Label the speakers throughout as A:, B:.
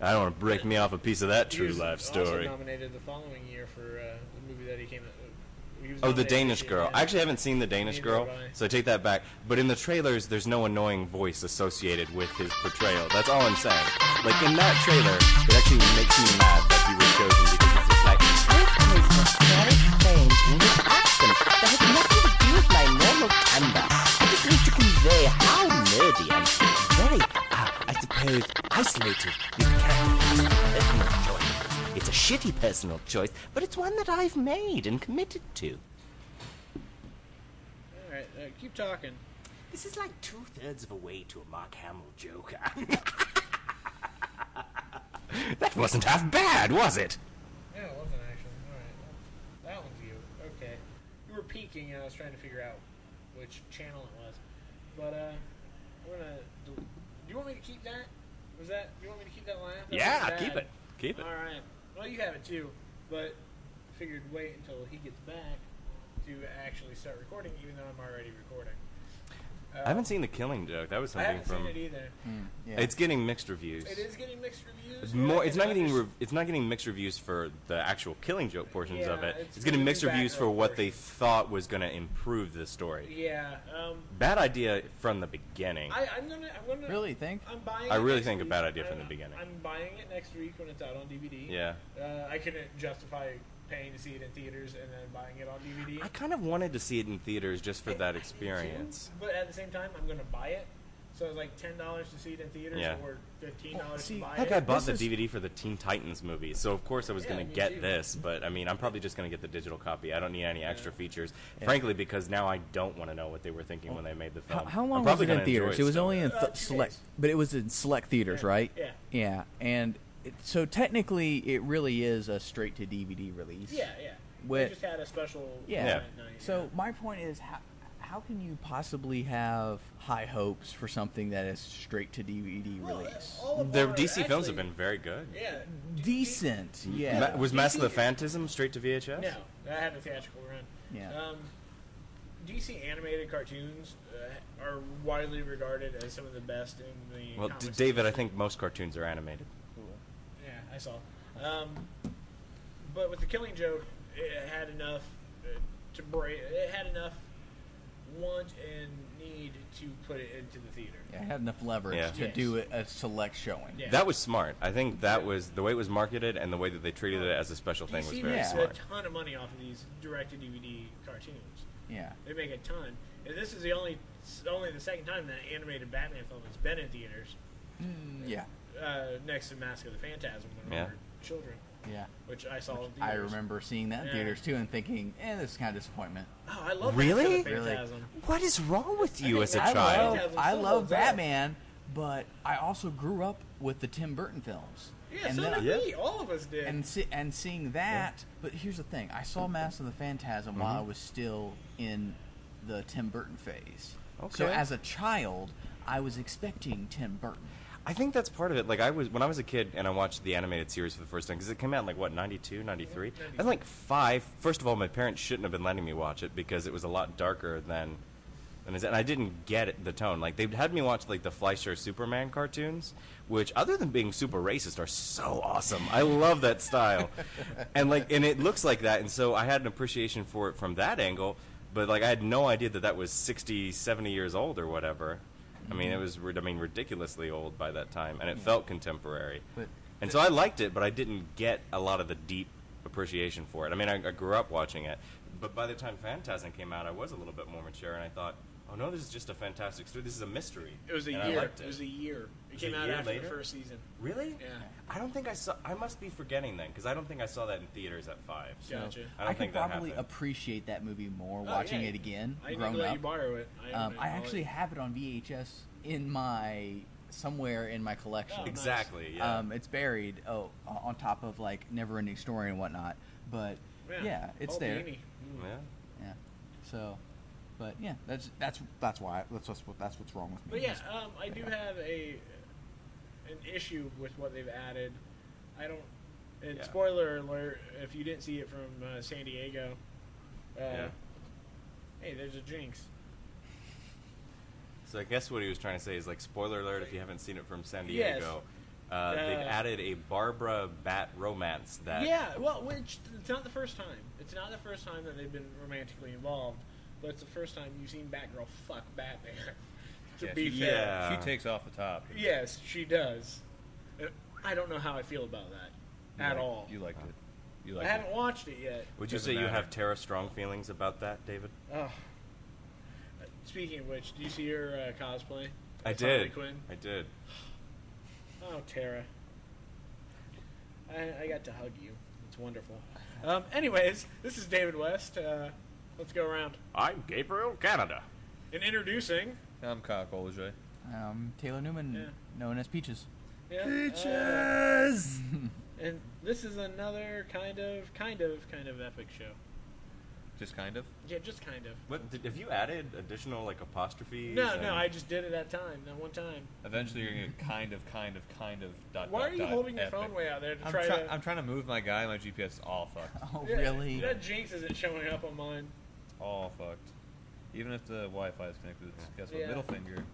A: I don't want to break me off a piece of that true
B: he was
A: life
B: Also
A: story.
B: nominated the following year for uh, the movie that he came. uh, he was
A: Oh, the
B: nominated
A: Danish
B: for,
A: girl.
B: yeah.
A: I actually haven't seen the Danish
B: Neither
A: girl,
B: have I.
A: so I take that back. But in the trailers, there's no annoying voice associated with his portrayal. That's all I'm saying. Like in that trailer, it actually makes me mad that he was chosen because it's just like,
C: This is a very strange and his accent that has nothing to do with my normal timbre. I just need to convey how nerdy and very, uh, I suppose, isolated this character is. personal choice. It's a shitty personal choice, but it's one that I've made and committed to.
B: All right, uh, keep talking.
C: This is like two thirds of a way to a Mark Hamill joke.
A: that wasn't half bad, was it?
B: Yeah, it wasn't actually. All right, well, that one's you. Okay, you were peeking, and I was trying to figure out which channel it was. But uh, we're gonna. Do, do you want me to keep that? Was that? Do you want me to keep that line? That was
A: Yeah,
B: bad.
A: keep it. Keep it.
B: All right. Well, you have it too, but figured wait until he gets back to actually start recording, even though I'm already recording. Uh,
A: I haven't seen the Killing Joke. That was
B: I
A: something
B: haven't
A: from.
B: seen it either.
D: Yeah.
A: It's getting mixed reviews.
B: It is getting mixed reviews.
A: It's
B: and I
A: more.
B: can
A: It's not getting.
B: understand-
A: Re- it's not getting mixed reviews for the actual Killing Joke portions of
B: Yeah,
A: it.
B: it's
A: It's, getting
B: getting
A: mixed
B: back
A: reviews
B: row
A: for what they
B: portions.
A: thought was going to improve the story.
B: Yeah. Um.
A: Bad idea from the beginning.
B: I, I'm gonna. I'm gonna.
D: Really think?
B: I'm buying.
A: I
B: it
A: really
B: next
A: think a
B: week.
A: bad idea
B: I'm-
A: from the beginning.
B: I'm buying it next week when it's out on DVD.
A: yeah.
B: Uh, I couldn't justify paying to see it in theaters and then buying it on DVD.
A: I kind of wanted to see it in theaters just for
B: I- I
A: that
B: did too,
A: experience.
B: But at the same time, I'm gonna buy it. So it's like ten dollars to see it in theaters
A: Yeah.
B: or fifteen dollars
D: see,
B: to buy
A: Heck,
B: it.
A: I bought
D: This
A: the
D: is-
A: DVD for the Teen Titans movie, so of course I was
B: Yeah,
A: going
B: me
A: to get
B: too.
A: this, but I mean, I'm probably just going to get the digital copy. I don't need any extra features, frankly, because now I don't want to know what they were thinking when they made the
D: How,
A: film.
D: how
A: I'm
D: long was
A: probably
D: it in
A: gonna enjoy
D: theaters? It was
A: still.
D: only in
B: Uh,
D: th-
B: two
D: select,
B: days.
D: but it was in select theaters,
B: Yeah.
D: right?
B: Yeah.
D: Yeah, and it, so technically, it really is a straight to DVD release.
B: yeah, yeah. we
D: With-
B: just had a special.
D: Yeah.
A: Yeah.
B: event night,
D: So my point is, how, how can you possibly have high hopes for something that is straight to DVD
B: yeah. Well, oh,
D: release?
B: all of
A: Their
B: our-
A: DC films have
B: actually-
A: been very good.
B: Yeah.
D: Decent, yeah.
A: Ma- was Mask of the Phantasm straight to VHS?
B: No, that had a theatrical run.
D: Yeah.
B: Um, DC animated cartoons uh, are widely regarded as some of the best in the.
A: Well, D-
B: comics
A: David, I think most cartoons are animated.
B: Yeah, I saw. Um, but with the Killing Joke, it had enough uh, to break. It had enough want and need to put it into the theater.
D: I had enough leverage
A: Yeah.
D: to
B: Yes.
D: do a, a select showing.
B: Yeah.
A: That was smart. I think that was the way it was marketed and the way that they treated it as a special thing was
B: DC
A: very
B: makes
D: yeah.
B: a
A: smart.
B: ton of money off of these direct to DVD cartoons.
D: Yeah.
B: They make a ton, and this is the only only the second time that animated Batman film has been in theaters.
D: Yeah.
B: Uh, next to Mask of the Phantasm when
A: Yeah.
B: we were children,
D: Yeah.
B: which I saw. in
D: I
B: theaters.
D: remember seeing that in
B: Yeah.
D: theaters too and thinking, eh, this is kind of disappointment.
B: Oh, I love
A: Really?
B: Mask of the
D: Really?
B: Phantasm.
A: What is wrong with you
B: think
A: as a
B: that-
D: I
A: child?
D: love,
B: Phantasm
D: I
B: still
D: love
B: holds up.
D: Batman, but I also grew up with the Tim Burton films.
B: Yeah,
D: and
B: so
D: then
B: did
D: I-
A: Yeah.
B: we. All of us did.
D: and see, and seeing that. But here's the thing: I saw Mass of the Phantasm while I
A: Mm-hmm.
D: was still in the Tim Burton phase. So
A: Okay.
D: as a child, I was expecting Tim Burton.
A: I think that's part of it. Like I was when I was a kid and I watched the animated series for the first time because it came out in like what 92, 93? I was like five. First of all, my parents shouldn't have been letting me watch it because it was a lot darker than. than it's- And I didn't get it, the tone. Like they had me watch like the Fleischer Superman cartoons, which, other than being super racist, are so awesome. I love that style, and like, and it looks like that. And so I had an appreciation for it from that angle. But like, I had no idea that that was 60, 70 years old or whatever. I mean, it was rid- I mean ridiculously old by that time, and it felt contemporary.
D: But-
A: and so I liked it, but I didn't get a lot of the deep appreciation for it. I mean, I, I grew up watching it, but by the time Phantasm came out, I was a little bit more mature, and I thought, oh no, this is just a fantastic story. This is a mystery.
B: it was a
A: And I
B: year.
A: liked
B: It was a year. It,
A: was
B: came
A: a
B: out
A: year
B: after
A: later?
B: the first season.
A: really?
B: Yeah.
A: I don't think I saw. I must be forgetting then, because I don't think I saw that in theaters at five.
D: So
B: Gotcha.
A: I don't
D: I could
A: think that
D: probably
A: happened.
D: appreciate that movie more
B: Oh,
D: watching
B: yeah.
D: it again,
B: I need to
D: grown
B: let
D: up.
B: you borrow it. I,
D: um,
B: own it.
D: I
B: I'll let
D: actually
B: you-
D: have it on VHS in my somewhere in my collection.
B: Oh, nice.
A: exactly. Yeah.
D: Um, it's buried oh, o- on top of like Never Ending Story and whatnot. But yeah, it's
B: Oh,
D: there.
B: Beanie.
A: yeah.
D: Yeah. So, but yeah, that's that's that's why that's what's that's what's wrong with me.
B: But yeah,
D: is-
B: um, I do have a an issue with what they've added. I don't. And
A: Yeah.
B: spoiler alert: if you didn't see it from uh, San Diego, uh,
A: Yeah.
B: hey, there's a jinx.
A: So I guess what he was trying to say is like, spoiler alert if you haven't seen it from San
B: Yes.
A: Diego. Uh, they've
B: Uh,
A: added a Barbara Bat romance that
B: Yeah, well, which it's not the first time. It's not the first time that they've been romantically involved, but it's the first time you've seen Batgirl fuck Batman. to
E: Yeah,
B: be
E: she-
B: fair,
A: yeah.
E: she takes off the top.
B: yes, she does. And I don't know how I feel about that at
E: You liked-
B: all.
E: You liked it. You
B: I
E: liked
B: haven't
E: it.
B: watched it yet.
A: Would you
E: Doesn't
A: say you
E: matter.
A: have Tara Strong feelings about that, David?
B: Ugh. Speaking of which, do you see her uh, cosplay?
A: I
B: As Harley
A: did.
B: Quinn?
A: I did.
B: Oh, Tara. I, I got to hug you. It's wonderful. Um, anyways, this is David West. Uh, let's go around.
A: I'm Gabriel Canada.
B: And introducing.
E: I'm cock Olajay.
D: Um, Taylor Newman,
B: uh, Yeah.
D: known as Peaches.
B: Yeah, uh,
E: Bitches!
B: and this is another kind of, kind of, kind of epic show.
E: Just kind of.
B: Yeah, just kind of.
A: What did, have you added additional like apostrophes?
B: No,
A: and-
B: no, I just did it that time, that one time.
E: Eventually, you're gonna get kind of, kind of, kind of. Dot,
B: Why
E: dot,
B: are you
E: dot,
B: holding your
E: epic.
B: phone way out there to
E: I'm,
B: try
E: try-
B: to?
E: I'm trying to move my guy. My GPS is all fucked.
D: Oh,
B: Yeah,
D: really?
B: That jinx isn't showing up on mine.
E: All fucked. Even if the Wi-Fi is connected, it's, guess what?
B: Yeah.
E: Middle finger.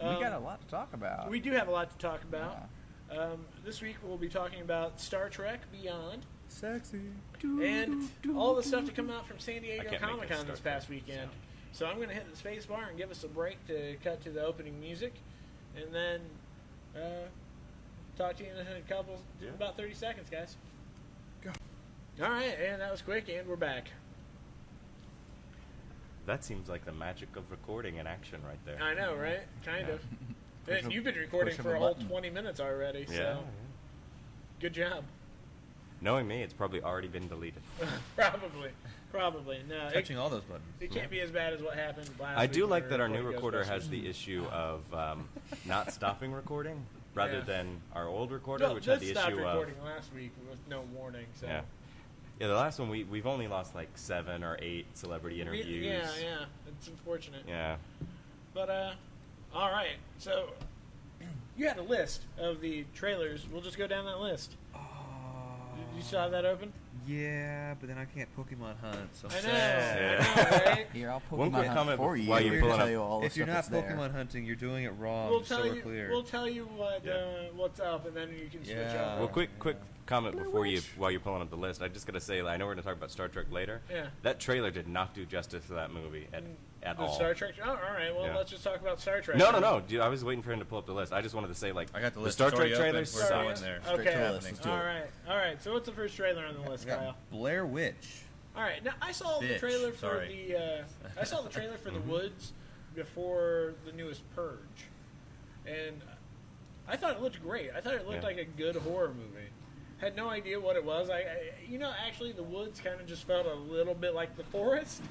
B: Um,
D: we got a lot to talk
E: Uh,
D: about.
B: We do have a lot to talk about. Um, this week we'll be talking about Star Trek Beyond
E: Sexy.
B: and all the stuff to come out from San
A: I
B: Diego
A: can't make
B: Comic
A: a
B: Con
A: Star
B: this past
A: Trek
B: weekend.
A: sound.
B: So I'm going to hit the space bar and give us a break to cut to the opening music, and then uh, talk to you in a couple,
A: Yeah.
B: about 30 seconds, guys. All right, and that was quick, and we're back.
A: That seems like the magic of recording in action right there.
B: I know, right? Kind
A: Yeah.
B: of.
D: Push
B: And
D: a-
B: you've been recording
D: push of
B: for
D: a
B: a whole
D: button.
B: 20 minutes already, so good job.
A: Knowing me, it's probably already been deleted.
B: Probably, probably. No, it,
E: Touching all those buttons.
B: it can't be as bad as what happened last.
A: I
B: week
A: do
B: when
A: like
B: we
A: that our
B: were
A: new
B: recording
A: recorder
B: Ghostbusters.
A: has the issue of um, not stopping recording rather
B: Yeah.
A: than our old recorder,
B: No,
A: which had
B: this
A: the
B: stopped
A: issue of
B: recording last week with no warning. So
A: yeah. Yeah, the last one we we've only lost like seven or eight celebrity
B: We-
A: interviews.
B: yeah, yeah, it's unfortunate.
A: Yeah.
B: But uh, all right. So you had a list of the trailers. We'll just go down that list. You- You still have that open?
E: Yeah, but then I can't Pokemon hunt. So
B: I know.
A: Yeah.
B: I know, right?
D: Here, I'll Pokemon
A: One quick
D: hunt
A: comment
D: for
A: bef-
D: you.
A: while you're
D: and
A: pulling
D: tell
A: up-
D: you all the
E: If you're not
D: stuff that's there.
E: Pokemon hunting, you're doing it wrong.
B: We'll
E: so
B: tell
E: we're
B: you.
E: um, clear.
B: We'll tell you what
A: Yeah.
B: uh, what's up, and then you can switch
E: Yeah.
B: over.
A: Well,
E: Oh,
A: quick, quick
E: yeah.
A: comment before you while you're pulling up the list. I just gotta say, I know we're gonna talk about Star Trek later.
B: Yeah. Mm.
A: That trailer did not do justice to that movie at, at
B: The
A: all.
B: Star Trek. Oh, all right. Well,
A: Yeah.
B: let's just talk about Star Trek.
A: No, no, no. Dude, I was waiting for him to pull up the list. I just wanted to say, like,
E: I got the list.
A: Star
E: It's
A: Trek
E: already
A: trailer
E: open. We're
A: sucked.
E: going
B: Sorry.
E: there.
B: Okay.
D: to the
E: list. Let's do
B: All right. All right. So what's the first trailer on the list,
E: I got
B: Kyle?
E: Blair Witch.
B: All right. Now I saw the
E: Bitch.
B: trailer for
E: Sorry. Mm-hmm.
B: the. Uh, I saw the trailer for the Woods before the newest Purge, and I thought it looked great. I thought it looked
A: Yeah.
B: like a good horror movie. Had no idea what it was. I, I you know, actually, the Woods kind of just felt a little bit like the Forest,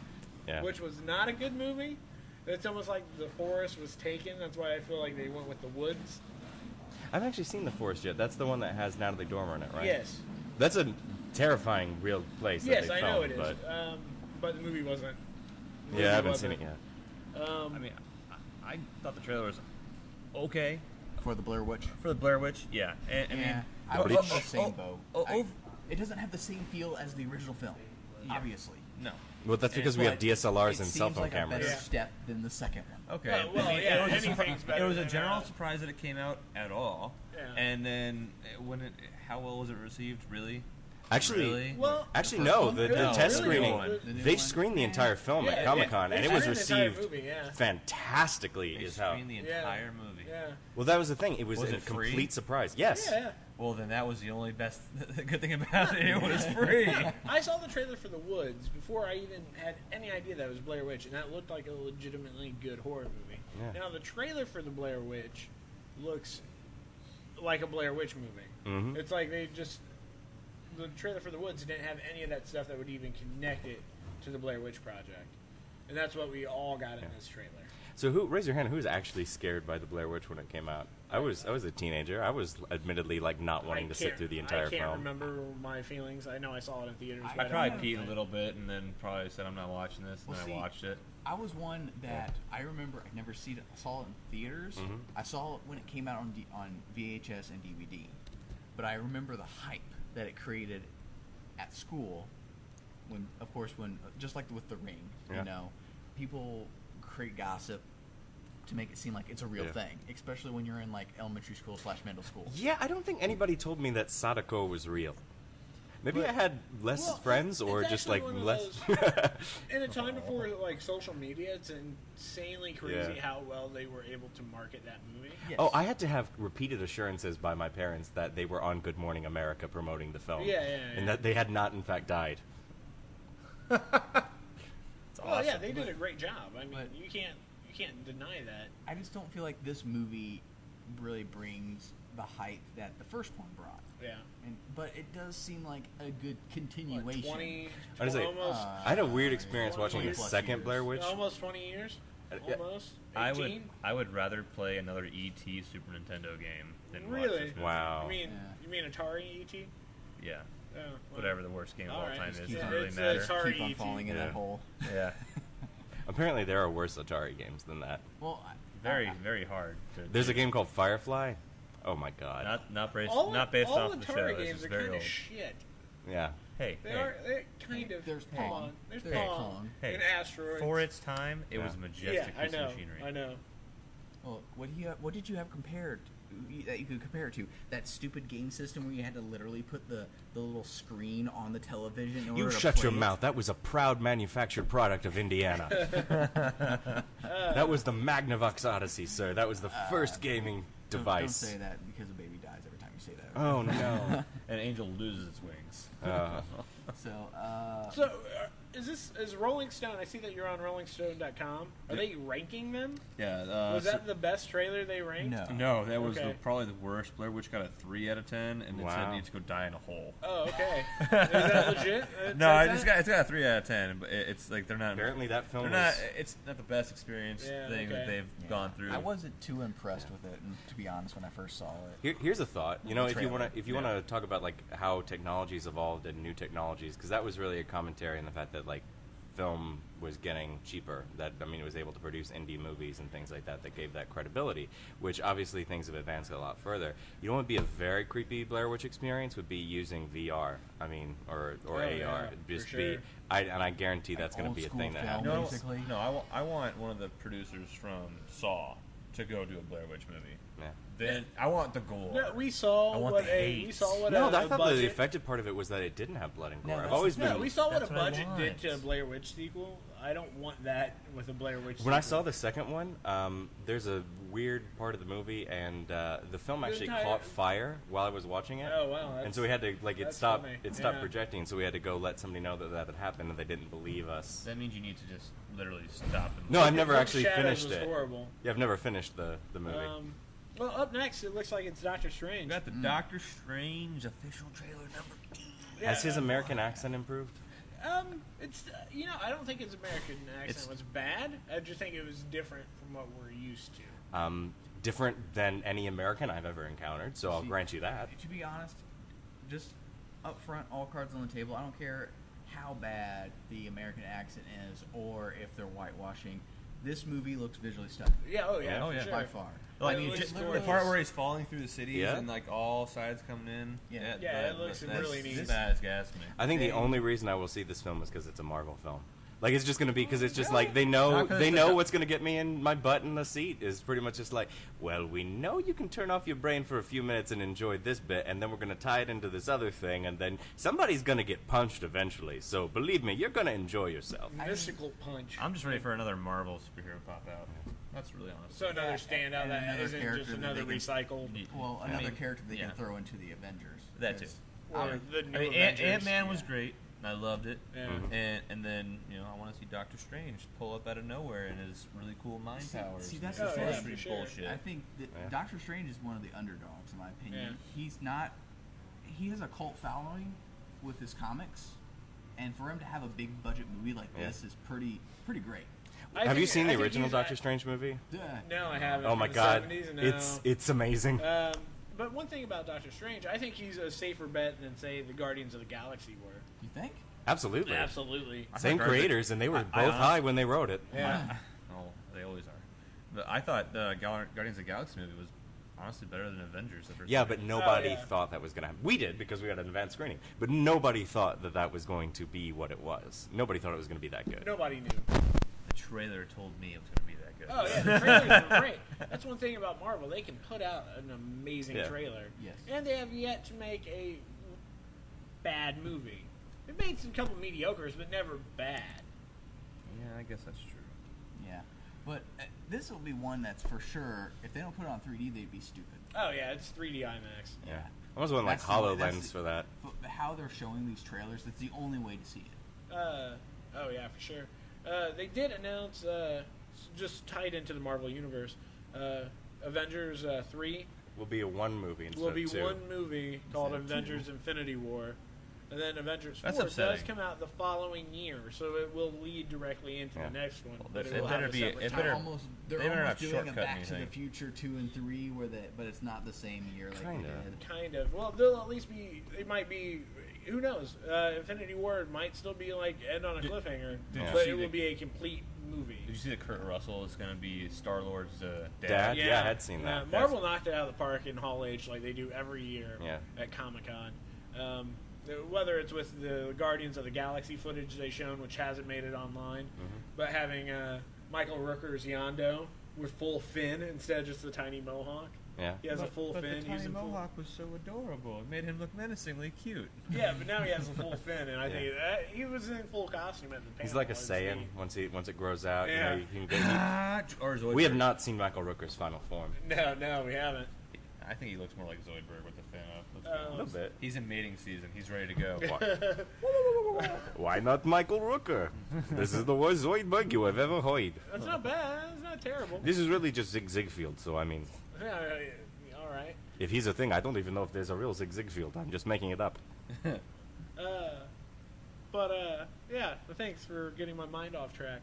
A: Yeah.
B: which was not a good movie. It's almost like the Forest was taken. That's why I feel like they went with the Woods.
A: I've actually seen The Forest yet. That's the one that has Natalie Dormer in it, right?
B: Yes.
A: That's a terrifying real place.
B: Yes,
A: that
B: I
A: they
B: know
A: filmed,
B: it is.
A: But,
B: um, but the movie wasn't.
A: yeah,
B: the
A: I
B: movie
A: haven't seen
B: wasn't.
A: it yet.
B: Um,
E: I mean, I, I thought the trailer was okay
D: for the Blair Witch.
E: for the Blair Witch. Yeah, and, I mean,
D: I would love the
A: Bleach.
D: same
E: Oh,
D: boat.
E: oh,
D: I-
E: oh.
D: it doesn't have the same feel as the original film, obviously.
E: no.
A: Well, that's because we
D: But
A: have DSLRs
D: it
A: and
D: seems
A: cell phone
D: like A
A: cameras.
D: better
B: Yeah.
D: step than the second one.
E: Okay.
B: Yeah, well,
E: I mean,
B: yeah,
E: it was,
B: anything's
E: a, it
B: better
E: was a
B: than,
E: general
B: uh,
E: surprise that it came out at all.
B: Yeah.
E: And then uh, when it, how well was it received? Really?
A: Actually,
E: Really?
B: well,
A: actually,
E: The first
A: no.
E: one?
A: The, the
E: No,
A: test
E: really?
A: screening,
E: The
D: one.
E: new
D: The
A: they
D: new
A: screened the
D: one.
A: entire film
B: Yeah,
A: at Comic Con,
B: they
A: and it was
B: screened the entire
A: received
B: movie, yeah.
A: fantastically.
E: They
A: Is how.
E: screened the
B: Yeah.
E: entire movie.
B: yeah,
A: Well, that was the thing. It was,
E: Was
A: a
E: it free?
A: complete surprise. Yes.
B: yeah.
E: Well, then that was the only best the good thing about it. It was free.
B: I saw the trailer for The Woods before I even had any idea that was Blair Witch, and that looked like a legitimately good horror movie.
A: Yeah.
B: Now the trailer for The Blair Witch looks like a Blair Witch movie.
A: Mhm.
B: It's like they just the trailer for The Woods didn't have any of that stuff that would even connect it to the Blair Witch Project, and that's what we all got in this trailer.
A: So who raise your hand? Who was actually scared by the Blair Witch when it came out? I was. I was a teenager. I was admittedly like not wanting
B: I
A: to sit
B: can't-
A: through the entire
B: I can't
A: film.
B: remember my feelings. I know I saw it in theaters.
D: I
B: but
E: I
B: don't
E: probably
B: remember.
E: peed a little bit and then probably said I'm not watching this, and
D: Well,
E: then
D: see-
E: I watched it.
D: I was one that I remember. I never seen it. I saw it in theaters.
E: Mm-hmm.
D: I saw it when it came out on D- on VHS and DVD. But I remember the hype that it created at school. When, uh, of course, when just like with the Ring,
A: Yeah.
D: you know, people create gossip. to make it seem like it's a real
A: Yeah.
D: thing, especially when you're in like elementary school slash middle school.
A: Yeah, I don't think anybody told me that Sadako was real. Maybe
D: But-
A: I had less
B: Well,
A: friends or
B: it's
A: just
B: actually
A: like
B: one of
A: less.
B: In a time before like social media, it's insanely crazy
A: Yeah.
B: how well they were able to market that movie.
D: Yes.
A: Oh, I had to have repeated assurances by my parents that they were on Good Morning America promoting the film.
B: Yeah, yeah, yeah.
A: And that they had not, in fact, died.
D: It's
B: Oh yeah,
D: awesome,
B: they did
D: but
B: a great job. I mean,
D: but-
B: you can't you can't deny that.
D: I just don't feel like this movie really brings the hype that the first one brought.
B: Yeah.
D: And, but it does seem like a good
B: What,
D: continuation.
B: 20,
A: I was like,
B: almost,
A: I had a weird experience
B: Uh,
A: watching the
B: 20 plus
A: second
D: years.
A: Blair Witch.
B: almost 20 years.
A: Uh, yeah.
B: Almost.
E: I
B: 18?
E: would I would rather play another ET Super Nintendo game than watch
B: Really?
E: this movie.
A: Wow.
B: You mean
D: Yeah.
B: you mean Atari ET?
E: Yeah.
B: Oh, well.
E: Whatever the worst game of all
B: Alright,
E: time
B: just
E: is
D: keep
E: doesn't
D: it.
E: really
B: It's, uh,
E: matter.
B: sorry,
D: keep on
B: E.T.
D: falling in
A: Yeah.
D: that hole.
E: Yeah.
A: Apparently, there are worse Atari games than that.
D: Well, I-
E: Very
D: I-
E: very hard. To
A: There's a game called Firefly. Oh my god.
E: not not based
B: All,
E: not based
B: all
E: off
B: Atari
E: the show. It's
B: games
E: just
B: are
E: very
B: kind
E: old.
B: of shit.
A: yeah.
E: hey,
B: They
E: hey.
B: are they're kind of
D: There's
B: come
D: Pong.
B: on. There's
D: There's
B: Pong.
D: Pong.
E: Hey.
B: And asteroids.
E: For its time, it
A: Yeah.
E: was a
B: yeah,
E: majestic
B: I
E: piece
B: know.
E: of machinery.
B: I know.
D: Well, what do you what did you have compared that you could compare it to that stupid game system where you had to literally put the, the little screen on the television? In
A: You
D: order to
A: shut
D: play
A: your
D: it?
A: mouth. That was a proud manufactured product of Indiana. that was the Magnavox Odyssey, sir. That was the first gaming
D: Ah. Don't-
A: device.
D: Don't, say that because a baby dies every time you say that.
A: Oh no.
E: An angel loses its wings.
A: Uh,
D: So uh,
B: So uh, is this is Rolling Stone? I see that you're on RollingStone.com. Are they ranking them?
E: Yeah. Uh,
B: Was that the best trailer they ranked?
D: no,
E: No, that was
B: Okay.
E: the, probably the worst. Blair Witch got a three out of ten, and it said
A: Wow.
E: it needs to go die in a hole.
B: Oh, okay. Is that legit? It
E: No, I
B: says
E: just
B: that?
E: got it's got a three out of ten, but it, it's like they're not.
A: apparently, that
E: they're
A: film
E: not.
A: was.
E: It's not the best experience
B: Yeah,
E: thing that
B: okay.
E: they've
D: Yeah.
E: gone through.
D: I wasn't too impressed with it, and to be honest, when I first saw it.
A: Here, here's a thought. You know, if you
D: Trailer.
A: want to, if you
E: Yeah.
A: want to talk about like how technology's evolved and new technologies, because that was really a commentary on the fact that like film was getting cheaper. That I mean, it was able to produce indie movies and things like that that gave that credibility. Which obviously things have advanced a lot further. You know, what would be a very creepy Blair Witch experience would be using VR. I mean, or or
B: Oh,
A: AR.
B: yeah,
A: It'd
B: for
A: just be.
B: sure.
A: I, and I guarantee that's going to
D: old
A: be a
D: school
A: thing that happens.
D: film.
E: no,
D: basically.
E: no. I, wa- I want one of the producers from Saw to go do a Blair Witch movie.
A: Yeah.
E: Then I want the gore.
B: No, we saw
E: I want
B: what
E: the
B: a we
E: hate.
B: saw what
A: no,
B: a,
A: that- I
B: a
A: thought
B: budget.
A: the effective part of it was that it didn't have blood and gore. I've
D: that's
A: always
D: the
A: been
B: No, we saw what
E: That's
B: a
E: what I
B: budget did to a
E: want.
B: Blair Witch sequel. I don't want that with a Blair Witch.
A: When I
B: sequel.
A: saw the second one, um, there's a weird part of the movie, and uh, the film
B: The
A: actually
B: entire-
A: caught fire while I was watching it.
B: Oh, wow,
A: And
B: that's-
A: so we had to like it
B: that's
A: stopped.
B: funny.
A: It stopped
B: Yeah.
A: projecting, so we had to go let somebody know that that had happened, and they didn't believe us.
E: That means you need to just literally stop and
A: No, I've
B: Cloak-
A: never
B: Cloak
A: actually
B: Shadows
A: finished
B: was
A: it.
B: Horrible.
A: Yeah, I've never finished the the movie.
B: Um, well, up next it looks like it's Doctor
E: We
B: Strange.
E: got the Doctor Strange official trailer number two.
B: Yeah,
A: Has his American accent improved?
B: Um, it's uh, you know I don't think his American accent
E: It's-
B: was bad. I just think it was different from what we're used to.
A: Um, different than any American I've ever encountered, so I'll
D: See-
A: grant you that.
D: To be honest, just up front, all cards on the table. I don't care how bad the American accent is, or if they're whitewashing. This movie looks visually stunning
B: Yeah. Oh yeah.
A: Yeah.
E: Oh,
B: for
E: yeah.
B: Sure.
D: by far.
E: Like,
B: It
E: you
B: looks
E: just- the
B: gorgeous.
E: part where he's falling through the cities
A: Yeah.
E: and like all sides coming in.
D: Yeah.
B: Yeah,
E: that-
B: it looks
E: that's-
B: really neat.
E: That is gas me.
A: I think the
D: Dang.
A: only reason I will see this film is because it's a Marvel film. Like it's just gonna be because it's just like they
E: Not
A: know
E: 'cause
A: they
E: it's
A: know
E: a-
A: what's gonna get me in my butt in the seat is pretty much just like well we know you can turn off your brain for a few minutes and enjoy this bit and then we're gonna tie it into this other thing and then somebody's gonna get punched eventually so believe me you're gonna enjoy yourself.
B: Mystical punch.
E: I'm just ready for another Marvel superhero pop out. That's really honest.
B: so another
D: Yeah,
B: standout
D: and
B: that
D: another
B: not
D: character
B: just
D: that
B: another
D: they can-
B: recycled
D: Well,
E: I
D: another
E: mean,
D: character they
E: yeah.
D: can throw into the Avengers.
E: That
D: Because-
E: too.
B: or
E: I mean,
B: the new
E: I mean, Ant-
B: Avengers.
E: Ant-Man was
D: yeah. Mm-hmm.
E: great. and I loved it.
B: Yeah.
E: And and then you know I want to see Doctor Strange pull up out of nowhere and his really cool mind
D: See-
E: powers.
D: see,
E: and
D: that's
E: his
B: the thing.
E: sorcery
B: For sure.
E: bullshit.
D: I think that
A: Yeah.
D: Doctor Strange is one of the underdogs, in my opinion.
B: Yeah.
D: He's not. He has a cult following with his comics, and for him to have a big budget movie like
A: Yeah.
D: this is pretty pretty great.
B: I
A: Have you
B: think-
A: seen
B: I
A: the
B: think
A: original
B: he's-
A: Doctor
B: I-
A: Strange movie?
D: Duh.
B: No, I haven't.
A: Oh
B: From
A: my
B: the
A: god,
B: 70s? No.
A: it's it's amazing.
B: Um, but one thing about Doctor Strange, I think he's a safer bet than say the Guardians of the Galaxy were.
D: You think?
A: Absolutely,
B: Absolutely.
E: I
A: same
E: thought Guardians-
A: creators and they were
E: I- I
A: both
E: honest-
A: high when they wrote it.
B: Yeah.
E: Oh, they always are. But I thought the Gal- Guardians of the Galaxy movie was honestly better than Avengers. The first
A: Yeah,
E: time.
A: but nobody
B: Oh, yeah.
A: thought that was going to happen. We did because we had an advanced screening, but nobody thought that that was going to be what it was. Nobody thought it was going to be that good.
B: Nobody knew.
E: the trailer told me it was going to be that good.
B: Oh yeah, the trailers were great. That's one thing about Marvel; they can put out an amazing
A: Yeah.
B: trailer,
D: Yes.
B: and they have yet to make a bad movie. They made some couple mediocres, but never bad.
E: Yeah, I guess that's true.
D: Yeah, but uh, this will be one that's for sure. If they don't put it on 3D, they'd be stupid.
B: Oh yeah, it's 3D IMAX.
A: Yeah. I was wondering like
D: That's the only- that's
A: Hololens
D: the-
A: for that.
D: But how they're showing these trailers, that's the only way to see it.
B: Uh, oh yeah, for sure. Uh, they did announce, uh, s- just tied into the Marvel universe, uh, Avengers uh, three
A: Will be a one movie instead
B: will be
A: of two.
B: one movie called
D: Instead of two.
B: Avengers Infinity War, and then Avengers
E: That's
B: four does
E: upsetting.
B: come out the following year, so it will lead directly into
A: Yeah.
B: the next one.
E: Well,
B: but
E: that's-
B: it will
E: it
B: have
E: better
B: a
E: be-
B: separate
E: it
B: title.
E: better-
D: almost they're
E: they better
D: almost
E: not
D: doing a
E: shortcut
D: Back to the
E: anything.
D: Future two and three, where they but it's not the same year like
A: Kinda.
D: they did.
B: Kind of. Well, they'll at least be. It might be. Who knows? Uh, Infinity War might still be like end on a
E: Did-
B: cliffhanger,
E: did you
B: but
E: see
B: it
E: the-
B: will be a complete movie.
E: Did you see that Kurt Russell is going to be Star Lord's uh, dad?
A: Dad? Yeah, I had seen
B: yeah.
A: that.
B: Marvel knocked it out of the park in Hall H like they do every year
A: Yeah.
B: at Comic Con. Um, th- whether it's with the Guardians of the Galaxy footage they shown, which hasn't made it online,
A: Mm-hmm.
B: but having uh, Michael Rooker's Yondo with full fin instead of just the tiny mohawk.
A: Yeah.
B: He has a full fin. he's in full-
E: was so adorable. It made him look menacingly cute.
B: Yeah, but now he has a full fin, and I
A: Yeah.
B: think that, he was in full costume at the panel.
A: He's like a
B: It's
A: Saiyan
B: neat.
A: once he once it grows out. you know,
B: Yeah.
A: you can get- he-
E: or Zoidberg.
A: we have not seen Michael Rooker's final form.
B: No, no, we haven't.
E: I think he looks more like Zoidberg with the fin up. Let's be
B: Oh.
A: A
B: A
A: little
B: little
A: bit.
E: He's in mating season. He's ready to go.
A: Why not Michael Rooker? this is the worst Zoidberg you have ever heard.
B: That's not bad. That's not terrible.
A: This is really just Zig Zigfield, so I mean,
B: Yeah, yeah, all right.
A: if he's a thing, I don't even know if there's a real Zig Zigfield. I'm just making it up.
B: Uh, but uh, yeah, thanks for getting my mind off track.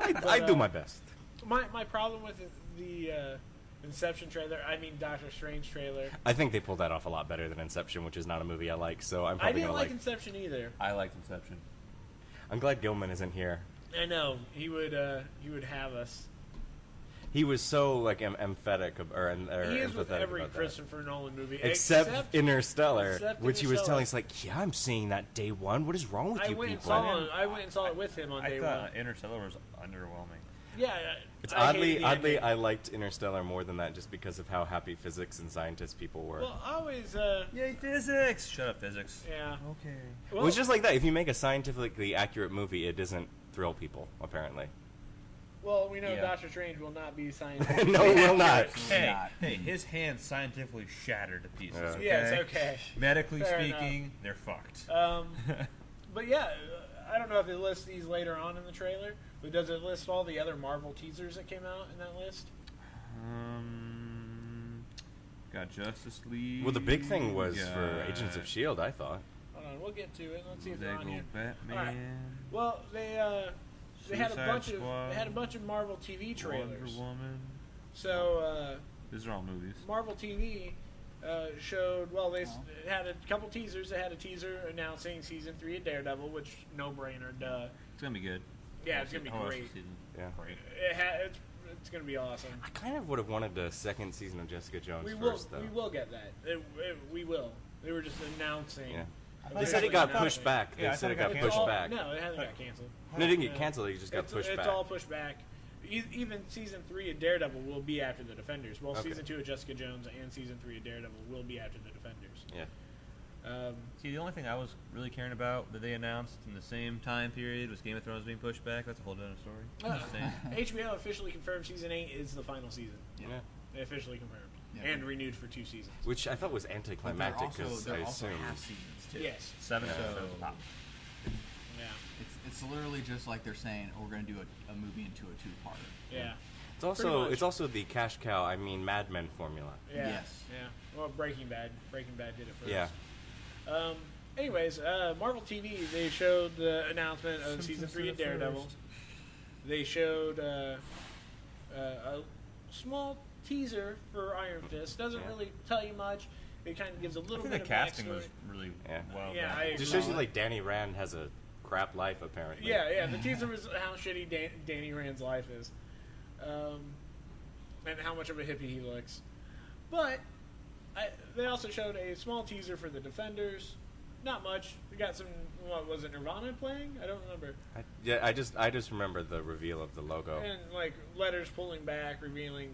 A: I,
B: But,
A: I do
B: uh,
A: my best.
B: My my problem with the uh, Inception trailer, I mean Doctor Strange trailer.
A: I think they pulled that off a lot better than Inception, which is not a movie I like, so I'm
B: I
A: probably
B: didn't
A: gonna
B: like
A: like.
B: Inception either.
E: I liked Inception.
A: I'm glad Gilman isn't here.
B: I know he would uh, he would have us.
A: He was so like em- emphatic ab- or, em- or
B: He is with
A: empathetic
B: every
A: about that.
B: Christopher Nolan movie
A: Except, Interstellar,
B: except
A: which he was
B: Interstellar.
A: telling us like, yeah, I'm seeing that day one. What is wrong with
B: I
A: you
B: went and
A: people?
B: saw him. I went and saw it with him on
E: I
B: day
E: thought
B: one.
E: Interstellar was underwhelming.
B: Yeah,
A: It's
B: I hated
A: oddly,
B: the
A: oddly,
B: ending.
A: I liked Interstellar more than that, just because of how happy physics and scientists people were.
B: Well, I always, uh,
E: Yay, physics! Shut up, physics.
B: yeah.
E: Okay.
A: it was just like that. If you make a scientifically accurate movie, it doesn't thrill people. Apparently,
B: well, we know
E: Yeah.
B: Doctor Strange will not be scientific.
A: no, it will not.
E: Hey,
D: Not.
E: hey, his hand's scientifically shattered to pieces.
A: Yeah.
E: Okay?
B: Yeah, it's okay.
E: Medically
B: Fair
E: speaking, they're fucked.
B: Um, but yeah, I don't know if it lists these later on in the trailer, but does it list all the other Marvel teasers that came out in that list?
E: Um, got Justice League.
A: Well, the big thing was for
E: got
A: Agents of Shield. I E thought.
B: Hold on, we'll get to it. Let's see if they're on
E: Lego
B: here.
E: Batman.
B: All right. Well, they uh, they had a
E: Suicide
B: bunch
E: Squad.
B: of they had a bunch of Marvel TV trailers.
E: Wonder Woman.
B: So uh,
E: These are all movies.
B: Marvel TV uh, showed well, they s- had a couple teasers. They had a teaser announcing season three of Daredevil, which no brainer, duh.
E: It's gonna be good.
B: Yeah, it's gonna be
E: Whole
B: great.
E: season.
A: Yeah.
E: Great.
B: It ha- it's it's gonna be awesome.
A: I kind of would have wanted the second season of Jessica Jones
B: We will.
A: first, though.
B: We will get that. It- it- we will. They were just announcing.
A: Yeah.
B: Officially
A: They said it got
B: announcing.
A: pushed back. They
E: Yeah, I
A: said
E: thought
A: it
E: it got
A: got
B: It's
A: pushed
B: all-
A: back.
B: No, it hasn't got canceled.
A: No, it didn't get
B: Yeah.
A: canceled. It just got
B: it's,
A: pushed
B: it's
A: back.
B: all pushed back. E- Even season three of Daredevil will be after the Defenders. Well,
A: Okay.
B: season two of Jessica Jones and season three of Daredevil will be after the Defenders.
A: yeah.
B: Um,
E: See, the only thing I was really caring about that they announced in the same time period was Game of Thrones being pushed back. That's a whole other story.
B: Oh.
E: Just saying.
B: HBO officially confirmed season eight is the final season.
A: yeah,
B: They officially confirmed
D: Yeah.
B: and renewed for two seasons.
A: Which I thought was
D: But they're
A: anticlimactic
D: also
A: because
D: they're
A: I
D: also
A: assumed.
D: half seasons too.
B: Yes.
E: Seven
A: Yeah.
E: episodes pop.
B: Yeah.
D: It's, it's literally just like they're saying, oh, we're gonna do a, a movie into a two-parter.
B: Yeah.
A: It's
B: Pretty
A: also
B: much.
A: it's also the cash cow. I mean, Mad Men formula.
B: Yeah.
D: Yes.
B: Yeah. Well, Breaking Bad. Breaking Bad did it first.
A: Yeah.
B: Um, anyways, uh, Marvel TV, they showed the announcement of season three of Daredevil. They showed uh, uh, a small teaser for Iron Fist. Doesn't
A: Yeah.
B: really tell you much. It kind of gives a
E: I
B: little
E: think
B: bit
E: the
B: of
E: casting
B: backstory.
E: was really
A: Yeah.
E: well
B: Yeah,
E: done.
B: I-
A: It just shows you like Danny Rand has a crap life apparently.
B: Yeah, yeah. The teaser was how shitty Dan- Danny Rand's life is, um, and how much of a hippie he looks. But I, they also showed a small teaser for the Defenders, Not much. We got some. What was it? Nirvana playing? I don't remember.
A: I, yeah, I just I just remember the reveal of the logo.
B: And like letters pulling back, revealing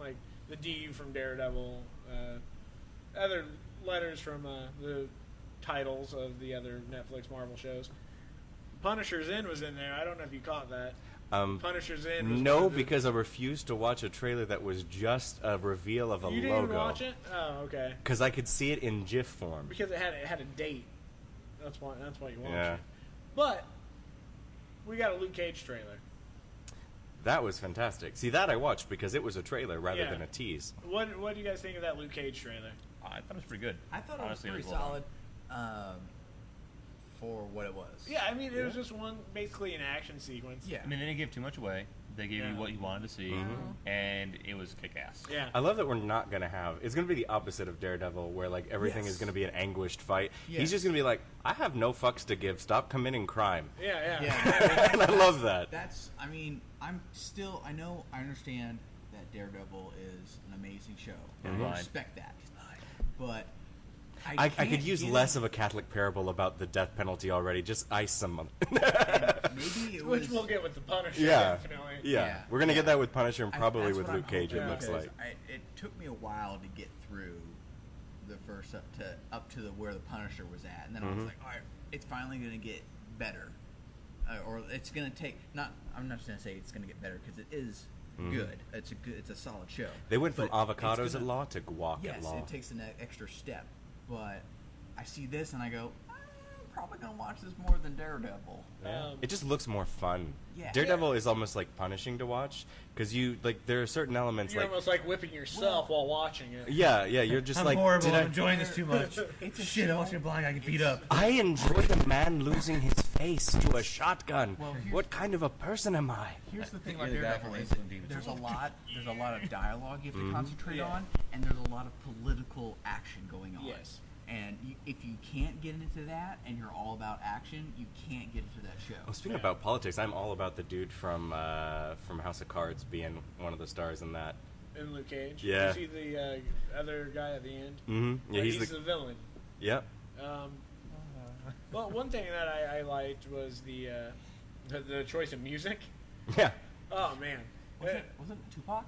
B: like the D from Daredevil. Uh, other letters from uh, the titles of the other Netflix Marvel shows. Punisher's End was in there. I don't know if you caught that.
A: Um,
B: Punisher's End. Was one
A: no,
B: of the-
A: because I refused to watch a trailer that was just a reveal of a
B: you didn't even
A: logo.
B: watch it. Oh, okay.
A: Because I could see it in GIF form.
B: Because it had it had a date. That's why. That's why you watched
A: Yeah.
B: it. But we got a Luke Cage trailer.
A: That was fantastic. See, that I watched because it was a trailer rather
B: Yeah.
A: than a tease.
B: What What do you guys think of that Luke Cage trailer?
E: I thought it was pretty good.
D: I thought
E: Honestly,
D: it was pretty
E: well done.
D: solid um, for what it was.
B: Yeah, I mean, it was just one basically an action sequence.
D: Yeah.
E: I mean, they didn't give too much away. They gave
B: Yeah.
E: you what you wanted to see,
A: Mm-hmm.
E: and it was kick ass.
B: Yeah.
A: I love that we're not gonna have. It's gonna be the opposite of Daredevil, where like everything
D: Yes.
A: is gonna be an anguished fight. He's
D: Yes.
A: just gonna be like, I have no fucks to give. Stop committing crime.
B: yeah, yeah.
D: yeah.
A: and I love that.
D: That's. I mean, I'm still. I know. I understand that Daredevil is an amazing show.
E: Mhm.
D: I respect that. But
A: I,
D: I,
A: I
D: can't
A: could use
D: get
A: less
D: it.
A: of a Catholic parable about the death penalty already. Just ice someone.
D: Maybe it was.
B: Which we'll get with the Punisher.
A: yeah.
B: Definitely.
A: yeah,
D: Yeah.
A: We're gonna
D: Yeah.
A: get that with Punisher and
D: I-
A: probably
D: that's
A: with
D: what I'm
A: Luke Cage. It
D: hoping,
A: looks
D: because
A: like.
D: I, it took me a while to get through the first up to up to the where the Punisher was at, and then
A: Mm-hmm.
D: I was like, all right, it's finally going to get better, uh, or it's going to take not. I'm not just going to say it's going to get better because it is good. It's a good. It's a solid show.
A: Mm-hmm. They went from
D: But it's
A: avocados at
D: gonna-
A: law to guac
D: Yes,
A: at law.
D: it takes an e-, extra step, but I see this and I go, I'm probably going to watch this more than Daredevil.
A: Yeah.
B: Um,
A: it just looks more fun.
D: Yeah.
A: Daredevil is almost like punishing to watch because you like there are certain elements
B: You're
A: like
B: almost like whipping yourself while watching it.
A: yeah yeah you're just
E: I'm
A: like
E: horrible.
A: did
E: I'm
A: I-
E: enjoying this too much.
D: It's a
E: Shit,
D: show.
E: I watched it blind. I get beat up.
A: I enjoy the man losing his face to a shotgun.
D: Well, here's-
A: what kind of a person am I?
D: Here's the thing
E: Yeah,
D: about
E: the guy
D: Daredevil
E: from
D: is
E: Insulin Demons. Mm-hmm.
D: there's a lot there's a lot of dialogue you have to concentrate
B: Yeah.
D: on, and there's a lot of political action going on.
B: Yes.
D: And you, if you can't get into that, and you're all about action, you can't get into that
A: Oh,
D: show.
A: speaking about politics, I'm all about the dude from uh, from House of Cards being one of the stars in that.
B: In Luke Cage.
A: Yeah.
B: You see the uh, other guy at the end.
A: Mm-hmm. Yeah,
B: Like,
A: he's, the,
B: the villain.
A: yep.
B: Um, well, one thing that I, I liked was the, uh, the the choice of music.
A: Yeah.
B: Oh man.
D: Was
B: Uh,
D: it, was it Tupac?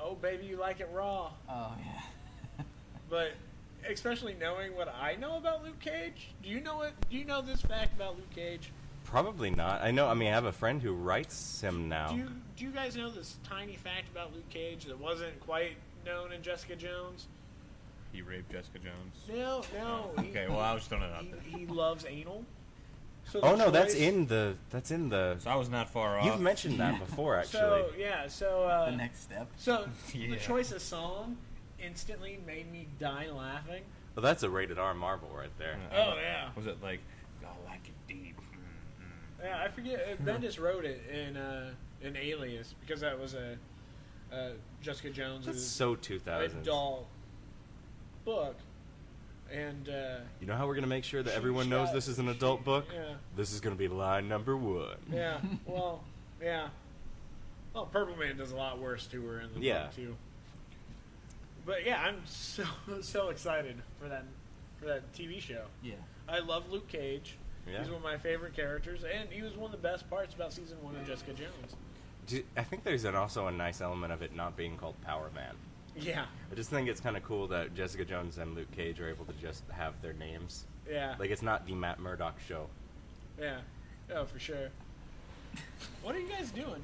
B: Oh baby, you like it raw.
D: Oh yeah.
B: But especially knowing what I know about Luke Cage, do you know it? Do you know this fact about Luke Cage?
A: Probably not. I know. I mean, I have a friend who writes him now.
B: Do you do you guys know this tiny fact about Luke Cage that wasn't quite known in Jessica Jones? Oh,
E: He raped Jessica Jones.
B: No, no. he-
E: Okay, well, I was throwing it out there.
B: He, he loves anal. So
A: oh
B: the
A: no, that's
B: choice-
A: in the that's in the.
E: So I was not far off.
A: You've mentioned that before, actually.
B: So yeah, so uh,
D: the next step.
B: so
E: Yeah.
B: the choice of song instantly made me die laughing.
A: Well, that's a rated R Marvel right there.
B: Oh yeah,
E: Was it like, I like it deep?
B: yeah. I forget uh, Bendis wrote it in uh, in Alias because that was a uh, Jessica Jones'
A: That's so 2000s.
B: adult book, and uh,
A: You know how we're gonna make sure that
B: She-
A: everyone
B: she
A: knows
B: got-
A: this is an adult book?
B: yeah.
A: This is gonna be line number one.
B: Yeah. Well, yeah. Well, Purple Man does a lot worse to her in the
A: Yeah.
B: book too. But yeah, I'm so so excited for that for that TV show.
D: Yeah.
B: I love Luke Cage.
A: Yeah.
B: He's one of my favorite characters, and he was one of the best parts about season one of Jessica Jones.
A: Do- I think there's an, also a nice element of it not being called Power Man.
B: Yeah.
A: I just think it's kind of cool that Jessica Jones and Luke Cage are able to just have their names.
B: Yeah.
A: Like it's not the Matt Murdock show.
B: yeah. Oh, for sure. What are you guys doing?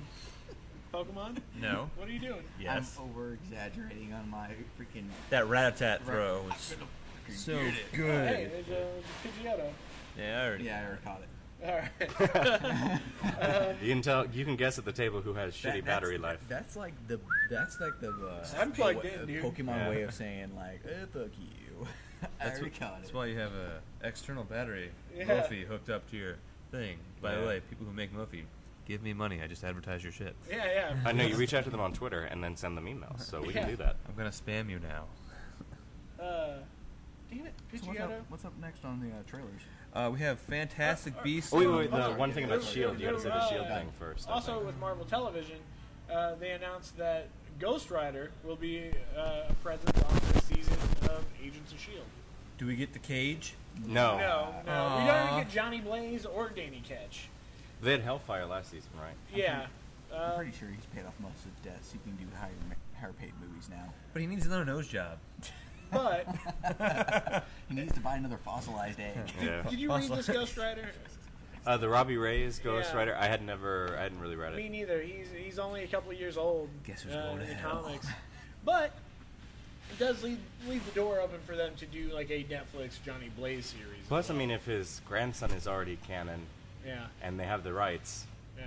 B: Pokemon?
E: No.
B: What are you doing?
E: Yes.
D: I'm over exaggerating on my freaking.
E: that rat-a-tat throw
D: I
E: was
D: could've fucking
E: so
D: did it.
E: good.
B: Oh, hey, there's a, there's a Pidgeotto.
E: Yeah, I already.
D: Yeah, I already caught it.
B: All Um, right.
A: You can tell. You can guess at the table who has
D: That-
A: shitty
D: that's-
A: battery life.
D: That's like the. That's like the. Uh,
B: I'm plugged
D: what-
B: in,
D: uh,
B: dude.
D: Pokemon
A: Yeah.
D: way of saying like, eh, fuck you. I
E: That's,
D: already
E: wh-
D: caught
E: that's
D: it.
E: why you have a external battery,
B: Yeah.
E: Mophie, hooked up to your thing. By
A: Yeah.
E: the way, people who make Mophie, give me money. I just advertise your shit.
B: yeah, yeah.
A: I know you reach out to them on Twitter and then send them emails, so we can
B: Yeah.
A: do that.
E: I'm gonna spam you now.
B: Uh, damn it,
D: So what's,
B: Pidgeotto.
D: up, what's up next on the uh, trailers?
E: Uh, we have Fantastic Beasts.
A: Oh wait, wait, wait
B: Oh,
A: the
B: yeah.
A: one thing about
B: There-
A: Shield. E You got to say the
B: there-
A: Shield
B: uh,
A: thing first. I
B: Also,
A: think.
B: with Marvel Television, uh, they announced that Ghost Rider will be uh, a presence on the season of Agents of Shield.
E: Do we get the cage?
A: No.
B: No, no, we don't even
E: Aw.
B: get Johnny Blaze or Danny Ketch.
A: They had Hellfire last season, right?
B: Yeah.
D: I'm
B: Uh,
D: pretty sure he's paid off most of his debts. He can do higher, higher paid movies now.
E: But he needs another nose job.
B: but
D: He needs to buy another fossilized egg.
A: Yeah.
B: did you read this Ghost Rider?
A: Uh, the Robbie Reyes Ghost
B: Yeah.
A: Rider. I had never. I hadn't really read
B: Me
A: it.
B: neither. He's he's only a couple of years old.
E: Guess who's
B: uh,
E: going
B: in
E: to
B: the
E: hell?
B: comics. But it does leave leave the door open for them to do like a Netflix Johnny Blaze series.
A: Plus, I mean, if his grandson is already canon
B: Yeah,
A: and they have the rights,
B: yeah.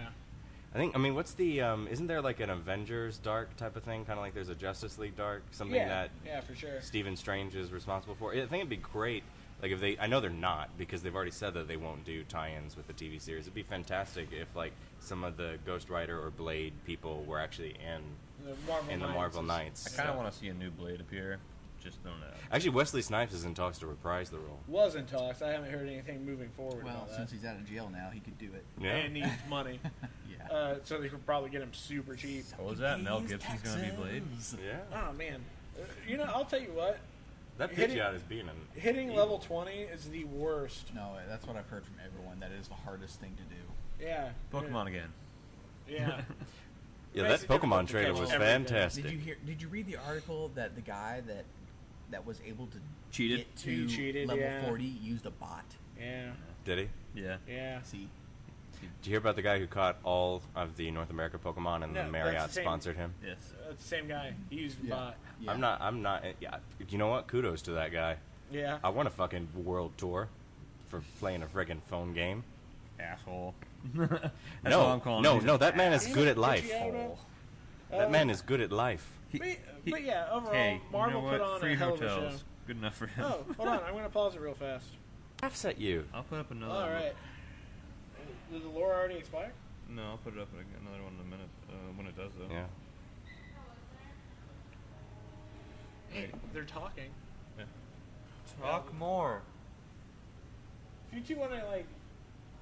A: I think. I mean, what's the? Um, isn't there like an Avengers Dark type of thing? Kind of like there's a Justice League Dark, something
B: yeah,
A: that
B: yeah, for sure.
A: Stephen Strange is responsible for. I think it'd be great. Like if they, I know they're not because they've already said that they won't do tie-ins with the TV series. It'd be fantastic if like some of the Ghost Rider or Blade people were actually in
B: The Marvel
A: in the
B: Knights
A: Marvel
B: is-
A: Knights.
E: I kind of want to see a new Blade appear. Just throwing it out.
A: Actually, Wesley Snipes is in talks to reprise the role.
B: was in talks. I haven't heard anything moving forward
D: Well,
B: about that.
D: since he's out of jail now, he could do it.
A: Yeah.
B: And needs money,
D: Yeah.
B: uh, so they could probably get him super cheap.
E: What was that? Mel Gibson's going to be Blade?
A: yeah.
B: Oh man, Uh, you know I'll tell you what,
A: That
B: Hit
A: pitch
B: it-
A: out is being an.
B: hitting level twenty is the worst.
D: No, that's what I've heard from everyone. That is the hardest thing to do.
B: Yeah,
E: Pokemon again.
B: Yeah,
A: Yeah, that
B: Makes it difficult
A: Pokemon
B: to
A: trailer
B: catch
A: was
B: everything.
A: fantastic.
D: Did you hear? Did you read the article that the guy that that was able to
E: Cheated?
D: get
B: He
D: to
B: cheated,
D: level
B: yeah.
D: forty used a bot?
B: yeah,
A: Did he?
E: Yeah.
B: yeah.
D: See,
A: Did you hear about the guy who caught all of the North America Pokemon and then
B: No, that's
A: Marriott
B: the same-
A: sponsored him?
E: Yes.
B: That's the Uh, same guy. He used a
D: Yeah.
B: bot.
D: Yeah.
A: I'm not. I'm not. Yeah. You know what? Kudos to that guy.
B: Yeah.
A: I want a fucking world tour for playing a friggin' phone game.
E: Asshole. That's
A: no,
E: what I'm calling
A: no,
E: him. He's
A: no.
E: an
A: That man is
B: ass.
A: good at
B: Did
A: life.
B: you have a-
A: That man is good at life.
E: He-
B: But,
E: he-
B: but yeah, overall,
E: Hey,
B: Marvel
E: you know
B: put
E: what?
B: on
E: Free
B: a hell of
E: hotels.
B: a show.
E: Good enough for him.
B: Oh, hold on. I'm going to pause it real fast.
A: Laughs at you.
E: I'll put up another.
B: All right. Did the lore already expire?
E: One. No, I'll put it up ag- another one in a minute uh, when it does though.
A: Yeah.
B: They're talking.
E: Talk more.
B: If you two want to, like,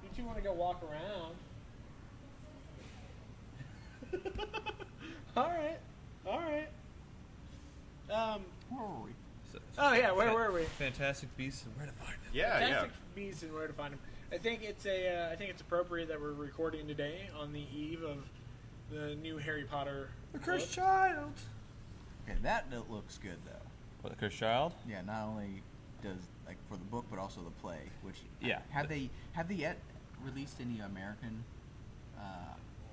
B: you two want to go walk around. all right. All right. Um,
D: where were we?
B: Oh, yeah, where were we?
E: Fantastic Beasts and Where to Find Them.
A: Yeah,
B: Fantastic Beasts and Where to Find Them. I think it's a. Uh, I think it's appropriate that we're recording today on the eve of the new Harry Potter. book.
E: Child.
D: Okay, that that looks good though.
E: What, Cursed Child?
D: Yeah, not only does like for the book, but also the play. Which uh,
E: Yeah.
D: have they have they yet released any American? Uh,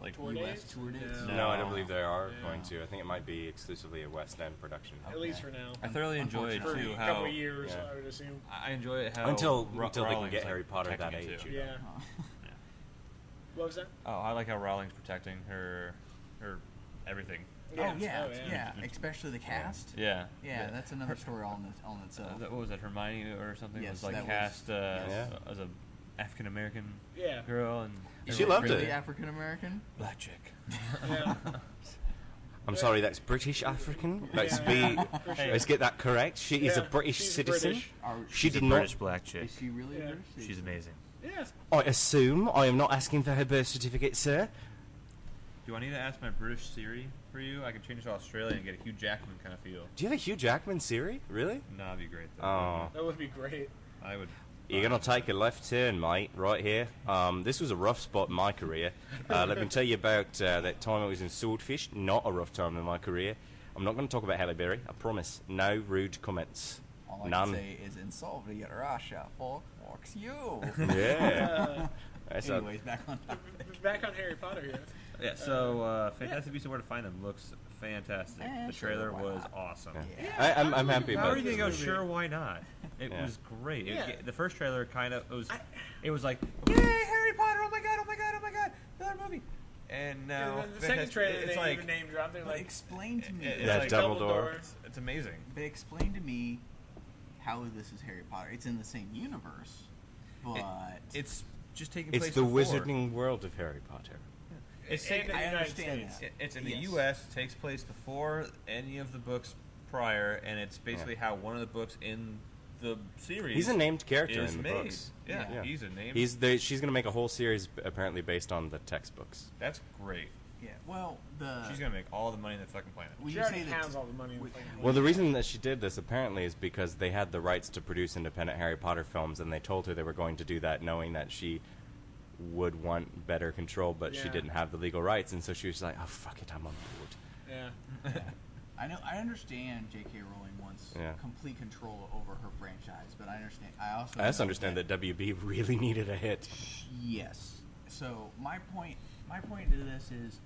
E: Like
B: Tour
D: US
B: dates?
D: tour dates?
A: No, I don't believe they are
B: Yeah.
A: going to. I think it might be exclusively a West End production.
B: At least for now.
E: I thoroughly enjoyed
B: For
E: too
B: a
E: how
B: couple of years,
A: yeah.
B: I would assume.
E: I enjoy how
A: Until-
E: Ro-
A: until they can
E: Rowling's,
A: get
E: like,
A: Harry Potter that
E: protecting
A: age,
E: too.
A: you
B: Yeah. What was that?
E: Oh, I like how Rowling's protecting her, her everything.
D: Oh yeah, yeah. Especially the cast.
E: Yeah.
D: Yeah, that's another story all in, its- all in
E: Uh,
D: itself.
E: that- what was it, Hermione or something?
D: Yes,
E: was like
D: that was-
E: cast uh,
A: yes.
E: as a African American
B: Yeah.
E: girl and
A: She loved
D: really
A: it.
D: African American.
E: black chick.
B: Yeah.
A: I'm sorry, that's British African. Let's
B: Yeah,
A: be,
B: yeah, for sure.
A: let's get that correct. She is a
B: Yeah,
A: British
B: she's
A: citizen.
B: British.
D: Are-
A: She
E: She's a
A: did not.
E: British black chick.
D: Is she really
B: Yeah.
D: British?
E: She's amazing.
B: yeah.
A: I assume I am not asking for her birth certificate, sir.
E: Do I need to ask my British Siri for you? I could change it to Australia and get a Hugh Jackman kind of feel.
A: Do you have a Hugh Jackman Siri? Really?
E: No, that'd be great though.
A: Oh.
B: That would be great.
E: I would.
A: You're gonna take a left turn, mate, right here. Um, this was a rough spot in my career. Uh, let me tell you about uh, that time I was in Swordfish. Not a rough time in my career. I'm not going to talk about Halle Berry. I promise. No rude comments.
D: All I
A: None.
D: can say is insolvent Russia for fucks you.
A: Yeah.
B: Uh,
A: That's a-
D: Anyways, back on topic.
B: back on Harry Potter here.
E: Yeah. So uh, Fantastic Beasts and Where to Find Them looks fantastic.
D: Eh,
E: the
D: sure,
E: trailer
D: why
E: was
D: not?
E: awesome.
D: Yeah.
A: I, I'm, I'm happy
E: How
A: about
E: are you
A: this
E: gonna go?
A: movie.
E: Sure, why not? It
A: Yeah.
E: was great. It-
B: Yeah.
E: it- the first trailer kind of it was.
B: I-
E: it was like, yay, Harry Potter! Oh my god! Oh my god! Oh my god! Another movie. And now
B: and then the second
E: Fantastic-
B: trailer,
E: it's
B: they
E: like
B: even name dropped. They're
D: But
B: like,
D: explain to me.
E: It's
A: Yeah,
E: like
A: Dumbledore.
E: It's, it's amazing.
D: But explain to me how this is Harry Potter. It's in the same universe, but
E: It's just taking place.
A: It's the
E: before.
A: wizarding world of Harry Potter.
E: It's
B: And
E: taking.
B: in the
D: I
B: United
D: understand
B: States.
D: that.
E: It- It's in the
D: Yes.
E: U.S. takes place before any of the books prior, and it's basically how one of the books in the series.
A: He's a named character
E: is
A: in the
E: made.
A: books.
E: Yeah,
A: Yeah.
E: he's a name.
A: He's the, she's going to make a whole series b- apparently based on the textbooks.
E: That's great.
D: Yeah. Well, the
E: She's gonna make all the money in the fucking planet.
D: when
B: She
D: you
B: already
D: say the
B: has
D: t-
B: all the money in the
D: with-
B: fucking
A: Well, the reason that she did this apparently is because they had the rights to produce independent Harry Potter films, and they told her they were going to do that, knowing that she would want better control, but she
B: Yeah.
A: didn't have the legal rights, and so she was like, "Oh fuck it, I'm on board."
B: Yeah.
D: I know I understand J.K. Rowling wants
A: Yeah.
D: complete control over her franchise, but I understand. I also
A: I also
D: know
A: understand that WB really needed a hit.
D: Yes. So my point, my point to this is,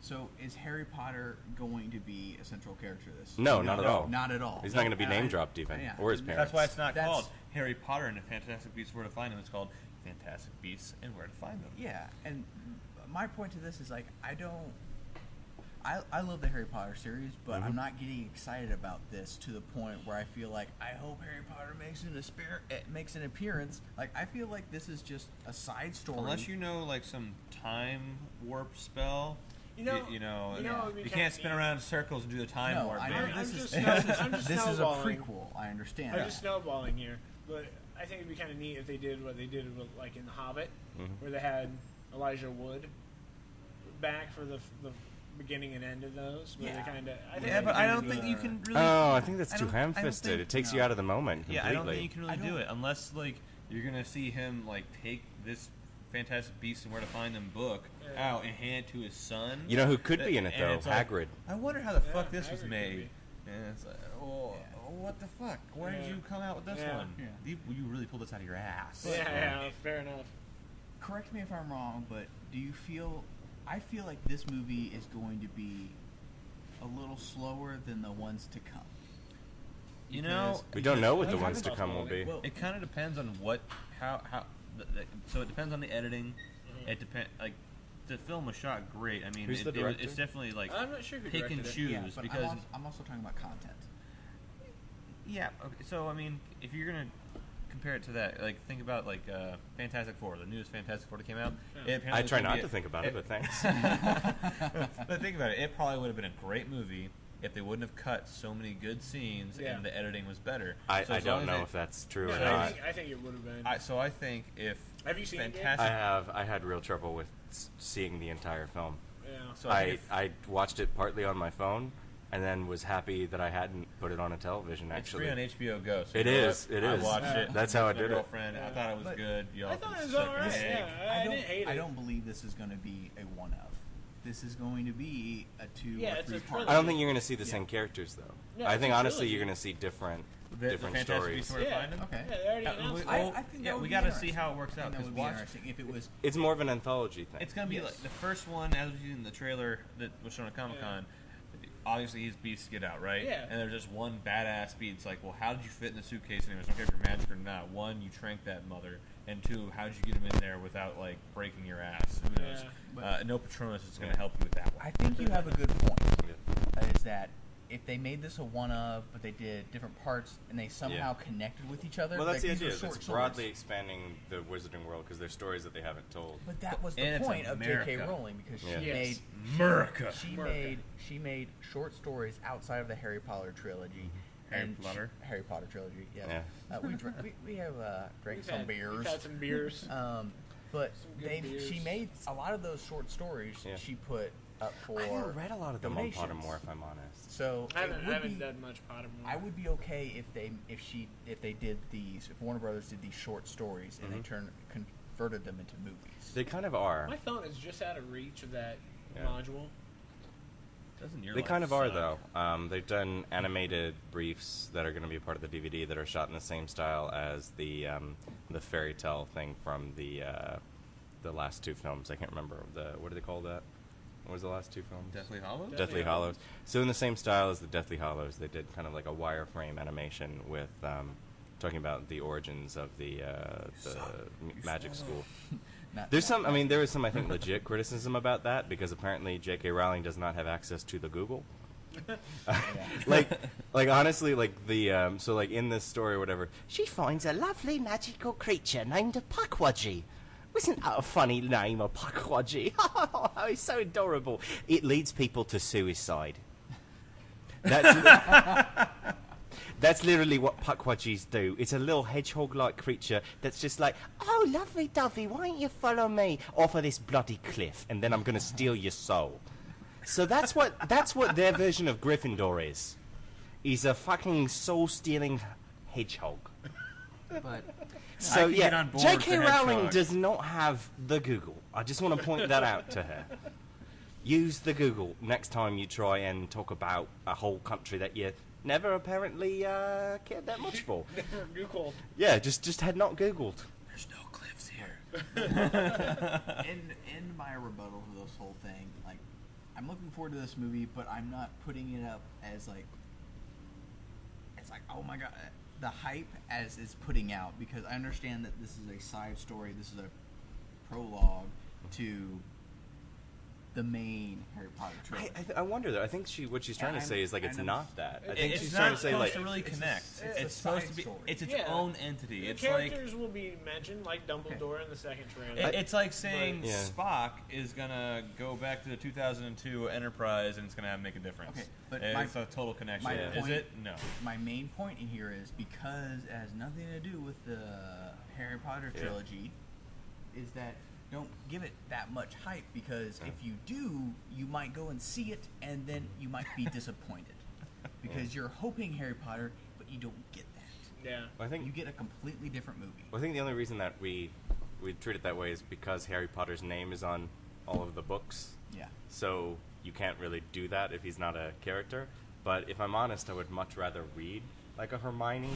D: so is Harry Potter going to be a central character? to This
A: No, not at all.
D: Not at all.
A: He's not going to be
D: And
A: name
D: I-
A: dropped even,
D: yeah.
A: or his
E: That's
A: parents.
E: why it's not
D: That's-
E: called Harry Potter and the Fantastic Beasts Where to Find Them. It's called Fantastic Beasts and Where to Find Them.
D: Yeah, and my point to this is like I don't. I, I love the Harry Potter series, but
A: Mm-hmm.
D: I'm not getting excited about this to the point where I feel like I hope Harry Potter makes an aspir- eh, makes an appearance. Like I feel like this is just a side story.
E: Unless you know like some time warp spell.
B: You know-
E: you, know,
B: you know what would be
E: you
B: kinda
E: can't spin
B: neat?
E: around in circles and do the time
D: no,
E: warp.
D: I
E: baby.
D: know
B: I'm-
D: this
B: I'm
D: is
B: just
D: this,
B: not-
D: is,
B: I'm just
D: this is a
B: snowballing.
D: prequel. I understand.
B: I'm
D: that.
B: just snowballing here, but I think it'd be kind of neat if they did what they did with, like in The Hobbit, where they had Elijah Wood back for the, the beginning and end of those. Where
D: Yeah.
B: they kind of
E: yeah, but I don't think you can really.
A: Oh, I think that's
E: I
A: too
E: don't- I don't
A: ham-fisted.
D: think-
A: it takes you
D: no.
A: out of the moment
E: yeah,
A: completely.
E: I don't think you can really
D: I
E: do
D: don't-
E: it unless like you're gonna see him like take this Fantastic Beasts and Where to Find Them book
B: Yeah.
E: out and hand it to his son.
A: You know who could
E: Th-
A: be in it,
E: and
A: though?
E: it's like,
A: Hagrid.
E: I wonder how the
B: Yeah,
E: fuck this was
B: Hagrid could
E: made.
B: be.
E: And it's like, oh,
D: Yeah.
E: oh, what the fuck? Where did
B: Yeah.
E: you come out with this
B: Yeah.
E: one?
D: Yeah.
E: You, you really pulled this out of your ass.
B: Yeah, yeah, fair enough.
D: correct me if I'm wrong, but do you feel? I feel like this movie is going to be a little slower than the ones to come.
E: You know,
A: We don't know what
B: Like,
A: the
B: how
A: ones
B: did
A: to
B: that
A: come will
B: possibly-
A: be.
D: Well,
E: it kind of depends on what, how, how. The, the, so it depends on the editing.
B: Mm-hmm.
E: It depend like the film was shot great. I mean,
A: Who's
E: it,
A: the
E: it was-
A: director?
E: it's definitely like
B: I'm not sure who
E: pick and
B: directed it.
E: choose
D: yeah, but I'm
E: because
D: also, I'm also talking about content.
E: Yeah. Okay. So I mean, if you're gonna compare it to that, like think about like uh, Fantastic Four, the newest Fantastic Four that came out. It apparently
A: I
E: was
A: try
E: gonna be
A: not
E: a-
A: to think about it, but thanks.
E: but think about it. It probably would have been a great movie if they wouldn't have cut so many good scenes
B: Yeah.
E: and the editing was better.
A: I,
E: so
A: I
E: as long
A: don't
E: as
A: know
E: they-
A: if that's true
B: No,
A: or
B: I,
A: not.
B: think, I think it would have been.
E: I, so I think if
B: Have you seen it, Dave?
A: I
E: Fantastic?
A: have. I had real trouble with s- seeing the entire film.
B: yeah.
E: so I,
A: I,
E: think if-
A: I watched it partly on my phone, and then was happy that I hadn't put it on a television.
E: it's
A: Actually,
E: free on HBO Go. So
A: It
E: you know
A: is,
E: what?
A: it
E: I
A: is.
E: watched
A: Yeah.
E: it.
A: That's how I
E: My
A: did it.
E: girlfriend, I thought it was
D: But-
E: good. Y'all
B: I thought
E: can
B: it was
E: suck
B: all
E: my
B: right.
E: dick.
B: Yeah, I,
D: I don't.
B: didn't hate it.
D: I don't believe this is going to be a one of. This is going to be a two
B: Yeah,
D: or
B: it's a
D: three part.
A: I don't think you're going to see the same characters though.
B: No,
A: I
B: it's
A: think
B: a
A: honestly
B: trilogy.
A: you're going to see different
E: The, the
A: different
E: Fantastic
A: stories.
E: Beasts and Where to
B: Yeah.
E: Find Them.
D: Okay.
B: Yeah, they already
E: Yeah,
B: announced
E: we-
B: it.
D: I,
E: Well,
D: I think
E: yeah,
D: that would
E: we
D: be
E: gotta
D: interesting.
E: see how it works
D: I think
E: out,
D: That
E: 'cause
D: would be
E: watch-
D: interesting if it was.
A: It's more of an anthology thing.
E: It's gonna be
D: Yes.
E: like the first one as was in the trailer that was shown at Comic Con. Obviously, he's beats get out right.
B: Yeah.
E: And there's just one badass beat. It's like, well, how did you fit in the suitcase? Anyways, I don't care if you're magic or not. One, you tranked that mother, and two, how did you get him in there without like breaking your ass? Who knows?
B: Yeah.
D: But-
E: Uh, no Patronus is gonna
A: Yeah.
E: help you with that one.
D: I think you have a good point.
A: Yeah.
D: That is that if they made this a one of, but they did different parts and they somehow connected with each other.
A: Well, that's
D: like,
A: the
D: these
A: idea.
D: were
A: is
D: short
A: It's
D: stories.
A: broadly expanding the Wizarding world because there's stories that they haven't told.
D: But that was the
E: And it's
D: point of J.K.
E: America.
D: Rowling because she
A: Yeah.
B: Yes.
D: made
E: America.
D: she
B: America.
D: made she made short stories outside of the Harry Potter trilogy.
E: Harry
D: and she-
E: Potter.
D: Harry Potter trilogy. Yes.
A: Yeah.
D: Uh, we, dr- we we have uh, drank
B: We've
D: some
B: had,
D: beers.
B: We've had some beers.
D: Um, but
B: Some good
D: they
B: beers.
D: she made a lot of those short stories.
A: Yeah.
D: She put up for.
A: I haven't read a lot of them on
D: donations.
A: Pottermore, if I'm honest.
D: So
B: I
D: it
B: haven't, I
D: would
B: haven't
D: be-
B: done much Pottermore.
D: I would be okay if they if she if they did these if Warner Brothers did these short stories and they turned converted them into movies.
A: Mm-hmm. They kind of are.
B: My phone is just out of reach of that
A: Yeah.
B: module.
E: Doesn't your
A: They
E: life
A: kind of are
E: suck?
A: though. Um, they've done animated briefs that are going to be part of the DVD that are shot in the same style as the um, the fairy tale thing from the uh, the last two films. I can't remember the what do they call that? What was the last two films?
E: Deathly Hollows.
A: Deathly,
B: Deathly
A: Hollows. So in the same style as the Deathly Hollows, they did kind of like a wireframe animation with um, talking about the origins of the uh, the m- magic school.
D: Not-
A: There's some. I mean, there was some. I think legit criticism about that because apparently J.K. Rowling does not have access to the Google. like, like honestly, like the um, so like in this story or whatever.
C: She finds a lovely magical creature named a Puckwudgie. Isn't that a funny name, a Puckwudgie? Oh, it's so adorable.
A: It leads people to suicide. That's that's literally what puckwudgies do. It's a little hedgehog-like creature that's just like,
C: Oh, lovely dovey, why don't you follow me off of this bloody cliff and then I'm going to steal your soul?
A: So that's what that's what their version of Gryffindor is. He's a fucking soul stealing hedgehog.
D: But
A: So
E: can get
A: yeah,
E: on board
A: J.K.
E: with the
A: Rowling
E: hedgehog.
A: does not have the Google. I just want to point that out to her. Use the Google next time you try and talk about a whole country that you never apparently uh, cared that much for.
B: Google.
A: Yeah, just just had not Googled.
E: There's no cliffs here.
D: in in my rebuttal to this whole thing, like I'm looking forward to this movie, but I'm not putting it up as like it's like oh my god the hype as it's putting out because I understand that this is a side story, this is a prologue to the main Harry Potter
A: I,
D: trilogy.
A: I, th- I wonder though. I think she what she's trying to
D: I'm-
A: say is like
D: I
A: it's
D: know.
A: not that. I
E: It-
A: think
E: it's
A: she's
E: not
A: trying to say
E: supposed
A: like
E: to really
D: it's a-
E: connect.
D: it's
E: It's,
D: a
E: supposed
D: side
E: to be.
D: story.
E: It's its
B: Yeah.
E: own entity. It's like
B: characters will be mentioned, like Dumbledore in the second trilogy.
E: it- it's like saying
A: Right. Yeah.
E: Spock is gonna go back to the 2002 Enterprise and it's gonna have, make a difference.
D: Okay, but my-
E: it's a total connection.
D: my
E: Is
D: point-
E: it? No.
D: my main point in here is because it has nothing to do with the Harry Potter
A: Yeah.
D: trilogy, is that don't give it that much hype because if you do, you might go and see it and then you might be disappointed because you're hoping Harry Potter, but you don't get that.
B: yeah.
A: I think
D: You get a completely different movie.
A: Well, I think the only reason that we we treat it that way is because Harry Potter's name is on all of the books,
D: Yeah.
A: so you can't really do that if he's not a character. But if I'm honest, I would much rather read like a Hermione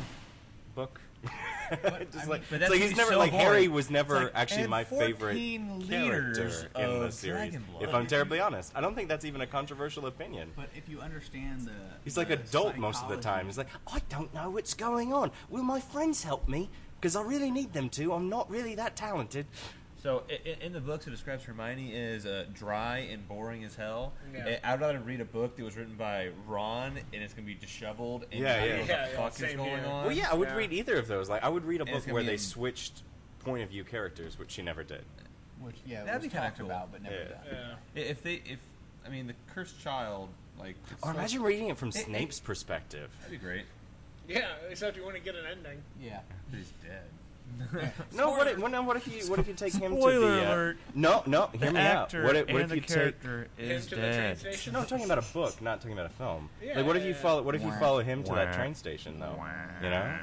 A: book. Just
D: I
A: like,
D: mean-
E: But
A: it's
E: that's
A: like he's
E: just
A: never
E: so
A: like Harry
E: boring.
A: was never
E: It's like,
A: actually
E: and
A: my favorite
E: 14
A: character
E: liters
A: in the
E: of
A: series.
E: Dragonblood.
A: If I'm terribly honest, I don't think that's even a controversial opinion.
D: But if you understand the.
A: He's like
D: the
A: adult most of the
D: psychology-
A: time. He's like, I don't know what's going on. Will my friends help me? Because I really need them to. I'm not really that talented.
E: So in, in the books, it describes Hermione as uh, dry and boring as hell.
B: Yeah.
E: I- I'd rather read a book that was written by Ron and it's gonna be disheveled and
A: Yeah,
E: not
A: yeah.
E: know what
B: Yeah,
E: the
B: yeah,
E: fuck is
B: same
E: going
B: here.
E: on.
A: Well, yeah, I would
B: Yeah.
A: read either of those. Like, I would read a
E: And it's
A: book
E: gonna
A: where
E: be
A: they
E: in-
A: switched point of view characters, which she never did.
D: Which, yeah,
E: That'd
D: was
E: be kinda
D: talked
E: cool.
D: about, but never
A: Yeah.
D: done.
B: Yeah.
E: I- If they, if I mean, the cursed child, like, it's
A: Or
E: so-
A: imagine reading it from
E: it-
A: Snape's perspective.
E: that'd be great.
B: Yeah, except you want to get an ending.
D: Yeah.
E: But he's dead.
A: No, what if, no, what if you what if you take him to
F: Spoiler
A: the uh,
F: alert.
A: no no hear
F: The
A: me out.
F: actor
A: What if, what
F: and
A: if
F: the
A: you take
F: character
B: Get
F: is
B: to the train
F: dead.
B: station.
A: no I'm talking about a book, not talking about a film.
B: Yeah,
A: like what if
B: yeah,
A: you
B: yeah.
A: follow what if you
D: Wah.
A: follow him to that
F: Wah.
A: train station though? You know,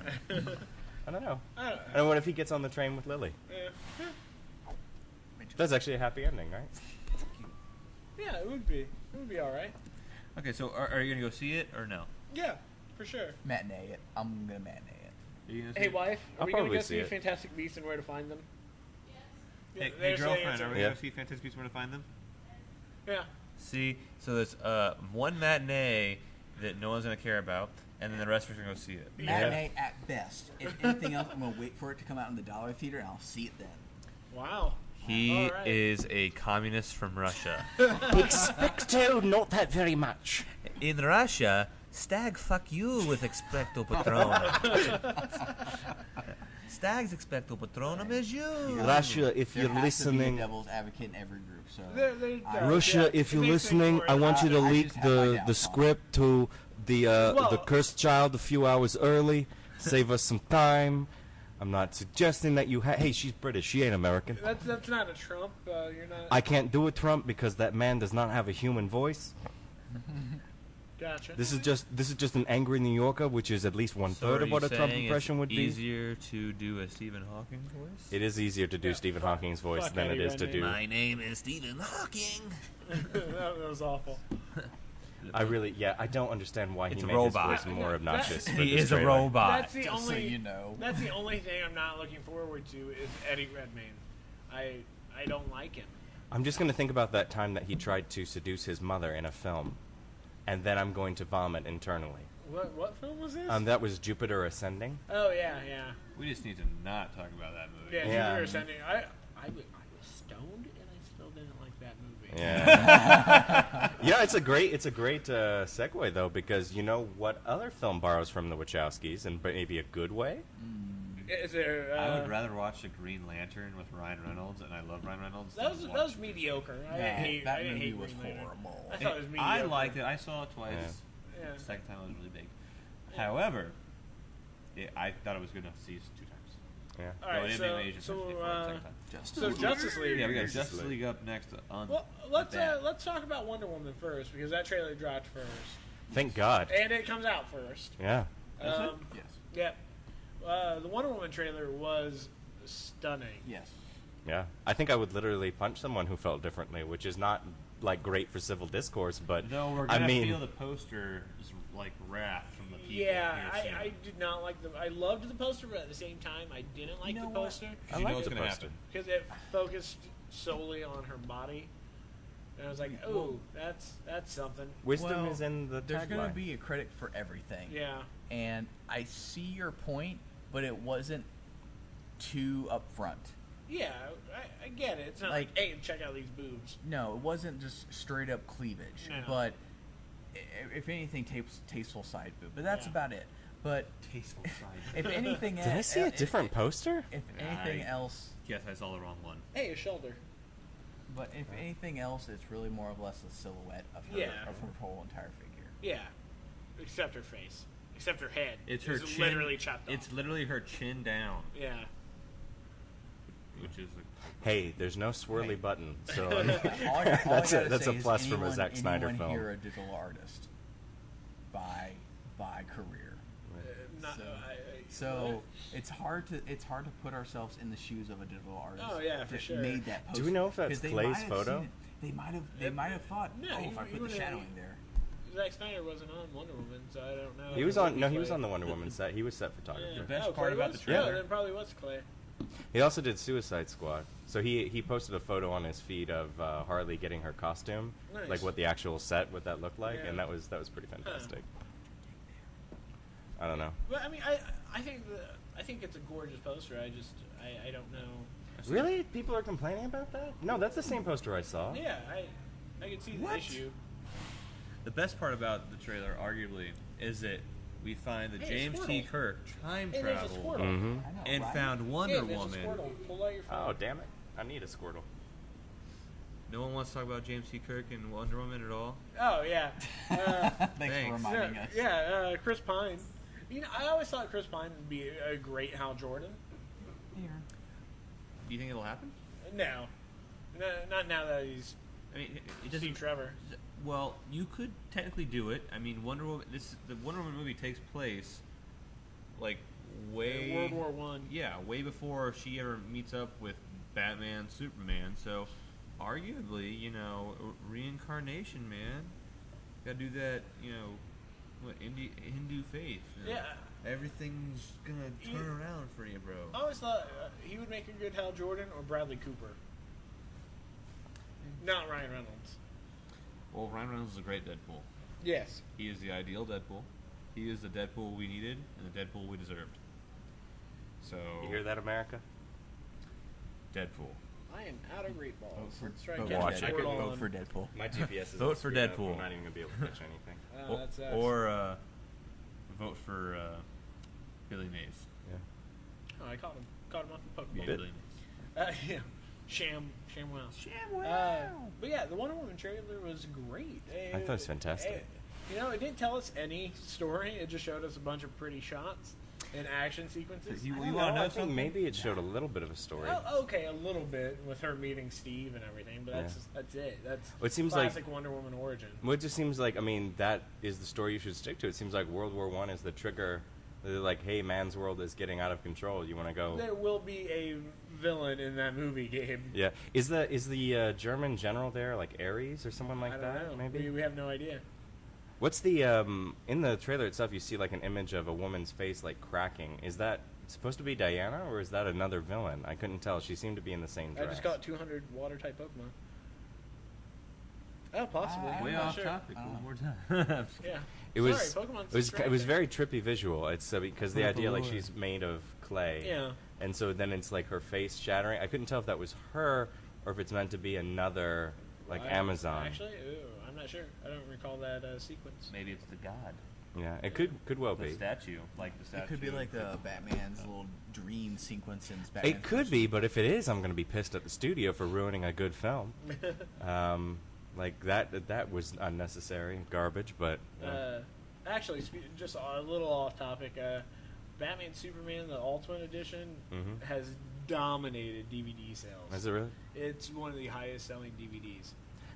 A: I don't know.
B: I don't know.
A: And what if he gets on the train with Lily?
B: Yeah.
A: That's actually a happy ending, right?
B: yeah, it would be. It would be all right.
E: Okay, so are, are you gonna go see it or no?
B: Yeah, for sure.
D: Matinee it. I'm going to matinee it.
E: Are you gonna see
B: Hey,
E: it?
B: wife, are
A: I'll
B: we going to
A: probably
B: go
A: see
B: see
A: it.
B: Fantastic Beasts and where to find them? Yeah,
E: Hey, hey
B: there's the
E: girlfriend,
B: answer.
E: are we
A: Yeah.
E: gonna see Fantastic Beasts? Where to find them?
B: Yeah.
E: See, so there's uh, one matinee that no one's gonna care about, and then the rest of us are gonna go see it.
D: Matinee at best. If anything else, I'm gonna wait for it to come out in the dollar theater and I'll see it then.
B: Wow.
E: He
B: All right.
E: is a communist from Russia.
C: Expecto not that very much.
E: In Russia, stag fuck you with expecto patronum. Stag's expecto patronum is you.
C: Russia, if
D: There
C: you're
D: has to be a
C: listening,
D: devil's advocate in every group. So
B: There- there-
D: I-
B: there-
C: Russia,
B: Yeah, uh,
C: if
B: it
C: you're
B: makes things
C: listening,
B: more
C: I want you to
D: I just
C: leak
D: have my
C: the,
D: doubts
C: the
D: on.
C: script to the uh, the
B: Well-
C: cursed child a few hours early. Save us some time. I'm not suggesting that you. Ha- hey, she's British. She ain't American.
B: That's that's not a Trump. Uh, you're not.
C: I can't do a Trump because that man does not have a human voice.
B: gotcha.
C: This is just this is just an angry New Yorker, which is at least one third of what a Trump impression would be.
E: Easier to do a Stephen Hawking voice.
A: It is easier to do
B: Yeah,
A: Stephen
B: fuck-
A: Hawking's voice
B: fuck
A: than it
B: Eddie
A: is to
B: Redmayne.
A: do.
E: name is Stephen Hawking.
B: that was awful.
A: I really, yeah, I don't understand why
E: It's
A: he
E: a
A: made
E: robot.
A: his voice more
B: That-
A: obnoxious.
B: that-
A: for
E: He
A: this
E: is a
A: trailer.
E: robot.
B: That's the
D: just
B: only.
D: so you know.
B: That's the only thing I'm not looking forward to is Eddie Redmayne. I I don't like him.
A: I'm just going to think about that time that he tried to seduce his mother in a film, and then I'm going to vomit internally.
B: What what film was this?
A: Um, that was Jupiter Ascending.
B: oh yeah yeah
E: we just need to not talk about that movie.
B: yeah.
A: Yeah.
B: Jupiter Ascending. I I was, I was stoned and I still didn't like that movie.
A: Yeah. yeah, it's a great it's a great uh, segue though because you know what other film borrows from the Wachowskis and maybe a good way.
B: Is there? Uh,
E: I would rather watch The Green Lantern with Ryan Reynolds, and I love Ryan Reynolds.
B: That was
E: than
B: that
E: watch-
B: was mediocre. I
D: that,
B: didn't hate. I
D: that
B: didn't
D: movie
B: hate
D: was
B: Green Lantern.
D: horrible.
B: I thought it was mediocre.
E: I liked it. I saw it twice.
B: Yeah.
E: The second time I was really big. However, it, I thought it was good enough to see it two times.
A: Yeah.
B: All right,
E: no, it
B: so,
E: didn't make Asian
B: so,
E: French, they
B: uh,
E: farted at the
D: Just
B: so Justice League.
E: same time. Yeah, we got
A: Justice
E: Justice
A: League.
E: League. up next to on.
B: Well, let's uh,
E: that.
B: let's talk about Wonder Woman first because that trailer dropped first,
A: Thank God.
B: and it comes out first.
A: Yeah.
E: That's it?
B: um,
D: Yes.
B: Yep. Uh, the Wonder Woman trailer was stunning.
D: Yes.
A: Yeah. I think I would literally punch someone who felt differently, which is not like great for civil discourse, but
E: No, we're
A: I
E: gonna
A: mean,
E: feel the poster is like wrath from the people.
B: Yeah,
E: here
B: I,
E: soon.
B: I did not like the. I loved the poster, but at the same time, I didn't like
D: know
B: the
D: what?
B: poster
A: I
E: 'Cause you
A: like
E: know what's
A: the
E: gonna
A: poster.
E: happen.
B: because it focused solely on her body, and I was like, "Oh,
D: Well-
B: that's that's something."
A: wisdom
D: Well,
A: is in the
D: There's going
A: tagline.
D: to be a credit for everything.
B: Yeah,
D: And I see your point, but it wasn't too upfront.
B: yeah, I, I get it. It's not like,
D: Like-
B: "Hey, check out these boobs."
D: No, it wasn't just straight up cleavage,
B: No.
D: but i- if anything, tapes, tasteful side boob. But that's
B: Yeah.
D: about it. But
E: Tasteful
D: if
E: side.
D: anything,
A: Did I
D: el-
A: see
D: el-
A: a different poster?
D: If
E: I-
D: anything else,
E: yes, I saw the wrong one.
B: Hey, a shoulder.
D: but if anything else, it's really more or less a silhouette of her,
B: Yeah.
D: of her whole entire figure.
B: Yeah, except her face, except her head.
E: It's her
B: It's
E: chin.
B: literally chopped off.
E: It's literally her chin down,
B: yeah.
E: which is a
A: Hey, there's no swirly
D: Right.
A: button, so I mean,
D: All you- all you
A: that's a
D: gotta
A: that's a
D: say is
A: plus from a
D: anyone-
A: Zack Snyder
D: anyone
A: film.
D: Here a digital artist by by career.
B: Uh, Not,
D: So-
B: I- I-
D: So it's hard to it's hard to put ourselves in the shoes of a digital artist.
B: Oh, yeah, for
D: that
B: sure.
D: Made that post.
A: Do we know if that's Clay's photo?
D: They might have they might have thought,
B: No,
D: oh,
B: you-
D: if I
B: you
D: put the
B: would've-
D: shadowing there.
B: Zack Snyder wasn't on Wonder Woman, so I don't know.
A: He
B: if
A: was
B: it
A: on.
B: would
A: No,
B: be
A: he was
B: Clay.
A: on the Wonder Woman set. He was set photographer.
B: Yeah.
E: best
B: Oh,
E: part
B: Clay
E: about
B: was?
E: the trailer-
B: Yeah, then probably was Clay.
A: He also did Suicide Squad. So he he posted a photo on his feed of uh, Harley getting her costume,
B: Nice.
A: like what the actual set, what that looked like,
B: Yeah.
A: and that was that was pretty fantastic. I don't know.
B: But I mean, I I think the I think it's a gorgeous poster. I just I, I don't know.
A: Really, people are complaining about that? No, that's the same poster I saw.
B: Yeah, I I can see the
D: What?
B: issue.
E: The best part about the trailer, arguably, is that we find the
B: Hey,
E: James
B: Squirtle.
E: T. Kirk time
B: Hey, there's a
E: traveled
B: Squirtle.
A: hmm
D: I know,
E: and
D: right?
E: found Wonder
B: Hey, there's a
E: Woman.
B: Squirtle. Pull out your phone.
A: Oh damn it! I need a Squirtle.
E: No one wants to talk about James T. Kirk and Wonder Woman at all.
B: Oh, yeah. Uh,
D: Thanks for
E: Thanks.
D: reminding
B: yeah,
D: us.
B: yeah uh, Chris Pine. You know, I always thought Chris Pine would be a great Hal Jordan.
D: Here.
E: Do you think it'll happen?
B: No, no not now that he's
E: I mean, it- it
B: Steve
E: doesn't.
B: Trevor.
E: Well, you could technically do it. I mean, Wonder Woman. This the Wonder Woman movie takes place like way
B: World War One.
E: Yeah, way before she ever meets up with Batman, Superman. So, arguably, you know, reincarnation, man. Got to do that, you know, what Indi- Hindu faith. you know.
B: Yeah.
E: Everything's gonna turn
B: You-
E: around for you, bro.
A: Oh.
B: I always thought uh, he would make a good Hal Jordan or Bradley Cooper. Not Ryan Reynolds.
E: Well, Ryan Reynolds is a great Deadpool.
B: Yes.
E: He is the ideal Deadpool. He is the Deadpool we needed and the Deadpool we deserved. So,
A: You hear that, America?
E: Deadpool.
B: I am out of great balls.
D: Vote for,
B: Let's try
D: vote
B: and
D: for
A: Watch
B: get
A: it. I
B: that word
A: could
D: Deadpool.
B: on.
D: Vote for Deadpool.
A: My GPS is
E: Vote
A: all
E: for
A: screwed up.
E: Deadpool.
A: I'm not even gonna be able to catch anything.
B: Uh,
E: Or-
B: that's us.
E: or uh, vote for uh, Billy Mays.
A: Yeah.
B: Oh, I caught him. Caught him off the
E: Yeah,
B: Pokeball.
A: Bit-
E: Billy Mays.
B: Uh, yeah. Sham. Sham Wells. Uh, but yeah, the Wonder Woman trailer was great.
A: I thought it was fantastic.
B: it- you know, it didn't tell us any story. It just showed us a bunch of pretty shots and action sequences.
E: So you-
B: I
E: you
B: don't
E: wanna
B: know.
E: know
A: I think
E: something?
A: maybe it showed a little bit of a story.
B: Oh, okay, a little bit with her meeting Steve and everything, but that's that's it. That's
A: Well, it seems like-
B: classic Wonder Woman origin.
A: Well, it just seems like I mean that is the story you should stick to. It seems like World War One is the trigger. They're like, hey, man's world is getting out of control. You want to go?
B: There will be a villain in that movie, Gabe.
A: Yeah. Is the is the uh, German general there like Ares or someone
B: I
A: like
B: don't
A: that?
B: know.
A: Maybe.
B: We, we have no idea.
A: What's the um, in the trailer itself? You see like an image of a woman's face like cracking. Is that supposed to be Diana or is that another villain? I couldn't tell. She seemed to be in the same dress.
B: I just caught 200 water type Pokemon. Oh, possibly.
D: Ah,
B: I'm
E: Way
B: not
E: off
B: sure.
E: topic.
D: I don't
E: One
D: know.
E: more time.
B: Yeah.
A: It was
B: Sorry,
A: it was it
B: Pokemon's
A: was
B: distracting.
A: very trippy visual. It's uh, because the
E: What if
A: idea like
E: Allure?
A: she's made of clay.
B: Yeah.
A: And so then it's like her face shattering. I couldn't tell if that was her or if it's meant to be another like
B: I-
A: Amazon.
B: Actually, ooh, I'm not sure. I don't recall that uh, sequence.
E: Maybe it's the god,
A: yeah, it could could well
E: the
A: be.
E: statue, like the statue.
D: It could be like the Batman's little dream sequence in Batman.
A: It could be, but if it is, I'm going to be pissed at the studio for ruining a good film. um, like that that was unnecessary garbage, but uh,
B: Uh, actually, spe- just a little off topic. Uh, Batman Superman the Ultimate Edition
A: Mhm.
B: has dominated DVD sales.
A: Is it really?
B: It's one of the highest selling DVDs.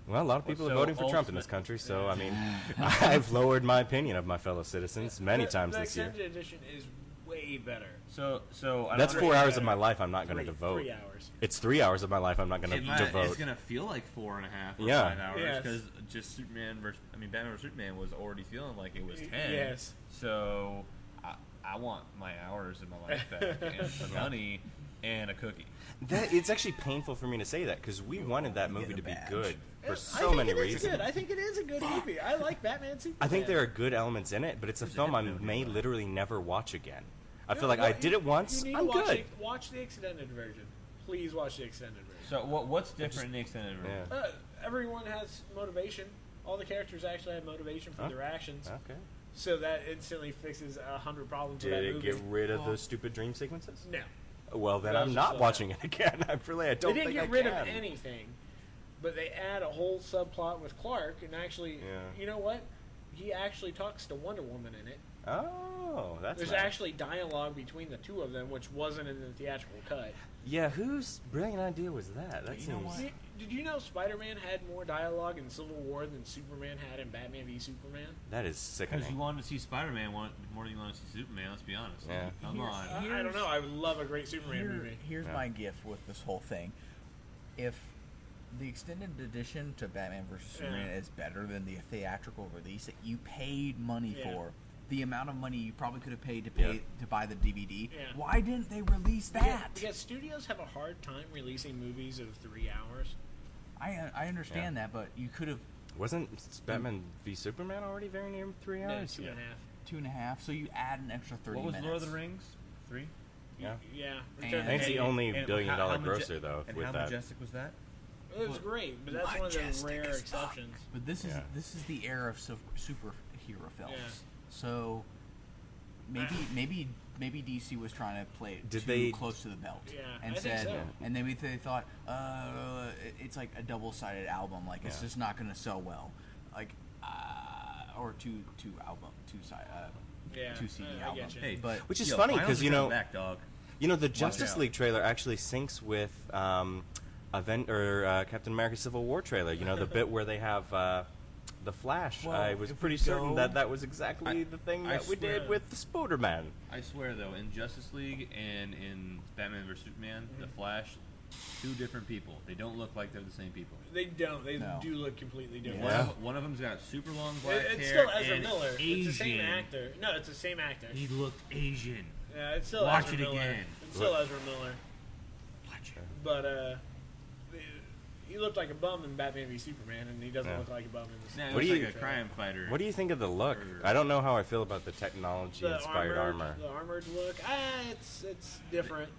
A: Well, a lot of people
E: so
A: are voting for Trump in
E: ultimate-
A: this country, so I mean, I've lowered my opinion of my fellow citizens many
B: The-
A: times
B: the
A: this year.
B: extended edition is way better.
E: So, so I
A: That's
E: don't
A: four
E: know-
A: hours of my life I'm not going to
B: Three,
A: devote.
B: three hours.
A: It's three hours of my life I'm not going
E: It
A: to
E: might- it's
A: devote.
E: gonna feel like four and a half or
A: Yeah.
E: five hours
B: Yes.
E: because just Superman versus I mean Batman versus Superman was already feeling like it was
B: Y-
E: ten.
B: yes.
E: So I, I want my hours of my life back and some money and a cookie.
A: That, it's actually painful for me to say that because we wanted that
D: you
A: movie
D: get
A: to
D: a
A: be
D: badge.
A: good for
B: I
A: so
B: think
A: many
B: it is
A: reasons.
B: Good. I think it is a good movie. I like Batman Superman.
A: I think there are good elements in it, but it's a
E: There's a
A: film I
E: hypno
A: may
E: deal.
A: literally never watch again. I
B: No,
A: feel like
B: no,
A: I
B: you-
A: did it once.
B: You need
A: I'm
B: to watch
A: good.
B: The, watch the extended version. Please watch the extended version.
E: So what what's different in the extended version?
A: Yeah.
B: Uh, everyone has motivation. All the characters actually have motivation for
A: Huh?
B: their actions.
A: Okay.
B: So that instantly fixes a hundred problems with
A: Did
B: that
A: it
B: movie.
A: get rid of
D: Well-
A: those stupid dream sequences?
B: no,
A: Well, then
B: No,
A: I'm
B: it's
A: not
B: just
A: watching it again. I really I
B: they
A: don't
B: didn't
A: think
B: get
A: I
B: rid
A: can.
B: of anything, but they add a whole subplot with Clark, and actually,
A: Yeah.
B: you know what? He actually talks to Wonder Woman in it.
A: Oh, that's
B: There's
A: nice.
B: actually dialogue between the two of them, which wasn't in the theatrical cut.
A: yeah. Whose brilliant idea was that? That
D: You know
A: seems
D: what?
B: Did, did you know Spider-Man had more dialogue in Civil War than Superman had in Batman v Superman?
A: that is
E: Because you
A: sickening.
E: wanted to see Spider Man more than you wanted to see Superman. Let's be honest.
A: Yeah.
E: Come
D: Here's-
E: on.
B: I, I don't know. I would love a great Superman
D: Here-
B: movie.
D: Here's
A: Yeah.
D: my gift with this whole thing. If the extended edition to Batman vs Superman
B: Yeah.
D: is better than the theatrical release that you paid money
B: Yeah.
D: for, the amount of money you probably could have paid to
A: Yeah.
D: pay to buy the DVD,
B: Yeah.
D: why didn't they release that?
B: Because, because studios have a hard time releasing movies of three hours.
D: I I understand that, but you could have
A: Wasn't s- Batman v Superman already very near three
B: No,
A: hours?
B: two and a half.
D: two and a half, so you add an extra thirty
E: What was
D: minutes.
E: Lord of the Rings? Three.
A: Yeah.
B: Yeah.
D: And-
B: Return of
A: I think it's the
B: King.
A: only
E: And
A: billion
E: how-
A: dollar
E: how maje-
A: grosser though
E: And
A: with
E: how
A: that.
E: majestic was that?
B: It was great, but that's one of the
D: Majestic
B: rare
D: as fuck.
B: exceptions.
D: But this
A: Yeah.
D: is this is the era of su- superhero films.
B: Yeah.
D: So maybe maybe maybe DC was trying to play it
A: Did
D: too
A: they-
D: close to the belt.
B: Yeah, I
D: and
B: think
D: said
B: so.
D: and then we they thought uh, it- it's like a double-sided album like it's
A: Yeah.
D: just not going to sell well. Like uh, or two two album two side uh,
B: Yeah,
D: two CD
B: I- I
D: album.
B: getcha.
E: Hey,
D: But
A: Which is
E: Yo,
A: funny
E: finals
A: because
E: are
A: you know
E: coming back dog.
A: You know, the Justice
E: out.
A: League trailer actually syncs with um, Aven- or uh, Captain America: Civil War trailer. You know, the bit where they have uh, the Flash.
D: Well,
A: I was
D: if we
A: pretty certain
D: go-
A: that that was exactly
E: I-
A: the thing
E: I
A: that we
E: swear-
A: did with the Spider-Man.
E: I swear though, in Justice League and in Batman vs Superman, the Flash, two different people. They don't look like they're the same people.
B: They don't. They
D: No.
B: do look completely different.
E: One,
A: Yeah.
E: of, one of them's got super long
B: It-
E: black
B: it's
E: hair
B: still Ezra
E: and
B: Miller.
E: Asian.
B: It's the same actor. No, it's the same actor.
E: He looked Asian.
B: Yeah, it's still
E: Watch
B: Ezra
E: it
B: Miller.
E: again.
B: It's still Ezra Miller. But uh, he looked like a bum in Batman v Superman, and he doesn't
A: Yeah.
B: look like a bum in this.
E: Now,
A: What
E: what
A: do
E: like
A: you-
E: a crime fighter.
A: What do you think of the look?
E: Or-
A: I don't know how I feel about the technology-inspired
B: armored,
A: armor.
B: the armored look. Ah, it's it's different.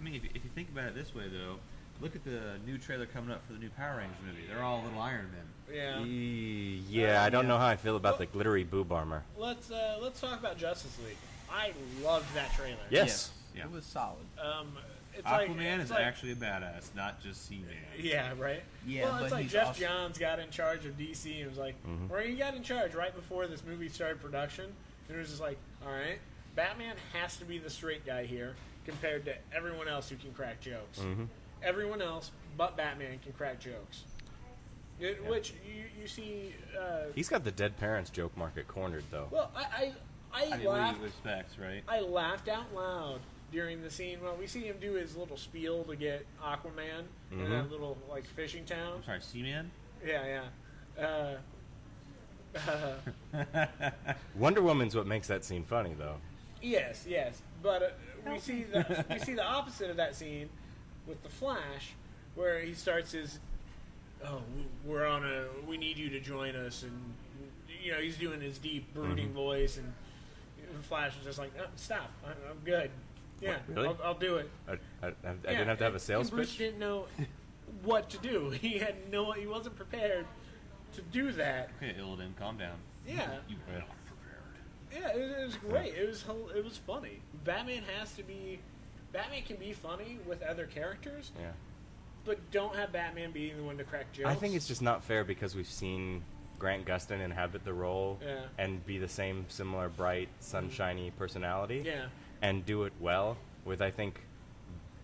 E: I mean, if, if you think about it this way though, look at the new trailer coming up for the new Power Rangers movie. They're all little Iron Men.
B: Yeah.
A: E- Yeah, I don't know how I feel about the glittery boob armor.
B: Let's uh, let's talk about Justice League. I loved that trailer.
A: Yes.
E: Yeah.
D: it was solid.
B: Um, it's like,
E: Aquaman
B: it's
E: is
B: like,
E: actually a badass, not just Sea Man.
B: Yeah, right.
D: Yeah,
B: well, it's
D: but
B: like
D: he's
B: Jeff
D: also-
B: Johns got in charge of DC and was like, or he got in charge right before this movie started production. And it was just like, all right, Batman has to be the straight guy here compared to everyone else who can crack jokes. Everyone else but Batman can crack jokes. It- Which you, you see, uh,
A: He's got the dead parents joke market cornered though.
B: well, I I, I,
E: I mean, what
B: laughed.
E: do you expect, right?
B: I laughed out loud during the scene when we see him do his little spiel to get Aquaman in that little like fishing town.
E: I'm sorry, Sea Man.
B: Yeah, yeah. Uh, uh,
A: Wonder Woman's what makes that scene funny though.
B: yes, yes. But uh, we see the we see the opposite of that scene with the Flash, where he starts his, "Oh, w- we're on a. We need you to join us," and you know he's doing his deep brooding voice, and the Flash is just like, "No, "Stop! I, I'm good. Yeah,
A: What, really?
B: I'll, I'll do it."
A: I, I, I
B: Yeah,
A: didn't have to have a
B: and-
A: sales
B: and Bruce
A: pitch.
B: didn't know what to do. He had no. He wasn't prepared to do that.
E: Okay, Illidan, calm down.
B: Yeah.
E: You were not prepared.
B: Yeah, it, it was great. It was hel- it was funny. Batman has to be. Batman can be funny with other characters,
A: Yeah.
B: but don't have Batman being the one to crack jokes.
A: I think it's just not fair because we've seen Grant Gustin inhabit the role
B: Yeah. Mm-hmm.
A: and be the same similar bright, sunshiny personality.
B: yeah.
A: and do it well with I think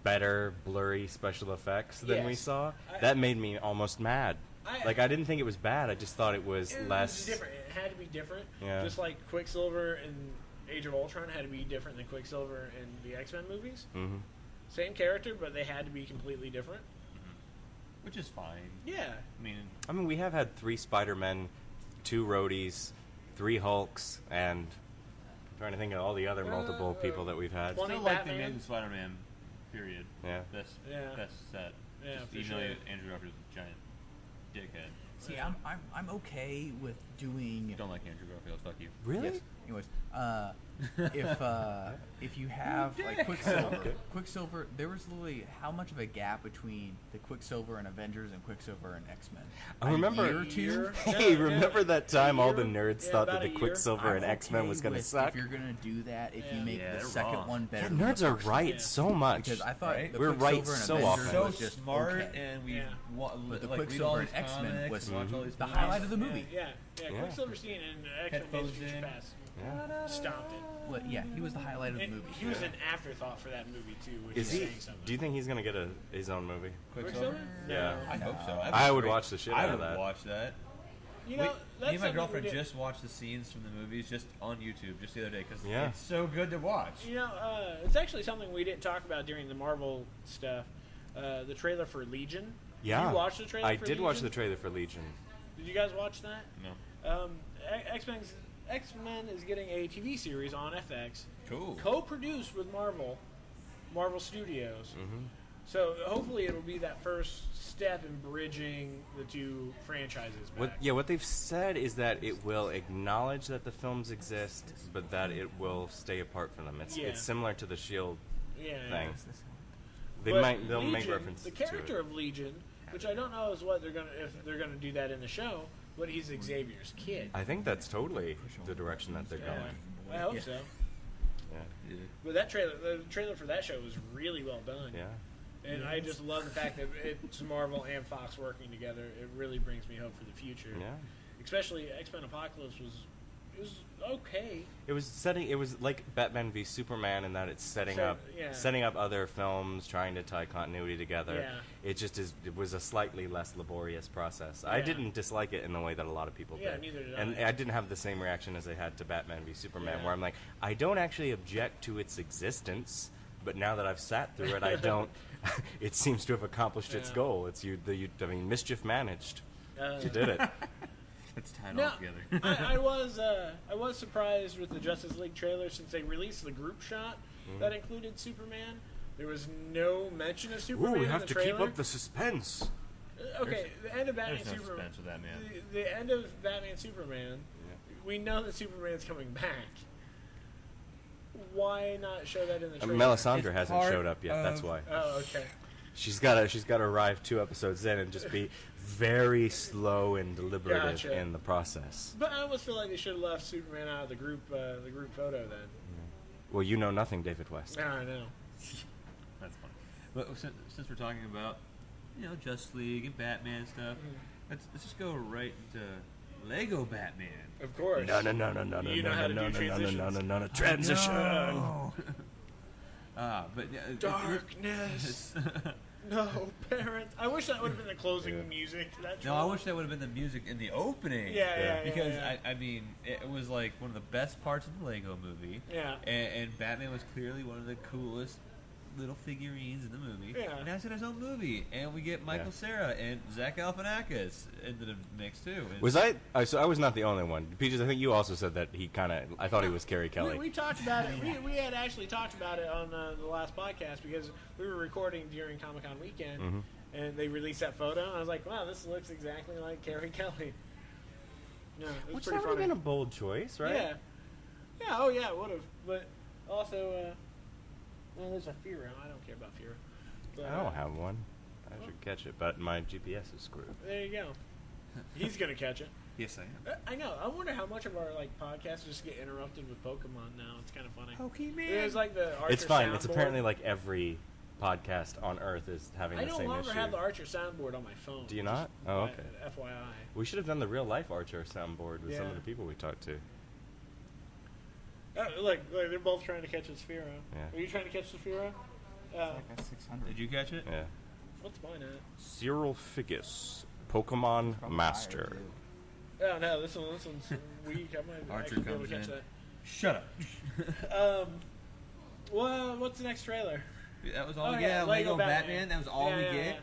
A: better blurry special effects than we
B: Yes.
A: saw.
B: I-
A: that made me almost mad.
B: I-
A: like I didn't think it was bad. I just thought it was
B: It
A: less.
B: was different. It had to be different.
A: Yeah.
B: Just like Quicksilver and Age of Ultron had to be different than Quicksilver in the X Men movies.
A: Mhm.
B: Same character, but they had to be completely different.
E: which is fine.
B: Yeah.
E: I mean,
A: I mean, we have had three Spider Men, two Roadies, three Hulks, and I'm trying to think of all the other multiple
B: Uh,
A: people that we've had.
B: One
E: still
B: in
E: like the
B: Batman.
E: Amazing Spider-Man. Period.
A: Yeah.
E: Best
B: Yeah.
E: best set.
B: Yeah,
E: Just
B: for
E: even though
B: sure.
E: Andrew Garfield's a giant dickhead.
D: See, I'm, I'm, I'm okay with doing.
E: Don't like Andrew Garfield. Fuck you.
A: Really?
D: Yes. Anyways, uh, if uh, if you have like
E: dick.
D: Quicksilver,
A: Okay.
D: Quicksilver, there was literally how much of a gap between the Quicksilver and Avengers and Quicksilver and X Men.
A: I remember.
D: year or two.
B: Year?
A: Hey,
B: No, no,
A: remember that time all the
B: year.
A: nerds
B: Yeah,
A: thought
B: about
A: that the
B: a year.
A: Quicksilver
D: I'm
A: and X Men
D: okay
A: was going to
D: with
A: suck?
D: If you're gonna do that, if
B: Yeah.
D: you make
E: Yeah,
D: the
E: they're
D: second
E: wrong.
D: one
A: Yeah,
D: better, than the
A: nerds are
D: first.
A: right
B: Yeah.
A: so much.
D: Because I thought
E: Right?
D: the
A: We're right
D: Quicksilver and
A: so
D: Avengers
A: often.
E: so
D: was just
E: smart,
D: okay.
E: and we
B: Yeah.
E: wa-
D: But the
E: like, read
D: Quicksilver
E: all
D: and
E: these
D: X-Men
E: comics,
D: was
E: watch all these
D: the
E: movies.
D: highlight of the movie.
B: Yeah. Yeah.
A: Yeah.
B: Quicksilver scene uh, in X Men
E: Headphones
B: Days of Future
E: in.
B: Past
A: Yeah.
B: stomped it.
D: But yeah, he was the highlight of the
B: And
D: movie.
B: he was an afterthought for that movie too, which is,
A: Is he?
B: saying something.
A: Do you think he's going to get a, his own movie?
E: Quicksilver?
A: Yeah.
E: I hope so. That'd be
A: I would
E: great.
A: watch the shit
E: I
A: out
E: would
A: of that.
E: watch that.
B: You know,
E: we,
B: that's
E: me and my
B: something we
E: girlfriend
B: did-
E: just watched the scenes from the movies just on YouTube just the other day because
A: Yeah.
E: it's so good to watch.
B: You know, uh, it's actually something we didn't talk about during the Marvel stuff. Uh, the trailer for Legion.
A: Yeah.
B: Did you watch the trailer?
A: I
B: for
A: did watch the
B: Legion?
A: trailer for Legion.
B: Did you guys watch that?
E: No.
B: Um, X Men X Men is getting a TV series on FX,
E: Cool.
B: co-produced with Marvel, Marvel Studios. Mm-hmm. So hopefully it'll be that first step in bridging the two franchises back.
A: What, yeah, what they've said is that it will acknowledge that the films exist, but that it will stay apart from them. It's
B: Yeah.
A: it's similar to the Shield
B: yeah, yeah.
A: E thing. They
B: But
A: might they'll make
B: Legion,
A: reference
B: The
A: to
B: character
A: it.
B: of Legion, which I don't know is what they're gonna if they're gonna do that in the show, but he's Xavier's kid.
A: I think that's totally the direction that they're
B: Yeah.
A: going.
B: I hope
E: Yeah.
B: so.
A: Yeah,
E: Yeah.
B: But that trailer, the trailer for that show was really well done.
A: yeah.
B: And I just love the fact that it's Marvel and Fox working together. It really brings me hope for the future.
A: Yeah.
B: Especially X Men Apocalypse was it was okay.
A: It was setting. It was like Batman v Superman in that it's setting
B: Sure,
A: up,
B: yeah.
A: setting up other films, trying to tie continuity together.
B: Yeah.
A: It just is. It was a slightly less laborious process. I
B: Yeah.
A: didn't dislike it in the way that a lot of people
B: Yeah,
A: did.
B: neither did
A: and
B: I.
A: I didn't have the same reaction as I had to Batman v Superman,
B: Yeah.
A: where I'm like, I don't actually object to its existence, but now that I've sat through it, I don't. it seems to have accomplished its
B: Yeah.
A: goal. It's you. The, you I mean, mischief managed.
B: Uh,
A: You did it.
E: Let's tie it
B: No,
E: all together.
B: I, I was uh, I was surprised with the Justice League trailer since they released the group shot
E: Mm-hmm.
B: that included Superman. There was no mention of Superman. in the trailer.
A: suspense.
B: Uh, Okay, the end of Batman
E: There's no
B: Superman.
E: suspense with that man.
B: The, the end of Batman Superman. We know that Superman's coming back. Why not show that in the
A: Uh,
B: trailer?
A: Melisandre
E: It's
A: hasn't
E: part
A: showed up yet. That's
E: of-
A: why.
B: Oh, okay.
A: She's gotta she's gotta arrive two episodes in and just be very slow and deliberative
B: Gotcha.
A: in the process.
B: But I almost feel like they should have left Superman out of the group uh, the group photo then.
A: Well, you know nothing, David West.
B: I don't know.
E: That's funny. But since, since we're talking about, you know, Just League and Batman and stuff, let's, let's just go right into Lego Batman.
B: Of course.
A: No, no, no, no, no, no,
B: You know
A: no,
B: how to
A: no, no,
B: do
A: no, no, no,
B: transitions.
A: no, no, no, transition.
E: Ah, but yeah, it- it-
B: Darkness.
E: it's-
B: no parents. I wish that would have been the closing
A: Yeah.
B: music to that.
E: no, I
B: trailer.
E: wish that would have been the music in the opening.
B: Yeah, yeah, yeah.
E: Because
B: yeah.
E: I, I mean, it was like one of the best parts of the Lego Movie.
B: Yeah.
E: And, and Batman was clearly one of the coolest little figurines in the movie.
B: Yeah.
E: And now he's in his own movie, and we get Michael
A: Yeah.
E: Sarah and Zach Galifianakis into the mix too. And
A: Was I, I? So I was not the only one. Peaches, I think you also said that he kind of. I thought he was Carrie
B: We, we
A: Kelly.
B: talked about it. We, we had actually talked about it on uh, the last podcast because we were recording during Comic Con weekend,
A: Mm-hmm.
B: and they released that photo. And I was like, "Wow, this looks exactly like Carrie Kelly." No, it was
A: Which
B: pretty
A: that would have
B: funny.
A: been a bold choice, right?
B: Yeah, yeah. Oh yeah, it would have. But also, uh, well, there's a Fira. I don't care about Fira. But,
A: I don't
B: uh,
A: have one. I should catch it, but my GPS is screwed.
B: There you go. He's gonna catch it.
E: yes, I am.
B: Uh, I know. I wonder how much of our like podcasts just get interrupted with Pokemon now. It's kind of funny.
E: Pokemon.
B: It was like the Archer
A: It's fine. It's
B: soundboard.
A: apparently like every podcast on Earth is having
B: I
A: the
B: no
A: same
B: longer
A: issue.
B: have the Archer soundboard on my phone.
A: Do you not?
B: Just
A: Oh,
B: by-
A: okay.
B: FYI.
A: We should have done the real life Archer soundboard with some
B: Yeah.
A: of the people we talked to.
B: Uh, like, like they're both trying to catch a Sphero.
A: Yeah.
B: Are you trying to catch the Sphero? Uh,
D: Like that's 600.
E: Did you catch it?
A: Yeah.
B: what's mine at?
A: Cyril Figus, Pokemon
D: Probably
A: Master.
D: higher, too.
B: Oh no, this one, this one's weak. I might
E: Archer
B: actually be able to
E: comes
B: catch
E: in. Shut up.
B: that. Um, well, what's the next trailer? Oh,
E: that was all. we Oh, yeah, Lego, Batman. That was all
B: Yeah,
E: we
B: yeah,
E: get.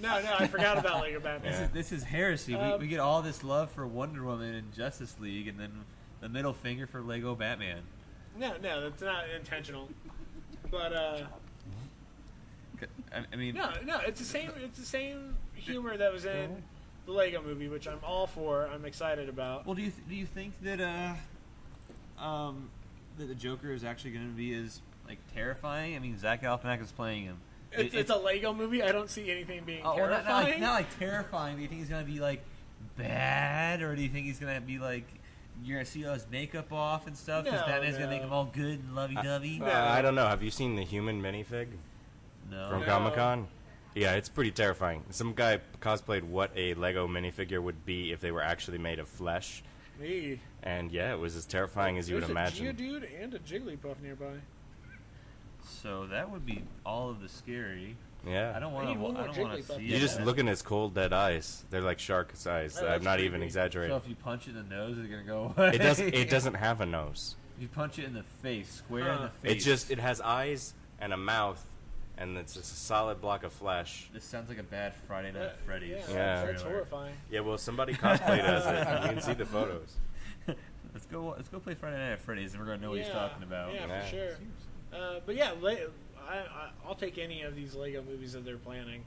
B: yeah. No, no, I forgot about Lego Batman.
A: Yeah.
E: This is this is heresy.
B: Um,
E: we, we get all this love for Wonder Woman and Justice League, and then the middle finger for Lego Batman.
B: No, no, that's not intentional. But uh,
E: I, I mean,
B: no, no, it's the same. It's the same humor that was in the Lego Movie, which I'm all for. I'm excited about.
E: well, do you th- do you think that uh, um, that the Joker is actually going to be as like terrifying? I mean, Zach Galifianakis is playing him. It-
B: It's, it's a Lego movie. I don't see anything being
E: oh, well, not, not like
B: terrifying.
E: not like terrifying. Do you think he's going to be like bad, or do you think he's going to be like you're going to see all his makeup off and stuff? Because
B: No,
E: Batman's going to make
B: no.
E: him all good and lovey-dovey.
A: Uh, I don't know. Have you seen the human minifig
E: no.
A: from
B: No.
A: Comic Con? Yeah, it's pretty terrifying. Some guy cosplayed what a Lego minifigure would be if they were actually made of flesh,
B: Me.
A: and yeah, it was as terrifying as you would
B: There's a
A: imagine.
B: Geodude and a Jigglypuff nearby.
E: So that would be all of the scary.
A: yeah,
E: I don't want
B: need one
E: to. I
B: more
E: don't want to
B: Jigglypuff.
E: see.
A: You
E: it.
A: just look in his cold dead eyes. They're like shark's eyes.
B: That
A: I'm
B: looks
A: not even
B: creepy.
A: exaggerating.
E: So if you punch it in the nose, it's gonna go away.
A: it doesn't. It doesn't have a nose.
E: If you punch it in the face, square in
B: Huh.
E: the face.
A: It just. It has eyes and a mouth, and it's just a solid block of flesh.
E: This sounds like a bad Friday Night
B: That-
E: Freddy's.
B: Yeah,
A: Yeah.
B: that's horrifying.
A: Yeah, well, somebody cosplayed as it. You can see the photos.
E: let's go. Let's go play Friday Night at Freddy's, and we're gonna know what
B: yeah,
E: he's talking about.
B: Yeah,
A: Yeah.
B: for sure. Uh, but yeah, Le- I, I, I'll take any of these Lego movies that they're planning,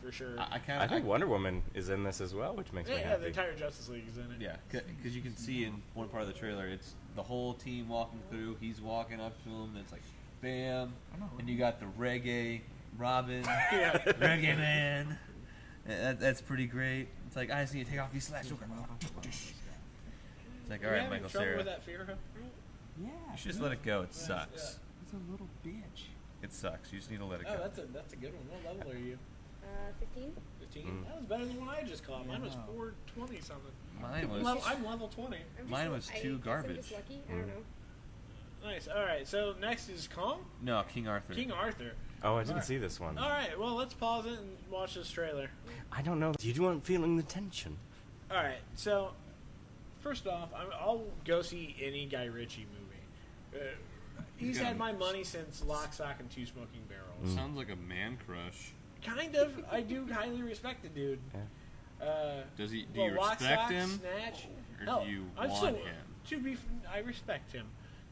B: for sure.
E: I, I kind
A: I
E: of.
A: think Wonder Woman is in this as well, which makes
B: yeah,
A: me
B: yeah, the
A: happy.
B: entire Justice League is in it.
E: Yeah, because you can see in one part of the trailer, it's the whole team walking through. He's walking up to him. and It's like, bam,
D: I'm not
E: and you got the reggae Robin,
B: Yeah.
E: reggae man. Yeah, That, that's pretty great. It's like I just need to take off these slacks. real quick. It's like, all
B: you
E: right,
B: having
E: Michael
B: trouble
E: Sarah.
B: with that fear?
D: Yeah.
E: You should just let it go. It sucks.
D: It's a little bitch.
E: It sucks. You just need to let it
B: Oh,
E: go.
B: that's a that's a good one. What level are you?
F: Uh, 15?
B: 15?
E: Mm.
B: That was better than what I just caught. Mine was
D: Yeah.
B: 420 something.
E: Mine was.
B: Level, I'm level 20.
F: I'm just
E: Mine
F: lu-
E: was
F: I
E: too
F: guess I'm
E: garbage.
F: just lucky. I don't know.
B: Nice. All right, so next is Kong?
E: No, King Arthur.
B: King Arthur.
A: Oh, I didn't see this
E: Mm-hmm.
A: one.
B: All right, well, let's pause it and watch this trailer.
A: I don't know. You weren't feeling the tension.
B: All right, so first off, I'm, I'll go see any Guy Ritchie movie. Uh, he's had my money since Lock, Stock, and Two Smoking Barrels.
G: Sounds like a man crush.
E: Mm-hmm.
B: Kind of. I do highly respect the dude. Uh,
G: Does he? Do
B: well,
G: you
B: Lock,
G: respect
B: Stock,
G: him?
B: Snatch.
G: or
B: no,
G: do you
B: I'm
G: want
B: still,
G: him?
B: To be, f- I respect him.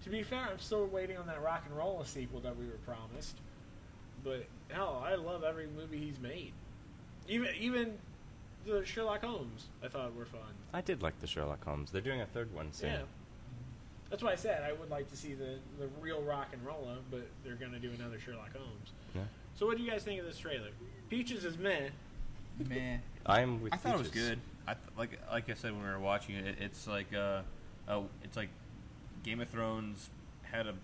B: To be fair, I'm still waiting on that Rock and Roll sequel that we were promised. But hell, I love every movie he's made. Even even the Sherlock Holmes, I thought were fun.
A: I did like the Sherlock Holmes. They're doing a third one soon.
B: Yeah. That's why I said I would like to see the, the real rock and roller, but they're going to do another Sherlock Holmes.
A: Yeah.
B: So, what do you guys think of this trailer? Peaches is meh.
D: Man.
A: I'm with
E: I thought it was
A: Peaches.
E: good. I th- like like I said when we were watching it, it it's like uh, uh, it's like Game of Thrones had a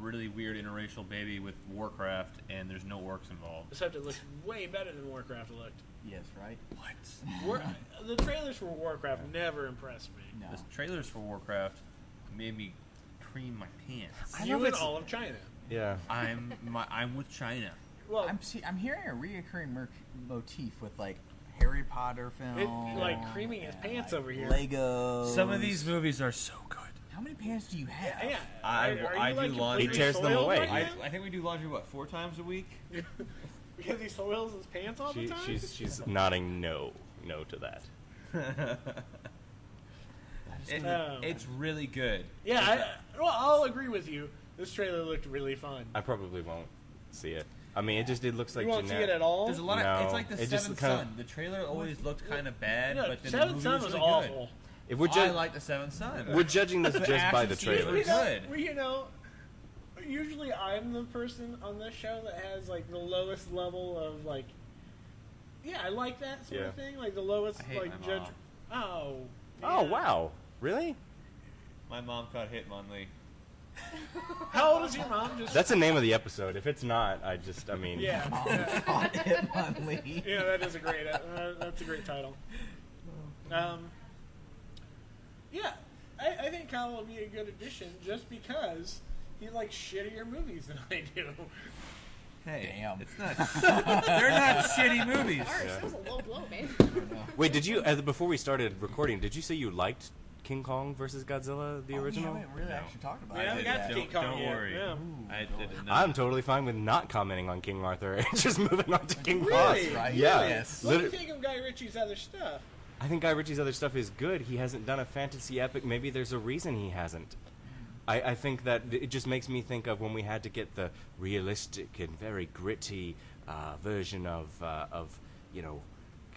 E: really weird interracial baby with Warcraft, and there's no orcs involved.
B: Except it looks way better than Warcraft looked.
D: Yes, right?
E: What?
B: War- the trailers for Warcraft never impressed me.
D: No.
E: The trailers for Warcraft made me cream my pants.
A: I
B: you
A: love
B: and
A: it's-
B: all of China.
A: Yeah.
E: I'm my, I'm with China.
B: Well,
D: I'm see, I'm hearing a reoccurring mer- motif with like Harry Potter films.
B: like, creaming his
D: and,
B: pants
D: like,
B: over here.
D: Lego.
E: Some of these movies are so good.
D: How many pants do you have?
B: yeah.
E: I-
B: Are- are
E: I
B: you,
E: do
B: like,
E: laundry.
B: completely
A: He tears them
B: soiled
A: away.
B: right
E: I,
B: now?
E: I think we do laundry what four times a week.
B: because he soils his pants all
A: She,
B: the time.
A: she's she's nodding no, no to that.
E: It-
B: Um,
E: it's really good.
B: yeah, I, well, I'll agree with you. This trailer looked really fun.
A: I probably won't see it. I mean, it just it looks like
B: you won't
A: generic.
B: see it at all.
E: There's a lot of
A: No,
E: it's like the
A: it just
E: Seventh
A: kinda-
E: Son. the trailer always looked kind of bad,
B: No,
E: but then the
B: Seven
E: movie
B: Son
E: was,
B: was
E: really
B: awful.
A: If
E: good.
A: we're
E: I
A: ju-
E: like the Seventh Son.
A: we're judging this
E: The
A: just by
E: action
A: the
E: scenes were
A: trailer.
E: good.
B: know, well, you know, usually I'm the person on this show that has like the lowest level of like, yeah, I like that sort of
A: Yeah.
B: thing, like the lowest
E: I hate
B: like
E: my
B: judge.
E: mom.
B: Oh.
A: Oh
B: yeah.
A: wow, really?
E: My mom caught Hitmonlee.
B: How old is your mom? Just
A: That's the name of the episode. If it's not, I just I mean
B: yeah, yeah,
D: Caught Hitmonlee.
B: yeah. That is a great. Uh, that's a great title. Um. Yeah, I, I think Kyle will be a good addition just because he likes shittier movies than I do.
E: Hey,
D: Damn.
E: it's not. they're not
D: Oh,
E: shitty movies.
F: Arch,
A: Yeah.
F: that was a low blow, man.
A: Wait, did you as, before we started recording? Did you say you liked King Kong versus Godzilla, the
D: Oh, yeah,
A: original?
D: we haven't really
E: No.
D: actually talked about
B: We
D: it.
B: haven't
D: yet.
B: got to
E: Don't-
B: King Kong
E: don't
B: yet.
E: worry.
B: Yeah.
E: I did not.
A: I'm totally fine with not commenting on King Arthur and just moving on to King Kong.
B: Really?
D: right?
A: Yeah.
D: Yes.
B: What do you
A: Liter-
B: think of Guy Ritchie's other stuff?
A: I think Guy Ritchie's other stuff is good. He hasn't done a fantasy epic. Maybe there's a reason he hasn't. I, I think that it just makes me think of when we had to get the realistic and very gritty uh, version of uh, of you know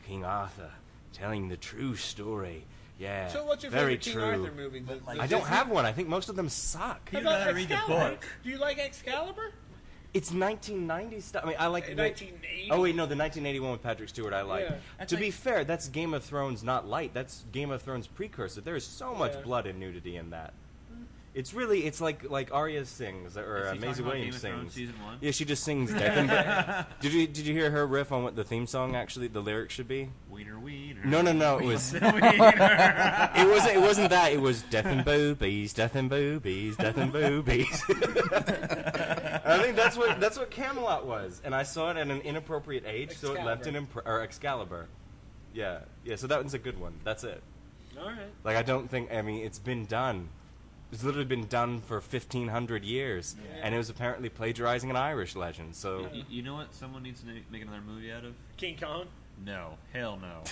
A: King Arthur telling the true story. Yeah,
B: So what's your
A: very
B: favorite King
A: true.
B: Arthur movie? The-
D: But, like,
B: the
A: I don't
B: Disney-
A: have one. I think most of them suck.
B: How
E: You
B: about
E: gotta read the
B: Excalibur?
E: book.
B: Do you like Excalibur?
A: It's 1990 stuff. I mean, I like the-
B: 1980?
A: Oh wait, no, the 1981 with Patrick Stewart I like.
B: Yeah.
D: That's
A: To be
D: like-
A: fair, that's Game of Thrones not light. That's Game of Thrones precursor. There is so much
B: Yeah.
A: blood and nudity in that. It's really it's like like Arya sings or
E: Is
A: uh,
E: he talking
A: Maisie
E: about
A: Williams
E: Game of Thrones
A: sings.
E: season one?
A: Yeah, she just sings Death. did you did you hear her riff on what the theme song actually the lyrics should be?
E: Wiener, wiener.
A: No, no, no. It was
E: Wiener.
A: it wasn't it wasn't that. It was death and boobies, death and boobies, death and boobies. I think that's what that's what Camelot was, and I saw it at an inappropriate age, so it left an impr- or Excalibur. Yeah, yeah. So that one's a good one. That's it.
B: All right.
A: Like I don't think I mean it's been done. It's literally been done for fifteen hundred years,
B: Yeah.
A: and it was apparently plagiarizing an Irish legend. So
E: Y- you know what? Someone needs to na- make another movie out of.
B: King Kong.
E: No, hell no.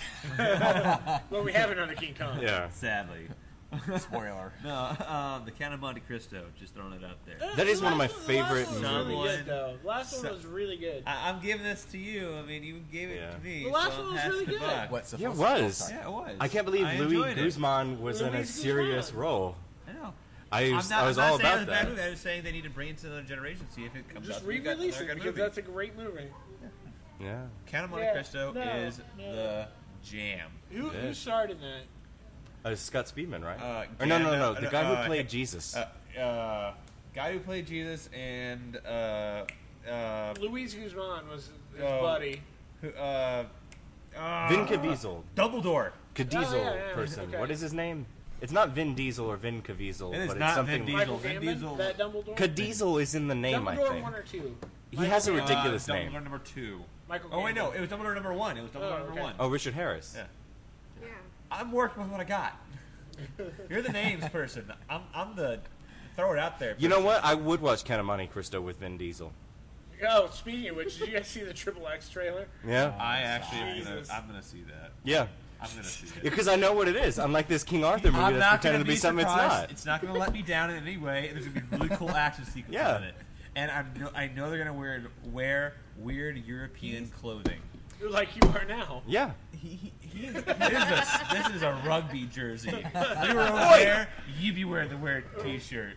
B: Well, we have another King Kong.
A: yeah,
E: Sadly,
D: Spoiler.
E: no. Um, the Count of Monte Cristo. Just throwing it out there.
A: That is
B: Uh, The
A: one of my
B: last the last
A: favorite
B: one was Really
E: movies.
B: good, though. The last
E: So-
B: one was really good.
E: I- I'm giving this to you. I mean, you gave it
A: Yeah.
E: to me.
B: The last
E: so
B: one
E: I'm
B: was
E: passing
B: really
E: the
B: good.
E: buck.
D: What's the
A: Yeah, it
D: full-
A: was.
E: Yeah, it was.
A: I can't believe
E: I
A: Louis
E: enjoyed it.
A: Guzman was in a
B: Luis
A: serious
B: Guzman.
A: role.
E: I know.
A: I
E: I'm
A: was,
E: not,
A: I was
E: I'm
A: all
E: not saying
A: about
E: it was a bad
A: that.
E: movie. I was saying they need to bring it to another generation, see if it comes out.
B: Just
E: to be a good-
B: re-release
E: another
B: it
E: good
B: because
E: movie.
B: that's a great movie.
A: Yeah.
E: Count of Monte
B: Yeah,
E: Cristo
B: no,
E: is
B: no.
E: the jam.
B: Who,
A: Yeah.
B: who starred in that?
A: Uh, Scott Speedman, right?
E: Uh,
A: or no,
E: yeah,
A: no, no,
E: no,
A: the
E: no,
A: guy
E: uh,
A: who played
E: uh,
A: Jesus.
E: Uh, uh, guy who played Jesus and uh, uh,
B: Luis Guzman was his
E: Oh.
B: buddy.
E: who, uh, uh,
A: Vin Caviezel,
E: Dumbledore.
A: Caviezel
B: yeah, yeah,
A: person.
B: okay.
A: What is his name? It's not Vin Diesel or Vin Caviezel,
E: It
A: but
E: is
A: it's
E: not
A: something.
E: Vin Diesel.
B: Michael
E: Vin Diesel.
B: Gambon, that Dumbledore.
A: Caviezel is in the name, I
B: Dumbledore
A: think.
B: one or two.
A: He has a
B: Michael Gambon.
A: ridiculous
E: uh,
A: name.
E: Dumbledore number two.
B: Michael.
E: Oh wait, no,
B: Gambon.
E: it was Dumbledore number one. It was Dumbledore
B: Oh,
E: number
B: okay.
E: one.
A: Oh, Richard Harris.
E: Yeah.
F: Yeah.
E: I'm working with what I got. You're the names person. I'm, I'm the throw it out there.
A: You know what? I would watch Count of Monte Cristo with Vin Diesel.
B: Oh, speaking of which, did you guys see the Triple X trailer?
A: Yeah.
E: I actually, am gonna,
B: Jesus.
E: I'm gonna see that.
A: Yeah.
E: I'm gonna see that.
A: Because I know what it is. Unlike this King Arthur movie
E: I'm
A: that's
E: not
A: pretending
E: gonna
A: to be, something it's
E: surprised.
A: not.
E: gonna let me down in any way. and There's gonna be really cool action sequences
A: Yeah.
E: in it, and I know I know they're gonna wear wear weird European clothing.
B: You're like you are now.
A: yeah.
E: He, he, he is, this, is a, this is a rugby jersey. If You were over there. You'd be wearing the weird T-shirt.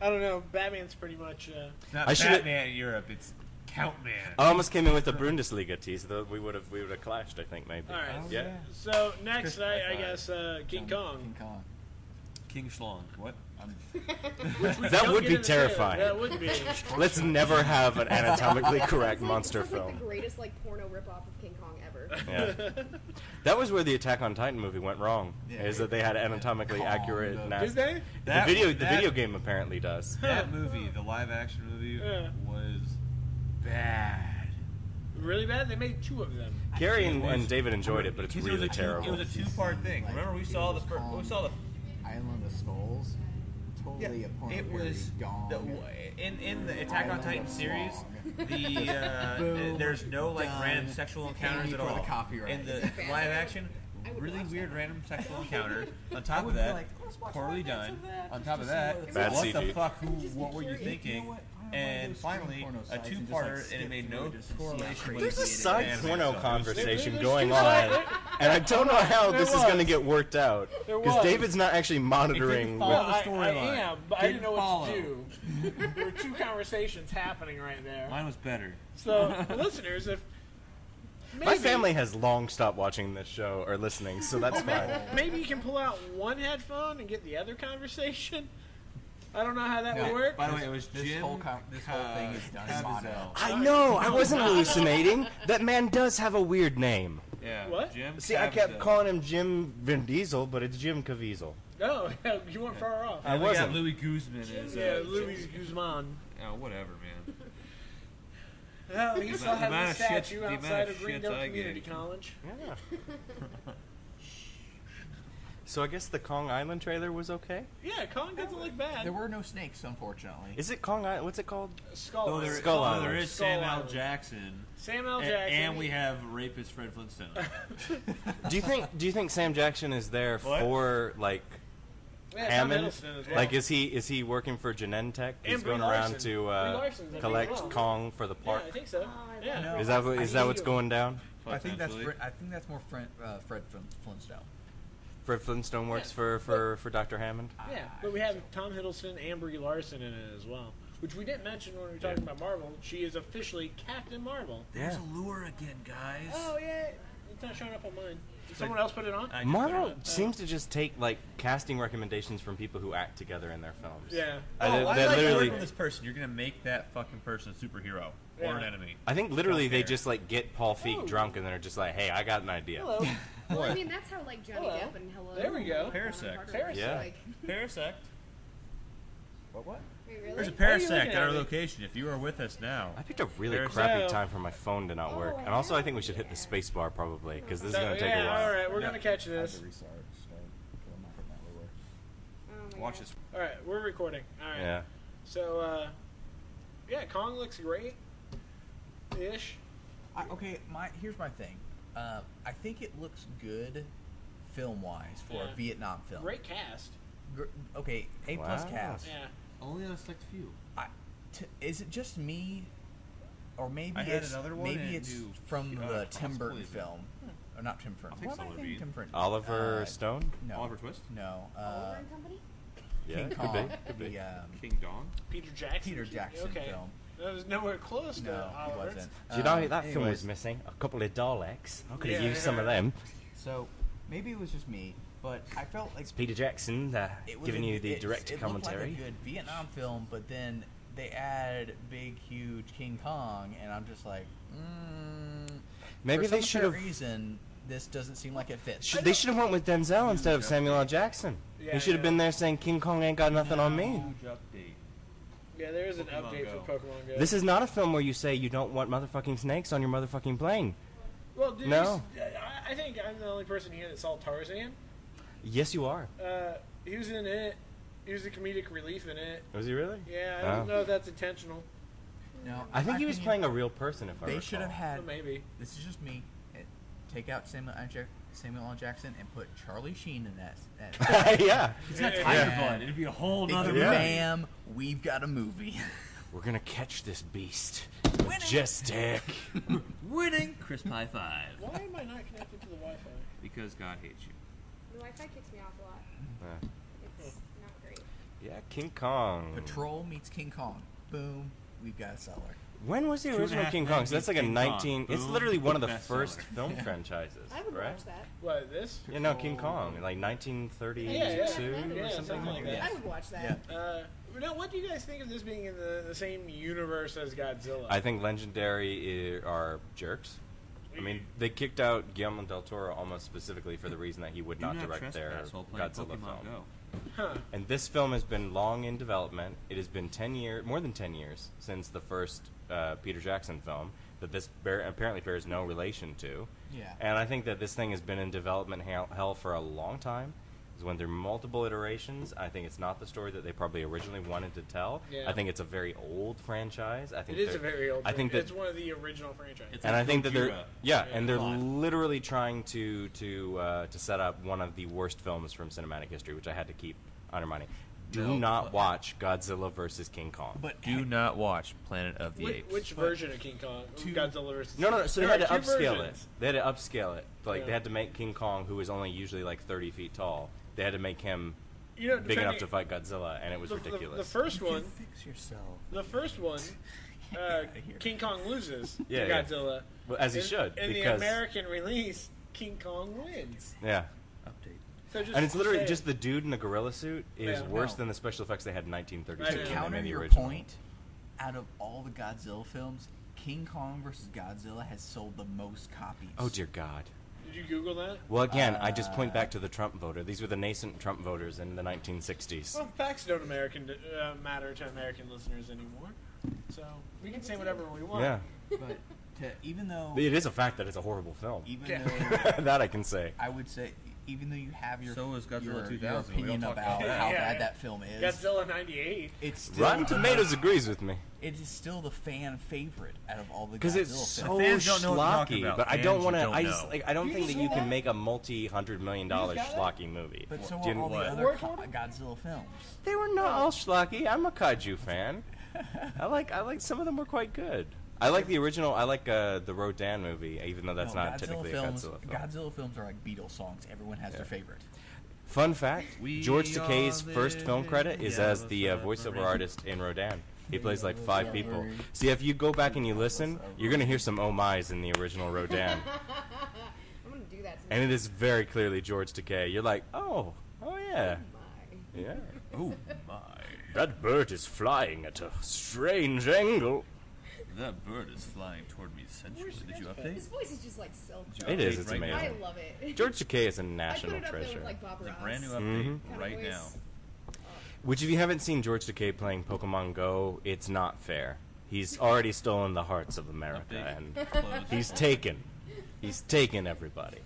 B: I don't know. Batman's pretty much. Uh,
E: It's not
A: I should've- Oh,
E: Batman in Europe. It's Countman.
A: I almost came in with the Bundesliga tease, though we would have we would have clashed, I think, maybe.
B: all right.
D: Oh,
A: Yeah.
B: So next,
E: Christopher
B: I, I
E: Lloyd.
B: guess uh, King Kong.
D: King Kong.
E: King Schlong. What?
A: That
B: Don't
A: would
B: get
A: be
B: in the trailer.
A: terrifying.
B: That would be.
A: Let's never have an anatomically correct
F: It's like,
A: monster
F: it's like
A: film.
F: the greatest like porno ripoff of King Kong ever.
A: Yeah. That was where the Attack on Titan movie went wrong.
D: Yeah.
A: Is that they had anatomically
D: Calm
A: accurate
D: down.
A: na-
B: Did they?
A: the
E: That-
A: video the
E: that-
A: video game apparently does.
E: That movie, the live action movie,
B: Yeah.
E: was bad.
B: Really bad. They made two of them.
A: Gary and,
E: It was-
A: and David enjoyed it, but it's
E: Because
A: really
E: was a two-
A: terrible.
E: It was a two part thing.
D: Like,
E: Remember, we
D: it
E: saw the
D: was
E: first.
D: called-
E: We saw the.
D: Island of Skulls. Totally
E: yeah,
D: a point
E: it
D: where
E: was
D: you gone.
E: the, in in the Attack on
D: Island
E: Titan
D: of
E: series.
D: Slong.
E: The uh,
D: Boom,
E: there's no like
D: done.
E: random sexual
D: It's okay
E: encounters at
D: for
E: all.
D: the copyright.
E: In the
D: It's
F: bad.
E: live action,
F: I would
E: really
F: watch
E: weird
F: that.
E: random sexual encounters. On
D: I
E: top
D: would
E: of
D: be
E: that,
D: like, "Let's watch
E: poorly
D: five minutes
E: done.
D: of that
E: On
D: just
E: top
D: to
E: of
D: see what
E: that,
D: it's
A: Bad
E: what the
A: CG.
E: fuck? Who?
F: I'm just
E: What were you
F: curious.
E: thinking?
D: You know what? I want one
E: and
D: of those straight
E: finally,
D: porno
E: a
D: sites and just, like,
E: two-parter, and it
D: skip
E: made
D: through
E: no
D: it just to see how
E: correlation.
D: crazy
E: with
A: There's a
E: the
A: side
E: anime
A: porno
E: itself.
A: conversation
B: There's
A: going
B: two
A: on,
B: sides.
A: and I don't know how
B: There
A: this is going to
B: was.
A: get worked out
B: There
A: because
B: was.
A: David's not actually monitoring.
E: follow
A: what-
E: the
B: I, I
E: storyline.
B: am, but I
E: Didn't
B: didn't know what
E: follow.
B: to do. there were two conversations happening right there.
E: Mine was better.
B: So, listeners, if maybe,
A: My family has long stopped watching this show or listening, so that's fine.
B: maybe you can pull out one headphone and get the other conversation. I don't know how that would work.
E: By the way, it was
D: this
E: Jim.
D: whole com- this whole thing is done in
E: Caviezel.
D: mono.
A: I know, I wasn't hallucinating. That man does have a weird name.
E: Yeah.
B: What?
E: Jim
A: See, I kept
E: Caviezel.
A: calling him Jim Vin Diesel, but it's Jim Caviezel.
B: No, you weren't far off.
A: I
E: And we got
A: wasn't.
E: Louis Guzman is. Uh,
B: yeah, Luis Guzman.
E: Oh, whatever, man.
B: Well, he
E: The
B: still
E: amount
B: has a
E: of shit-
B: statue
E: the amount
B: outside
E: of
B: of
E: shits
B: Greenville
E: I
B: Community
E: get.
B: College.
A: Yeah. so I guess the Kong Island trailer was okay.
B: Yeah, Colin doesn't look bad.
D: There were no snakes, unfortunately.
A: Is it Kong Island? What's it called?
B: Skull.
E: Oh, there,
A: Skull
E: oh,
A: Island.
E: there is
B: Skull
E: Sam L.
B: Island.
E: Jackson.
B: Sam L.
E: A-
B: Jackson.
E: And we have rapist Fred Flintstone.
A: Do you think Do you think Sam Jackson is there
E: What?
A: for like
B: yeah, Tom
A: Hammond?
B: Hiddleston as well.
A: Like, is he is he working for Genentech? He's
B: And Brie
A: going around
B: Larson.
A: to
B: Brie
A: uh,
B: Larson's, I think, as
A: collect
B: well.
A: Kong for the
B: yeah,
A: park.
B: I think so.
F: Oh, I
B: yeah.
D: love
A: Is that what, is that what's
B: I-
A: going down?
D: I think that's
E: Potentially.
D: Fred, I think that's more Fred, uh, Fred Flin- Flintstone.
A: Fred Flintstone works
B: Yeah.
A: for, for, for Dr. Hammond.
B: Yeah,
D: Ah,
B: but we
D: I
B: have
D: think
B: Tom Hiddleston and Brie Larson in it as well, which we didn't mention when we were talking about Marvel. She is officially Captain Marvel.
E: There's a lure again, guys.
B: Oh yeah, it's not showing up on mine. Did someone else put it on?
E: I just put it
A: Marvel
E: up.
A: seems to just take like casting recommendations from people who act together in their films.
B: yeah.
A: I,
E: Oh,
A: they-
E: I
A: they
E: like
A: literally-
E: literally from this person. You're gonna make that fucking person a superhero or
B: Yeah.
E: an enemy.
A: I think literally
E: Don't
A: they
E: care.
A: just like get Paul Feig
F: Oh.
A: drunk and they're just like, "Hey, I got an idea."
B: Hello.
F: Well, I mean, that's how like Johnny
B: Hello.
F: Depp and Hello.
B: There we go.
E: Parasect.
B: Parasect.
A: Yeah.
F: Like,
E: Parasect.
D: What? What?
F: wait,
E: There's
F: really?
E: a
B: are you
E: Parasect
B: looking
E: at
B: at
E: our
B: me?
E: location. If you are with us now,
A: I picked a really
E: There's-
A: crappy
B: Yeah.
A: time for my phone to not work,
F: Oh,
A: and also I think we
F: yeah.
A: should hit the space bar probably because this
B: So,
A: is gonna take
B: yeah,
A: a while.
B: all right, we're
E: Yeah.
B: gonna catch this.
D: restart. I'm not putting that lower.
F: Oh my
E: watch
F: God.
E: this.
B: All right, we're recording. All right.
A: Yeah,
B: So, uh, yeah, Kong looks great. Ish.
D: I, okay, my here's my thing. Uh, I think it looks good, film wise, for
B: Yeah.
D: a Vietnam film.
B: Great cast.
D: Gr- okay, A plus
A: Wow.
D: cast.
B: Yeah.
E: Only on a select few.
D: I t is it just me, or maybe
E: I had
D: it's
E: another one and
D: maybe
E: it
D: it's
E: do-
D: from
E: uh,
D: the
E: cross
D: Tim Burton
E: poison.
D: film,
B: Hmm.
D: or not Tim Burton?
E: I'll take
D: What am I
E: Oliver
D: thinking
E: Reed.
D: Tim Burton?
A: Oliver
D: Uh,
A: Stone.
D: No.
E: Oliver Twist?
D: No. Uh,
F: Oliver and Company.
A: Yeah,
D: King
A: could
D: Kong.
A: be, could be.
D: The um,
E: King Dong.
B: Peter Jackson.
D: Peter Jackson
B: okay.
D: film.
B: That was nowhere close to
D: No, he
B: Oliver's.
D: wasn't.
A: Do Oh, you know
D: Um,
A: that film
D: anyways,
A: was missing? A couple of Daleks. I could have
B: Yeah.
A: used some of them.
D: So maybe it was just me, but I felt like
A: It's Peter Jackson uh,
D: it was
A: giving
D: a-
A: you the
D: it-
A: direct
D: it looked
A: commentary.
D: Like a good Vietnam film, but then they add big, huge King Kong, and I'm just like, mm,
A: Maybe
D: for
A: they
D: some
A: should
D: apparent
A: have-
D: reason this doesn't seem like it fits.
A: Should- they should have went with Denzel instead of
E: Yeah.
A: Samuel L. Jackson.
B: Yeah,
A: he should have
B: yeah.
A: been there saying King Kong ain't got nothing on me.
E: Huge update.
B: Yeah, there is an
E: Pokemon
B: update
E: Go.
B: for Pokemon Go.
A: This is not a film where you say you don't want motherfucking snakes on your motherfucking plane.
B: well, did you
A: No.
B: s- I- I think I'm the only person here that saw Tarzan.
A: Yes, you are.
B: Uh, he was in it. He was the comedic relief in it.
A: Was he really?
B: Yeah, I don't
A: Oh.
B: know if that's intentional.
D: No,
A: I think he was playing
D: A,
A: a real person. If I
D: they
A: recall.
D: should have had.
B: But maybe.
D: This is just me. eh, Take out Samuel L. Jack- Samuel L. Jackson and put Charlie Sheen in that. that
A: yeah.
E: It's not
B: Yeah.
E: Tiger
D: Yeah.
E: Blood. It'd be a whole
D: Big
E: nother
A: Yeah.
E: movie.
D: Bam! We've got a movie.
A: We're gonna catch this beast.
D: Winning.
A: Majestic.
E: Winning. Crisp high five.
B: Why am I not connected to the Wi-Fi?
E: Because God hates you.
F: The Wi-Fi kicks me off a lot.
A: Uh,
F: It's
B: Hmm.
F: not great.
A: yeah, King Kong.
D: Patrol meets King Kong. Boom! We've got a seller.
A: When was the
E: Two and a
A: original
E: half
A: King
E: men
A: Kong? So that's like
E: beat
A: a
E: King Kong.
A: 19. It's
E: Boom.
A: literally one of the
E: Bestseller.
A: first film franchises,
F: I would
A: right?
F: watch that.
B: What this?
A: Yeah, no, King Kong, like 1932
B: Yeah,
A: or something
B: something
A: like
B: like
A: that.
F: I would watch that.
D: Yeah.
B: Uh, now, what do you guys think of this being in the, the same universe as Godzilla?
A: I think Legendary i- are jerks. I mean, they kicked out Guillermo del Toro almost specifically for the reason that he would
E: Do
A: not,
E: not
A: direct their
E: trespass while playing
A: Godzilla
E: Pokemon
A: film.
E: Go.
B: huh.
A: And this film has been long in development. It has been ten year, more than ten years, since the first uh, Peter Jackson film that this bear, apparently bears no relation to.
D: Yeah.
A: And I think that this thing has been in development hell, hell for a long time. It's went through multiple iterations. I think it's not the story that they probably originally wanted to tell.
B: Yeah.
A: I think it's a very old franchise. I think
B: It is
A: they're-
B: a very old.
A: I think
B: fran-
A: that
B: it's one of the original franchises.
E: It's
A: and
E: like
A: I think that they're
E: Gojira.
A: yeah,
B: Yeah,
A: and they're
E: come on.
A: literally trying to to uh, to set up one of the worst films from cinematic history, which I had to keep undermining. Do
E: No,
A: not
E: but-
A: watch Godzilla versus King Kong.
D: But
E: Do not watch Planet of the
B: Whi-
E: Apes.
B: which version of King Kong?
D: Two-
B: Godzilla versus
A: no, no, no. So they
B: There
A: had to
B: are two
A: upscale
B: versions.
A: it. They had to upscale it. Like
B: Yeah.
A: they had to make King Kong, who is only usually like thirty feet tall, they had to make him
B: You know,
A: big enough
B: depending-
A: to fight Godzilla, and it was
B: the, the- The,
A: ridiculous.
B: first
D: You
B: one,
D: fix yourself.
B: the first one, uh,
D: outta here.
B: King Kong loses
A: Yeah,
B: to
A: yeah.
B: Godzilla.
A: Well, as he
B: In-
A: should,
B: In
A: because-
B: the American release, King Kong wins.
A: yeah.
D: Update.
B: So just
A: And it's literally
B: say-
A: just the dude in the gorilla suit is
B: Yeah.
A: worse
D: No.
A: than the special effects they had in
B: Right.
A: 1932.
D: To
A: when they
D: counter
A: made the
D: your
A: original.
D: point, out of all the Godzilla films, King Kong versus Godzilla has sold the most copies.
A: Oh dear God.
B: Did you Google that?
A: Well, again, I just point back to the Trump voter. These were the nascent Trump voters in the 1960s.
B: Well, facts don't American uh, matter to American listeners anymore. So we can say whatever we want.
A: yeah,
D: But to, even though,
A: it is a fact that it's a horrible film.
D: even
B: Yeah.
D: though
A: that I can say.
D: I would say, even though you have your
E: So is Godzilla
D: your, your
E: 2000. We
D: opinion
E: don't talk about
D: about
B: that.
D: how
B: Yeah,
D: bad
B: yeah.
D: that film is,
B: Godzilla '98.
D: it's still
A: Rotten Tomatoes agrees with me
D: It is still the fan favorite out of all the
A: because
D: Godzilla
A: it's so
D: films.
E: fans don't know what they're talking
A: schlocky.
E: about.
A: But I
E: Fans
A: don't want to.
E: don't
A: I just
E: know.
A: like. I don't
B: You
A: think
B: just
A: that you
B: saw
A: can
B: that?
A: make a multi-hundred million dollar
B: just got
A: schlocky movie.
D: But so
A: Do you-
D: are all the
E: what?
D: other
B: Work
D: co-
B: order?
D: Godzilla films.
A: They were not all schlocky. I'm a kaiju fan. I like I like some of them were quite good. I like the original. I like uh, the Rodan movie, even though that's
D: No,
A: not
D: Godzilla
A: typically
D: films,
A: a Godzilla film.
D: Godzilla films are like Beatles songs. Everyone has their favorite.
A: Fun fact:
E: We
A: George Takei's
E: are
A: first film credit is
E: living
A: as the uh,
E: together.
A: voiceover artist in Rodan. He plays like five people.
D: Together.
A: See, if you go back and you listen, you're gonna hear some oh my's in the original Rodan,
F: I'm gonna do that.
A: and
F: Tonight.
A: it is very clearly George Takei. You're like, oh, oh yeah,
F: My.
A: yeah.
E: Oh my!
A: That bird is flying at a strange angle.
E: That bird is flying toward me. Central. Did you update?
F: His voice is just like silk.
E: Did you
A: It is,
E: update
A: it's
E: right now?
F: I
A: amazing.
F: love it.
A: George Takei is a
F: I put
A: national
F: it up there
A: treasure.
F: with like Bob
E: It's
F: Ross.
E: a brand new update
A: Mhm.
F: Kinda
E: right
F: voice.
E: now.
A: Which, if you haven't seen George Takei playing Pokemon Go, it's not fair. He's already stolen the hearts of America,
E: Update.
A: and
E: Close.
A: he's taken. He's taken everybody.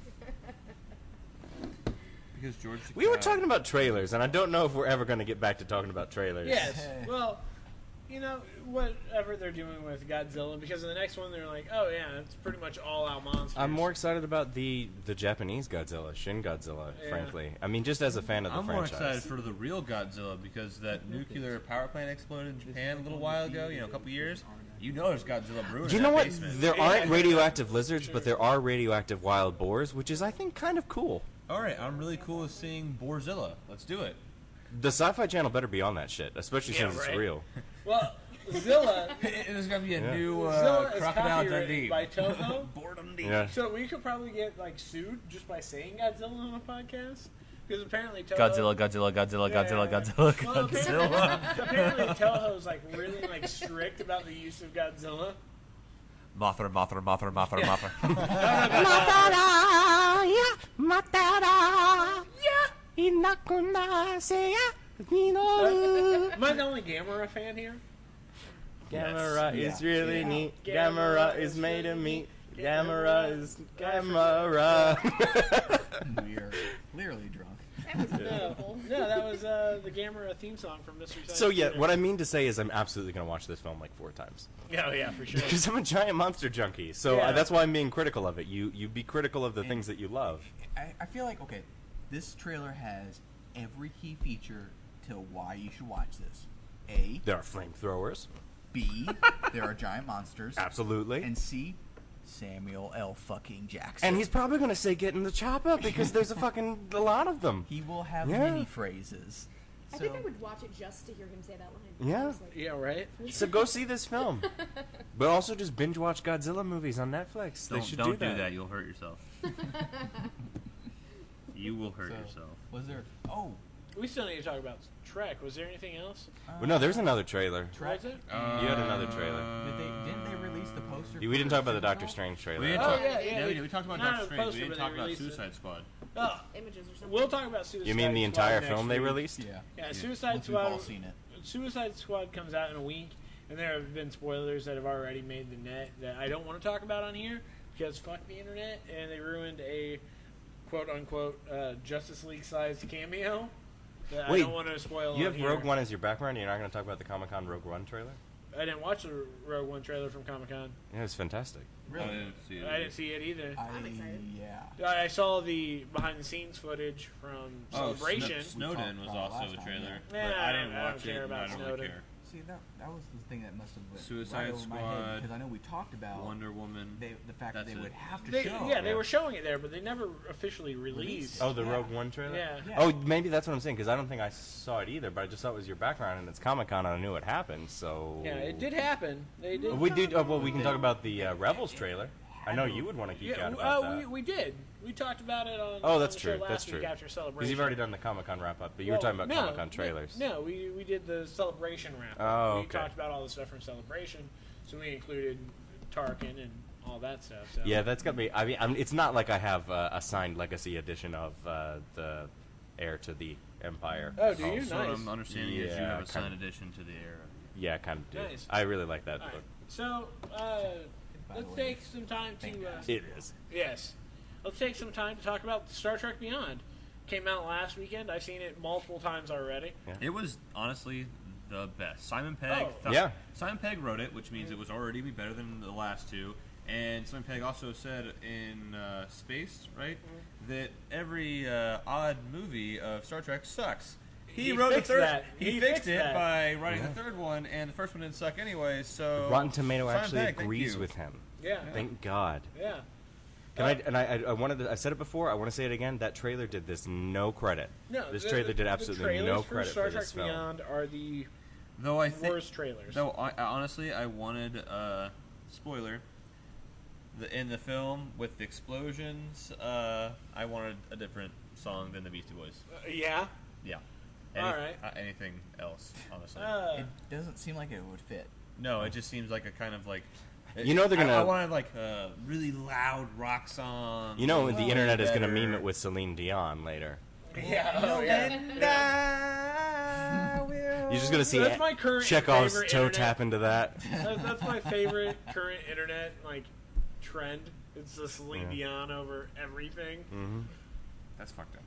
E: because George.
A: We were
E: Takei-
A: talking about trailers, and I don't know if we're ever going to get back to talking about trailers.
B: Yes. Well, you know whatever they're doing with Godzilla, because in the next one they're like, oh yeah, it's pretty much all out monsters.
A: I'm more excited about the the Japanese Godzilla, Shin Godzilla.
B: Yeah.
A: Frankly, I mean, just as a fan of the
E: I'm more
A: franchise.
E: excited for the real Godzilla because that nuclear power plant exploded in Japan a little while ago. You know, a couple years. You know, there's Godzilla brewing. in
A: you
E: that
A: know what?
E: basement.
A: There
B: Yeah,
A: aren't
B: yeah.
A: radioactive lizards,
B: Sure.
A: but there are radioactive wild boars, which is, I think, kind of cool.
E: All right, I'm really cool with seeing Borzilla. Let's do it.
A: The Sci-Fi Channel better be on that shit, especially
B: Yeah,
A: since it's
B: right.
A: real.
B: Well, Zilla.
E: There's gonna be a
A: Yeah.
E: new
B: Zilla
E: uh,
B: is
E: crocodile
B: copyrighted
E: Dundee.
B: by Toho.
E: Boredom
A: Yeah.
B: So we could probably get like sued just by saying Godzilla on a podcast because apparently Toho,
E: Godzilla, Godzilla, Godzilla,
B: Yeah,
E: Godzilla,
B: yeah,
E: Godzilla,
B: yeah. Well,
E: Godzilla.
B: apparently, apparently Toho's like really like strict about the use of Godzilla.
E: Mothra, Mothra, Mothra, Mothra, Mothra.
B: Am I the only Gamera fan here?
A: Gamera
D: Yes.
A: is really
F: Yeah.
A: neat.
B: Yeah.
A: Gamera
B: Gamera
A: is
B: is
A: made of
B: really
A: meat.
B: neat.
A: Gamera
B: Gamera
A: is
B: is-
A: Gamera.
D: We are clearly drunk.
F: That was
B: No,
F: beautiful.
B: no, that was uh, the Gamera theme song from Mystery Science.
A: so yeah,
B: Theater.
A: what I mean to say is I'm absolutely gonna watch this film like four times
B: Oh yeah, for sure.
A: because I'm a giant monster junkie. So uh,
B: Yeah.
A: that's why I'm being critical of it. You you be critical of the things that you love.
D: I, I feel like okay, this trailer has every key feature to why you should watch this. A,
A: There are flamethrowers,
D: B, there are giant monsters,
A: absolutely,
D: and C, Samuel L. Fucking Jackson.
A: and he's probably gonna say get in the chopper because there's a fucking a lot of them.
D: he will have
A: Yeah.
D: mini phrases. So,
F: I think I would watch it just to hear him say that line.
A: Yeah.
F: Honestly.
B: Yeah, right.
A: So go see this film, but also just binge watch Godzilla movies on Netflix. they
E: Don't,
A: should
E: don't do
A: do that.
E: You'll hurt yourself. you will hurt
D: so,
E: yourself.
D: Was there? Oh,
B: We still need to talk about Trek. Was there anything else?
D: uh,
A: Well, no, there's another trailer.
D: Track-
B: Was it?
A: You had another trailer.
D: uh, Did they, didn't they release the poster?
A: We didn't
D: for
A: talk about the
D: Supergirl?
A: Doctor Strange trailer.
E: We didn't
B: Oh,
E: talk,
B: yeah, yeah,
E: no, we
B: you-
E: did. We talked about
B: no, no,
E: Doctor Strange.
B: poster
E: We didn't
B: when
E: talk
B: they
E: about
B: released it.
E: Suicide Squad.
B: Oh,
F: Images or something.
B: we'll talk about Suicide.
A: You mean the
B: Squad
A: entire
B: next
A: film they
B: week.
A: released?
D: Yeah.
B: Yeah,
D: Once
B: Suicide
D: we've all
B: Squad.
D: seen it.
B: Suicide Squad comes out in a week, and there have been spoilers that have already made the net that I don't want to talk about on here because fuck the internet, and they ruined a quote unquote uh, Justice League sized cameo that
A: Wait,
B: I don't want to spoil.
A: You
B: on
A: have
B: here.
A: Rogue One as your background. You're not going to talk about the Comic Con Rogue One trailer?
B: I didn't watch the Rogue One trailer from Comic Con.
A: Yeah, it was fantastic.
E: I
D: Really?
E: didn't see it.
B: I didn't see it either.
D: I,
F: I'm excited.
D: yeah.
B: I I saw the behind the scenes footage from
E: Oh,
B: Celebration. Oh,
E: Sno- Snowden
D: We
E: was
D: talked about it
E: also
D: last
E: a
D: time,
E: trailer,
B: yeah.
E: but
B: Nah,
E: I
B: I
E: didn't
B: don't- I
E: watch
B: don't
E: it.
B: care
E: and I
B: about
E: don't
B: Snowden.
E: really care.
D: See that that was the thing that must have went right
E: Suicide
D: over my head
E: Squad.
D: because I know we talked about
E: Wonder Woman.
D: they, the fact that
E: That's
D: they
E: it.
D: would have to
B: They-
D: show.
B: yeah, they
A: yeah.
B: were showing it there, but they never officially released.
A: Oh, the
D: Yeah.
A: Rogue One trailer?
B: Yeah.
D: Yeah.
A: Oh, maybe that's what I'm saying, because I don't think I saw it either, but I just thought it was your background, and it's Comic Con, and I knew it happened, so.
B: Yeah, it did happen. They did.
A: We did. Oh, well, we can talk about the uh, Rebels trailer. I know you would want to geek
B: Yeah,
A: out
B: w-
A: about
B: uh,
A: that.
B: we, we did. We talked about it on.
A: oh, that's
B: on the show
A: true.
B: Last
A: That's
B: week
A: true.
B: After celebration,
A: Because you've already done the Comic Con wrap up, but you were
B: Well,
A: talking about
B: no,
A: Comic Con
B: no,
A: trailers.
B: No, we we did the celebration wrap.
A: Oh,
B: We
A: okay.
B: talked about all the stuff from celebration, so we included Tarkin and all that stuff. So.
A: Yeah, that's got me. I mean, I mean, it's not like I have uh, a signed legacy edition of uh, the heir to the empire.
B: Oh, do
A: Oh,
B: you?
E: So
B: nice.
E: what I'm understanding is you
A: Yeah,
E: have a signed
A: kinda.
E: edition to the era.
A: Yeah, I kind of do.
B: Nice.
A: I really like that
B: All right.
A: book.
B: So uh,
D: By the
B: let's
D: way,
B: take some time to
D: thank
B: uh,
D: God.
A: It is.
B: yes, let's take some time to talk about Star Trek Beyond. Came out last weekend. I've seen it multiple times already.
E: It was honestly the best. Simon Pegg.
B: Oh.
E: thought-
A: Yeah.
E: Simon Pegg wrote it, which means it was already better than the last two. And Simon Pegg also said in uh, Space, right,
B: Mm-hmm.
E: that every uh, odd movie of Star Trek sucks. He,
B: He
E: wrote the
B: fixed
E: third.
B: that.
E: He,
B: He
E: fixed
B: fixed
E: it
B: that.
E: by writing the third one, and the first one didn't suck anyway. So
A: Rotten Tomato
E: Simon
A: actually
E: Pegg, thank
A: agrees
E: you.
A: with him.
B: Yeah,
A: Thank God.
B: yeah.
A: Can
B: Uh,
A: I? And I, I, I wanted. To, I said it before. I want to say it again. That trailer did this no credit.
B: No,
A: this
B: the-
A: trailer
B: the-
A: did
B: the
A: absolutely
B: trailers
A: no
B: for
A: credit
B: Star
A: for this
B: Trek
A: film.
B: Beyond are the
E: Though I think
B: worst trailers.
E: Though I, I honestly, I wanted uh, spoiler. The, in the film with the explosions, uh, I wanted a different song than the Beastie Boys.
B: Uh, yeah.
E: Yeah.
B: Alright.
E: uh, anything else, honestly?
B: Uh,
D: It doesn't seem like it would fit.
E: no, it just seems like a kind of like.
A: You know they're
E: I- I,
A: gonna-
E: wanted like a really loud rock song.
A: You know,
E: Way
A: the internet is going to
E: better.
A: meme it with Celine Dion later.
B: yeah. Oh, yeah.
A: You're just going to see
B: That's my current
A: Chekhov's toe
B: favorite internet.
A: tap into that.
B: That, that's my favorite current internet like trend. It's the Celine Dion over everything.
A: Mm-hmm,
E: That's fucked up.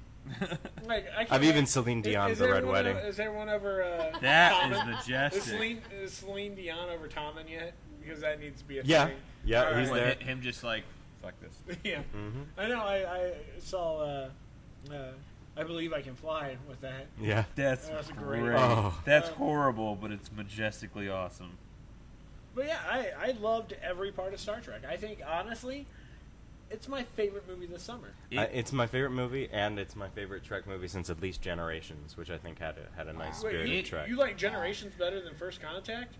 B: Like I can't
A: Mm. I've even
B: wait-
A: Celine
B: Is-
A: Dion
B: is
A: the Red
B: everyone
A: Wedding.
B: o- is everyone over? Uh,
E: that
B: Common?
E: is majestic.
B: Is Celine, is Celine Dion over Tommen yet? Because that needs to be a
A: Yeah.
B: thing.
A: Yeah,
B: All
A: he's Mm.
E: What,
B: right.
A: there.
E: hi- Him just like fuck this.
B: yeah,
A: mm-hmm.
B: I know. I, I saw. Uh, uh, I believe I can fly with that.
A: Yeah.
E: That's,
B: That's great.
E: great.
A: Oh.
E: That's
B: Uh,
E: horrible, but it's majestically awesome.
B: But yeah, I, I loved every part of Star Trek. I think honestly, it's my favorite movie this summer.
E: It-
A: Uh, it's my favorite movie, and it's my favorite Trek movie since at least Generations, which I think had a, had a nice
B: Wait,
A: spirit
B: you,
A: of Trek.
B: you like Generations better than First Contact?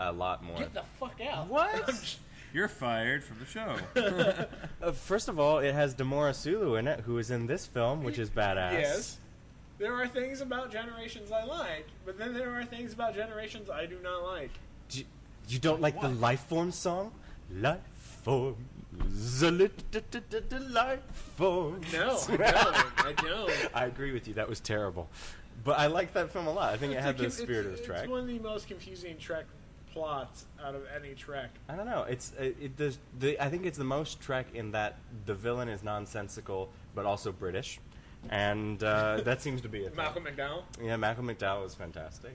A: a lot more.
B: Get the fuck out!
E: What?
B: I'm just-
E: You're fired from the
A: Oh.
E: show.
A: Uh, first of all, it has Demora Sulu in it, who is in this film, which is badass.
B: Yes. There are things about Generations I like, but then there are things about Generations I do not like.
A: Do you, you don't like the life form song? Life forms, a li- d- d- d- d- life forms.
B: No, I don't. I don't.
A: I agree with you. That was terrible, but I like that film a lot. I think it
B: It's
A: had
B: a
A: the
B: con-
A: spirit
B: it's,
A: of Trek.
B: It's one of the most confusing Trek plots out of any Trek.
A: I don't know. It's it, it, the, the I think it's the most Trek in that the villain is nonsensical but also British, and uh, that seems to be it.
B: Malcolm McDowell.
A: Yeah, Malcolm McDowell is fantastic,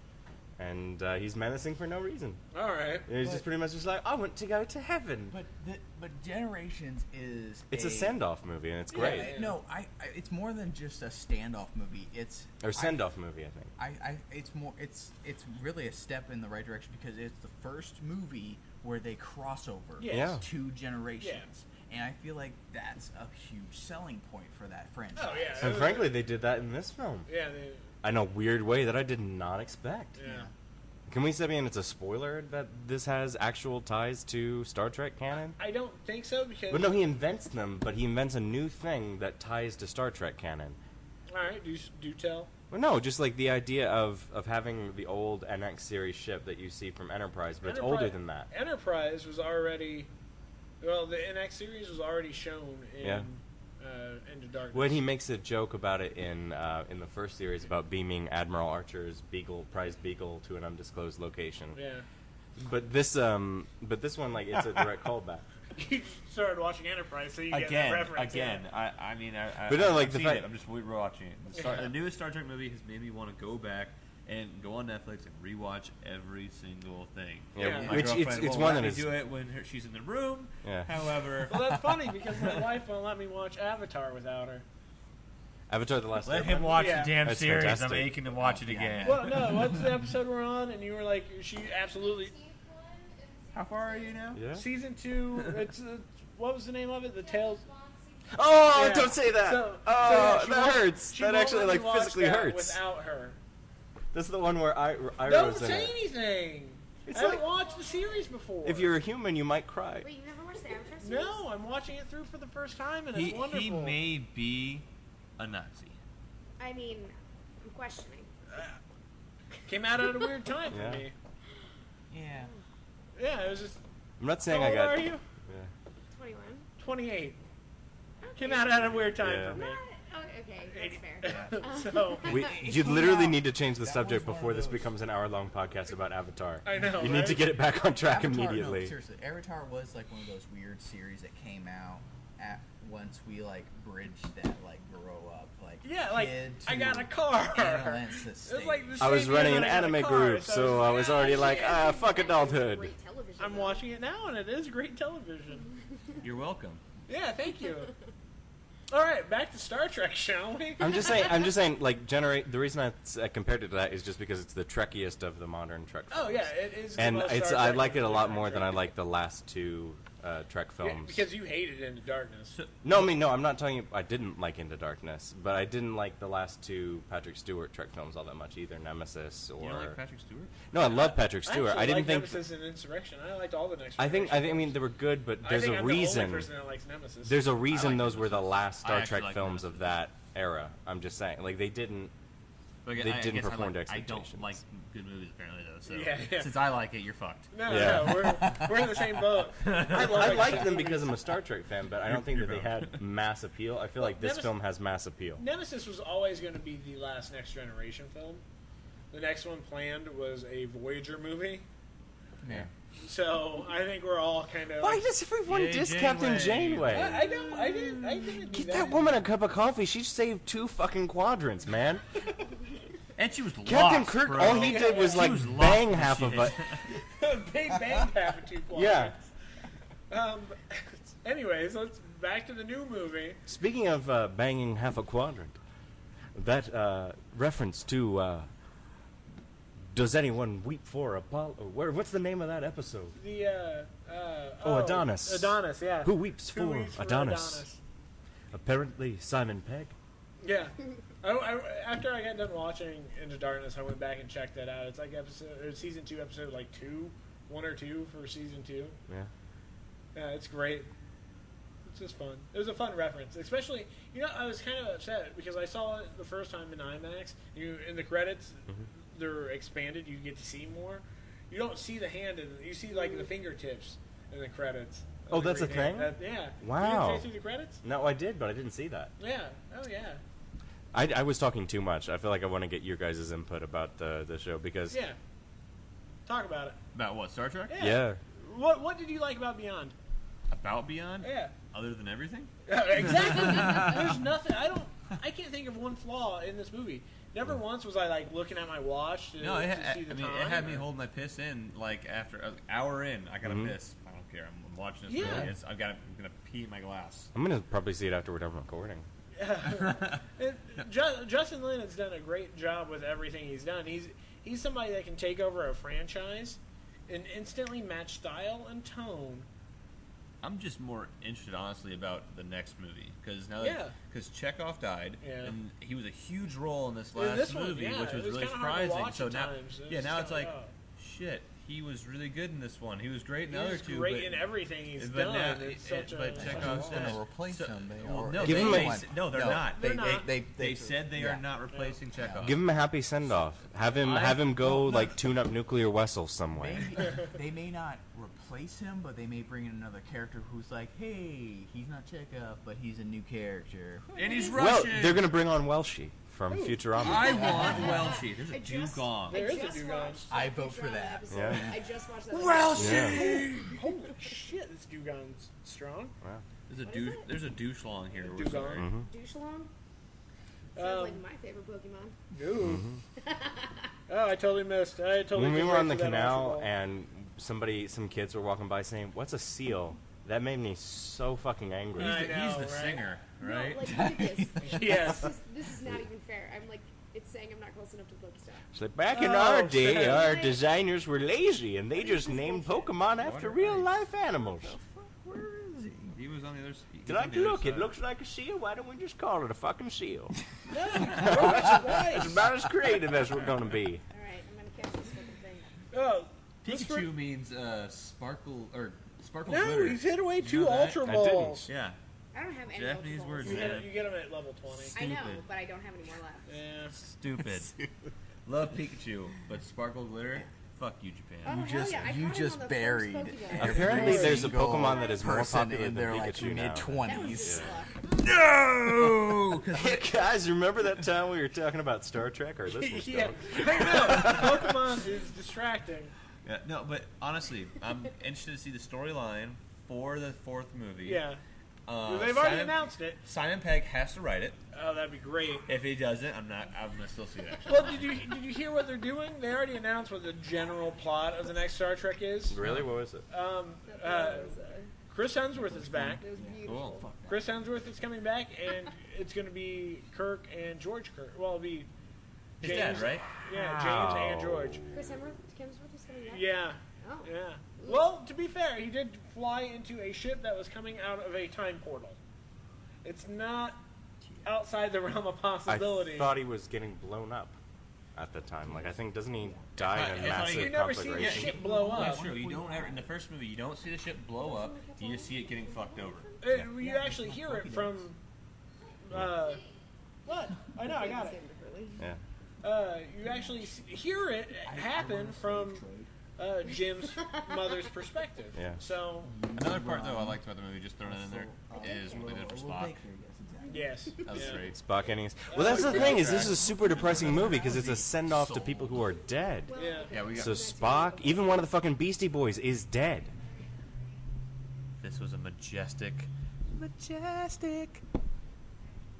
A: and uh, he's menacing for no reason.
B: All right.
A: And he's just
D: But-
A: pretty much just like, I want to go to heaven.
D: But the, but Generations is
A: It's a send-off movie, and it's great.
B: Yeah.
D: No, I, I. It's more than just a standoff movie. It's
A: Or send-off movie, I think.
D: I, I, it's more. It's it's really a step in the right direction because it's the first movie where they cross over
B: Yes. Yeah.
D: two generations, and I feel like that's a huge selling point for that franchise.
B: Oh yeah.
A: And frankly, they did that in this film
B: Yeah. They,
A: in a weird way that I did not expect.
B: yeah.
D: Yeah.
A: Can we say, man, it's a spoiler that this has actual ties to Star Trek canon?
B: I don't think so because.
A: But no, he invents them, but he invents a new thing that ties to Star Trek canon.
B: All right. Do do tell.
A: Well, no, just like the idea of, of having the old NX series ship that you see from Enterprise, but it's older
B: Enterprise-
A: than that.
B: Enterprise was already, well, the NX series was already shown in
A: Yeah.
B: uh, Into Darkness.
A: When he makes a joke about it in uh, in the first series about beaming Admiral Archer's beagle, prize beagle, to an undisclosed location,
B: yeah,
A: but this um, but this one like it's a direct callback.
B: you started watching Enterprise, so you get
E: again,
B: that reference.
E: again. I, I mean, I, I,
A: But no,
E: I've
A: like, the
E: seen
A: fact-
E: it. I'm just rewatching it. The, Star, the newest Star Trek movie has made me want to go back and go on Netflix and rewatch every single thing.
B: Yeah.
E: My
A: which it's,
E: girlfriend
A: it's one
E: won't let
A: that
E: me
A: is
E: do it when her, she's in the room.
A: Yeah.
E: However,
B: Well, that's funny because my wife won't let me watch Avatar without her.
A: Avatar: The Last
E: let
A: Airbender.
E: him watch
B: Yeah.
E: the damn
A: That's
E: series. I'm
A: fantastic.
E: aching to watch it
D: Yeah.
E: again.
B: Well, no, what's the episode we're on? And you were like, she absolutely.
E: How far are you now?
A: Yeah.
B: Season two. It's uh, what was the name of it? The Tales.
A: Oh,
B: Yeah.
A: don't say that.
B: So-
A: oh,
B: so, yeah, she
A: that
B: won't-
A: hurts.
B: she
A: That
B: won't
A: actually
B: let
A: like
B: me watch
A: physically
B: that
A: hurts.
B: Without her.
A: This is the one where I, I
B: Don't
A: was uh, in
B: say
A: it.
B: anything.
A: It's
B: I haven't
A: like-
B: watched the series before.
A: If you're a human, you might cry.
F: Wait, you never watched the Avatar series?
B: No, I'm watching it through for the first time, and it's
E: He,
B: wonderful.
E: he may be a Nazi.
F: I mean, I'm questioning.
B: Came out at a weird time for
A: Yeah.
B: me.
D: Yeah.
B: Yeah, it was just.
A: I'm not saying
B: How
A: I
B: old
A: got.
B: are you?
A: Yeah.
B: 28.
F: Okay.
B: Came out at a weird time
A: Yeah.
B: for me.
F: Not- oh, okay, that's fair.
B: so
A: We,
D: It
A: you
D: came
A: literally
D: out-
A: need to change the
D: that
A: subject
D: was one of
A: before this
D: those.
A: becomes an hour-long podcast about Avatar.
B: I know,
A: You need to
B: right?
A: get it back on track
D: Avatar- no,
A: immediately.
D: seriously, Avatar was like one of those weird series that came out at once we like bridged that like grow up like
B: yeah, like
D: kid to
B: I got a car.
D: adolescence
B: It was like
D: stage.
B: the
A: I was
B: same year
A: running an
B: that I got a
A: anime
B: car,
A: group, so I was
B: "Ah,
A: already like,
B: shit."
A: ah, fuck adulthood.
F: Great television,
B: I'm
F: though.
B: watching it now, and it is great television.
E: You're welcome.
B: Yeah, thank you. All right, back to Star Trek, shall we?
A: I'm just saying. I'm just saying. Like, generate the reason I s- I compared it to that is just because it's the trekkiest of the modern Trek.
B: Oh
A: films.
B: yeah, it is. the
A: and
B: most
A: it's
B: Star
A: I
B: Trek
A: like it a lot
B: Star
A: more than I
B: Trek.
A: like the last two uh, Trek
B: Yeah,
A: films.
B: because you hated Into Darkness.
A: no, I mean no, I'm not talking. I didn't like Into Darkness, but I didn't like the last two Patrick Stewart Trek films all that much either. Nemesis or
E: You don't like Patrick Stewart?
A: no, I love Patrick
B: I,
A: Stewart.
B: actually
A: I, didn't
B: liked
A: think.
B: Nemesis and Insurrection. I liked all the next.
A: I think I
B: Generation
A: think I mean
B: films.
A: they were good, but
B: I
A: there's
B: think
A: a
B: I'm
A: reason.
B: The only person that likes Nemesis.
A: There's a reason
E: like
A: those were the
E: Nemesis.
A: last
E: I
A: Star
E: actually
A: Trek
E: like
A: films of that era. I'm just saying, like they didn't.
E: But
A: They
E: I,
A: didn't
E: I guess I
A: perform
E: like-
A: to
E: I
A: expectations.
E: don't like good movies apparently though. So
B: Yeah, yeah.
E: since I like it, you're fucked.
B: no,
A: Yeah.
B: no, we're, we're in the same boat.
A: I,
B: love
A: I
B: it.
A: like them because I'm a Star Trek fan, but I don't think that
E: You're
A: they
E: wrong.
A: had mass appeal. I feel like this
B: Nemesis-
A: film has mass appeal.
B: Nemesis was always going to be the last Next Generation film. The next one planned was a Voyager movie.
D: Yeah.
B: So I think we're all kind of.
A: Why does everyone
E: Yay,
A: diss Captain
E: Janeway.
A: Janeway?
B: I, I don't. I didn't. I didn't. do
A: Get that woman a cup of coffee. She saved two fucking quadrants, man.
E: And she was
A: Captain
E: lost,
A: Kirk,
E: bro.
A: all he did was
E: She
A: like
E: was lost
A: bang
E: when
A: half
E: she
A: of
E: did.
A: it.
B: they banged half of two
A: Yeah.
B: quadrants. Um. Anyways, let's back to the new movie.
A: Speaking of uh, banging half a quadrant, that uh, reference to uh, "Does anyone weep for Apollo?" Where, what's the name of that episode?
B: The uh. uh
A: Oh, Adonis.
B: Adonis. Yeah.
A: Who weeps
B: Who
A: for,
B: weeps for
A: Adonis? Apparently, Simon Pegg.
B: Yeah. I, I- after I got done watching Into Darkness, I went back and checked that out. It's like episode, or season two, episode like two, one or two for season two.
A: Yeah.
B: Yeah, it's great. It's just fun. It was a fun reference, especially you know I was kind of upset because I saw it the first time in IMAX. You in the credits,
A: Mm-hmm.
B: they're expanded. You get to see more. You don't see the hand, and you see like the fingertips in the credits.
A: Oh,
B: The
A: that's a
B: green hand.
A: thing?
B: That- yeah.
A: Wow.
B: You didn't say through the credits.
A: No, I did, but I didn't see that.
B: Yeah. Oh yeah.
A: I, I was talking too much. I feel like I want to get your guys' input about the the show because
B: Yeah. Talk about it.
E: About what? Star Trek?
B: Yeah.
A: yeah.
B: What What did you like about Beyond?
E: About Beyond?
B: Yeah.
E: Other than everything?
B: exactly. There's nothing. I don't. I can't think of one flaw in this movie. Never once was I like looking at my watch to,
E: No, it,
B: to
E: ha-
B: see the
E: I mean,
B: time.
E: it had me
B: or-
E: hold my piss in like after an hour in. I gotta
A: Mhm.
E: piss. I don't care. I'm, I'm watching this
B: Yeah.
E: movie. It's, I've got. I'm gonna pee in my glass.
A: I'm gonna probably see it after we're done recording.
B: It, Ju- Justin Lin has done a great job with everything he's done. He's he's somebody that can take over a franchise and instantly match style and tone.
E: I'm just more interested, honestly, about the next movie because now
B: Yeah.
E: because Chekhov died
B: Yeah.
E: and he was a huge role in this
B: In
E: last
B: this one,
E: movie,
B: yeah,
E: which
B: it
E: was,
B: was
E: really
B: kinda hard to
E: surprising.
B: watch
E: so
B: at
E: now,
B: times. It
E: yeah,
B: was
E: now it's like,
B: kinda rough.
E: shit, he was really good in this one. He was great in the other
B: He's
E: two.
B: great
E: but,
B: in everything he's
E: but
B: done.
E: now,
B: it's
E: it-
B: such
E: but
B: a,
E: Chekhov's
D: They're gonna
E: gonna
D: replace
E: so-
D: him. They
E: well,
D: are-
E: no,
A: Give
E: they,
A: him
E: they
A: a-
E: s- no, they're not.
D: They,
B: They're
D: they,
B: not.
D: They, they,
E: They said they
D: yeah.
E: are not replacing Chekhov.
A: Give him a happy send off. Have him
E: Uh, I-
A: have him go
D: Oh, no.
A: like tune up nuclear Wessel some way.
D: They, they may not replace him, but they may bring in another character who's like, hey, he's not Chekhov, but he's a new character.
E: and he's
A: Well,
E: Russian.
A: they're gonna bring on Welshie from Futurama.
E: I want Welshie. There's a
F: I just-
E: dugong.
F: I
B: There is a
F: just
B: Dugong.
F: watched the
D: I vote for
F: Futurama
D: that.
F: episode.
A: Yeah.
F: I just watched that.
A: Yeah.
B: holy shit, this dugong's strong.
E: There's a
F: What is
E: douche.
F: it?
E: There's a douche long here. We're
B: Dugong.
E: sorry.
A: Mhm.
F: Douchelon? Sounds
B: Um,
F: like my favorite Pokemon.
B: Ooh. oh, I totally missed. I totally.
A: When we
B: just
A: were on the
B: went for that
A: canal
B: off
A: and somebody some kids were walking by saying, What's a seal? That made me so fucking angry.
B: I
E: He's the, he's
B: know,
E: the
B: right?
E: singer, right?
F: No, like, look at this.
B: the ball.
F: This,
B: yes.
F: is- this is not even fair. I'm like, it's saying I'm not close enough to the Pokestop.
A: It's like back in
B: Oh,
A: our day
B: shit.
A: our designers were lazy and they just named Pokemon after real life animals.
D: Where is he?
E: he was on the other. s- he was
A: Did
E: on
A: I
E: the other
A: look? It
E: side.
A: looks like a seal. Why don't we just call it a fucking seal?
B: No, Robert's
A: It's
B: right.
A: about as creative as we're gonna be.
F: All right, I'm gonna catch this fucking thing.
B: Oh, this
E: Pikachu
B: for-
E: means uh, sparkle or sparkle
B: No,
E: glitter.
B: he's hit away
E: Oh, know
B: two
E: that?
B: Ultra
A: I
B: Balls.
E: Yeah,
F: I don't have any
E: Japanese
F: multiples.
E: words,
B: You
E: man.
B: get, you get him at level 20.
F: I know,
E: Stupid.
F: but I don't have any more left.
B: Yeah.
E: stupid. Love Pikachu, but sparkle glitter. Fuck you,
F: Oh,
E: Japan.
B: Ah.
D: You
F: hell
D: just-
F: yeah, I
D: you
F: caught him
D: just
F: on the first
D: buried
F: Pokemon.
D: every
A: Apparently, there's a
D: single
A: Pokemon that is more
D: person
A: popular
D: in
A: than
D: their like
A: Pikachu now.
D: mid
F: That was
D: twenties.
F: luck.
D: No,
A: Hey guys, remember that time we were talking about Star Trek or this was
B: yeah,
A: dumb.
B: I know. Pokemon is distracting.
E: Yeah, no, but honestly, I'm interested to see the storyline for the fourth movie.
B: Yeah,
E: Uh,
B: they've already
E: Simon-
B: announced it.
E: Simon Pegg has to write it.
B: Oh, that'd be great.
E: If he doesn't, I'm not. I'm gonna still see that.
B: Well, did you did you hear what they're doing? They already announced what the general plot of the next Star Trek is.
A: Really? What was it?
B: Um,
F: That
B: uh,
F: was, uh,
B: Chris Hemsworth is back.
F: it was beautiful.
E: Cool.
B: Chris Hemsworth is coming back, and it's going to be Kirk and George Kirk. Well, it'll be
E: His dad, right?
B: Yeah, James and George.
F: Chris Hemsworth, Hemsworth is coming back.
B: Yeah,
F: Oh.
B: yeah. Well, to be fair, he did fly into a ship that was coming out of a time portal. It's not outside the realm of
A: I
B: possibility.
A: thought he was getting blown up at the time. Like, I think doesn't he die in a
E: I thought he-
A: massive
B: You've never seen the
A: conflagration?
B: ship blow
E: Well,
B: up.
E: that's true. You don't ever in the first movie. You don't see the ship blow up. You just see it getting fucked over.
B: It- Uh, you actually hear it from. Uh, what? I know, I got it.
A: Yeah.
B: Uh, you actually s- hear it happen from uh, Jim's mother's perspective.
A: Yeah.
B: So,
E: Another part though I liked about the movie, just throwing it in there, is what they did for Spock.
B: yes.
E: That was
B: yeah.
E: great.
A: Spock innings. Well, that's the thing is, this is a super depressing movie because it's a send off to people who are dead.
B: Yeah.
E: Yeah, we got
A: So Spock, even one of the fucking Beastie Boys, is dead.
E: this was a majestic, majestic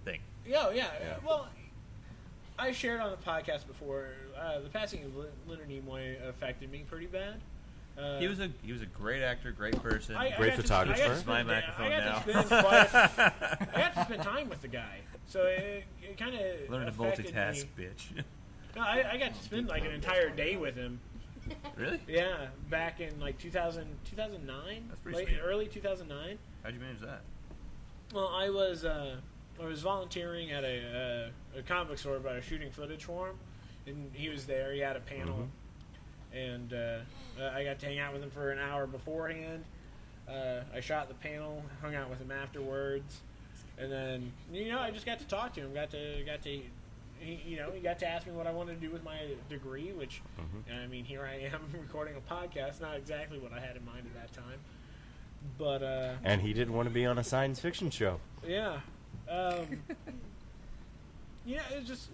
E: thing.
B: Yeah, oh, yeah.
A: Yeah.
B: Well, I shared on the podcast before uh, the passing of Lin- Leonard Nimoy affected me pretty bad. Uh,
E: He was a he was a great actor, great person.
B: I- I
A: great
B: got to-
A: photographer.
B: I got to
A: It's
E: my
B: spend- I
E: microphone
B: got to
E: now.
B: spend quite a- I got to spend time with the guy, so it, it kind of
E: Learn to
B: affected
E: multitask,
B: Me.
E: bitch.
B: No, I,
E: Oh,
B: I got to spend like an entire day with him.
E: really?
B: Yeah, back in like 2000, 2009,
E: That's pretty
B: late-
E: sweet.
B: early two thousand nine.
E: How'd you manage that?
B: Well, I was uh, I was volunteering at a, uh, a comic book store about a shooting footage for him, and he was there. He had a panel, and uh, I got to hang out with him for an hour beforehand. Uh, I shot the panel, hung out with him afterwards, and then you know I just got to talk to him. Got to got to. He, you know, he got to ask me what I wanted to do with my degree, which, I mean, here I am recording a podcast. Not exactly what I had in mind at that time, but uh,
A: And he didn't want to be on a science fiction show.
B: yeah. Um, yeah, it was just.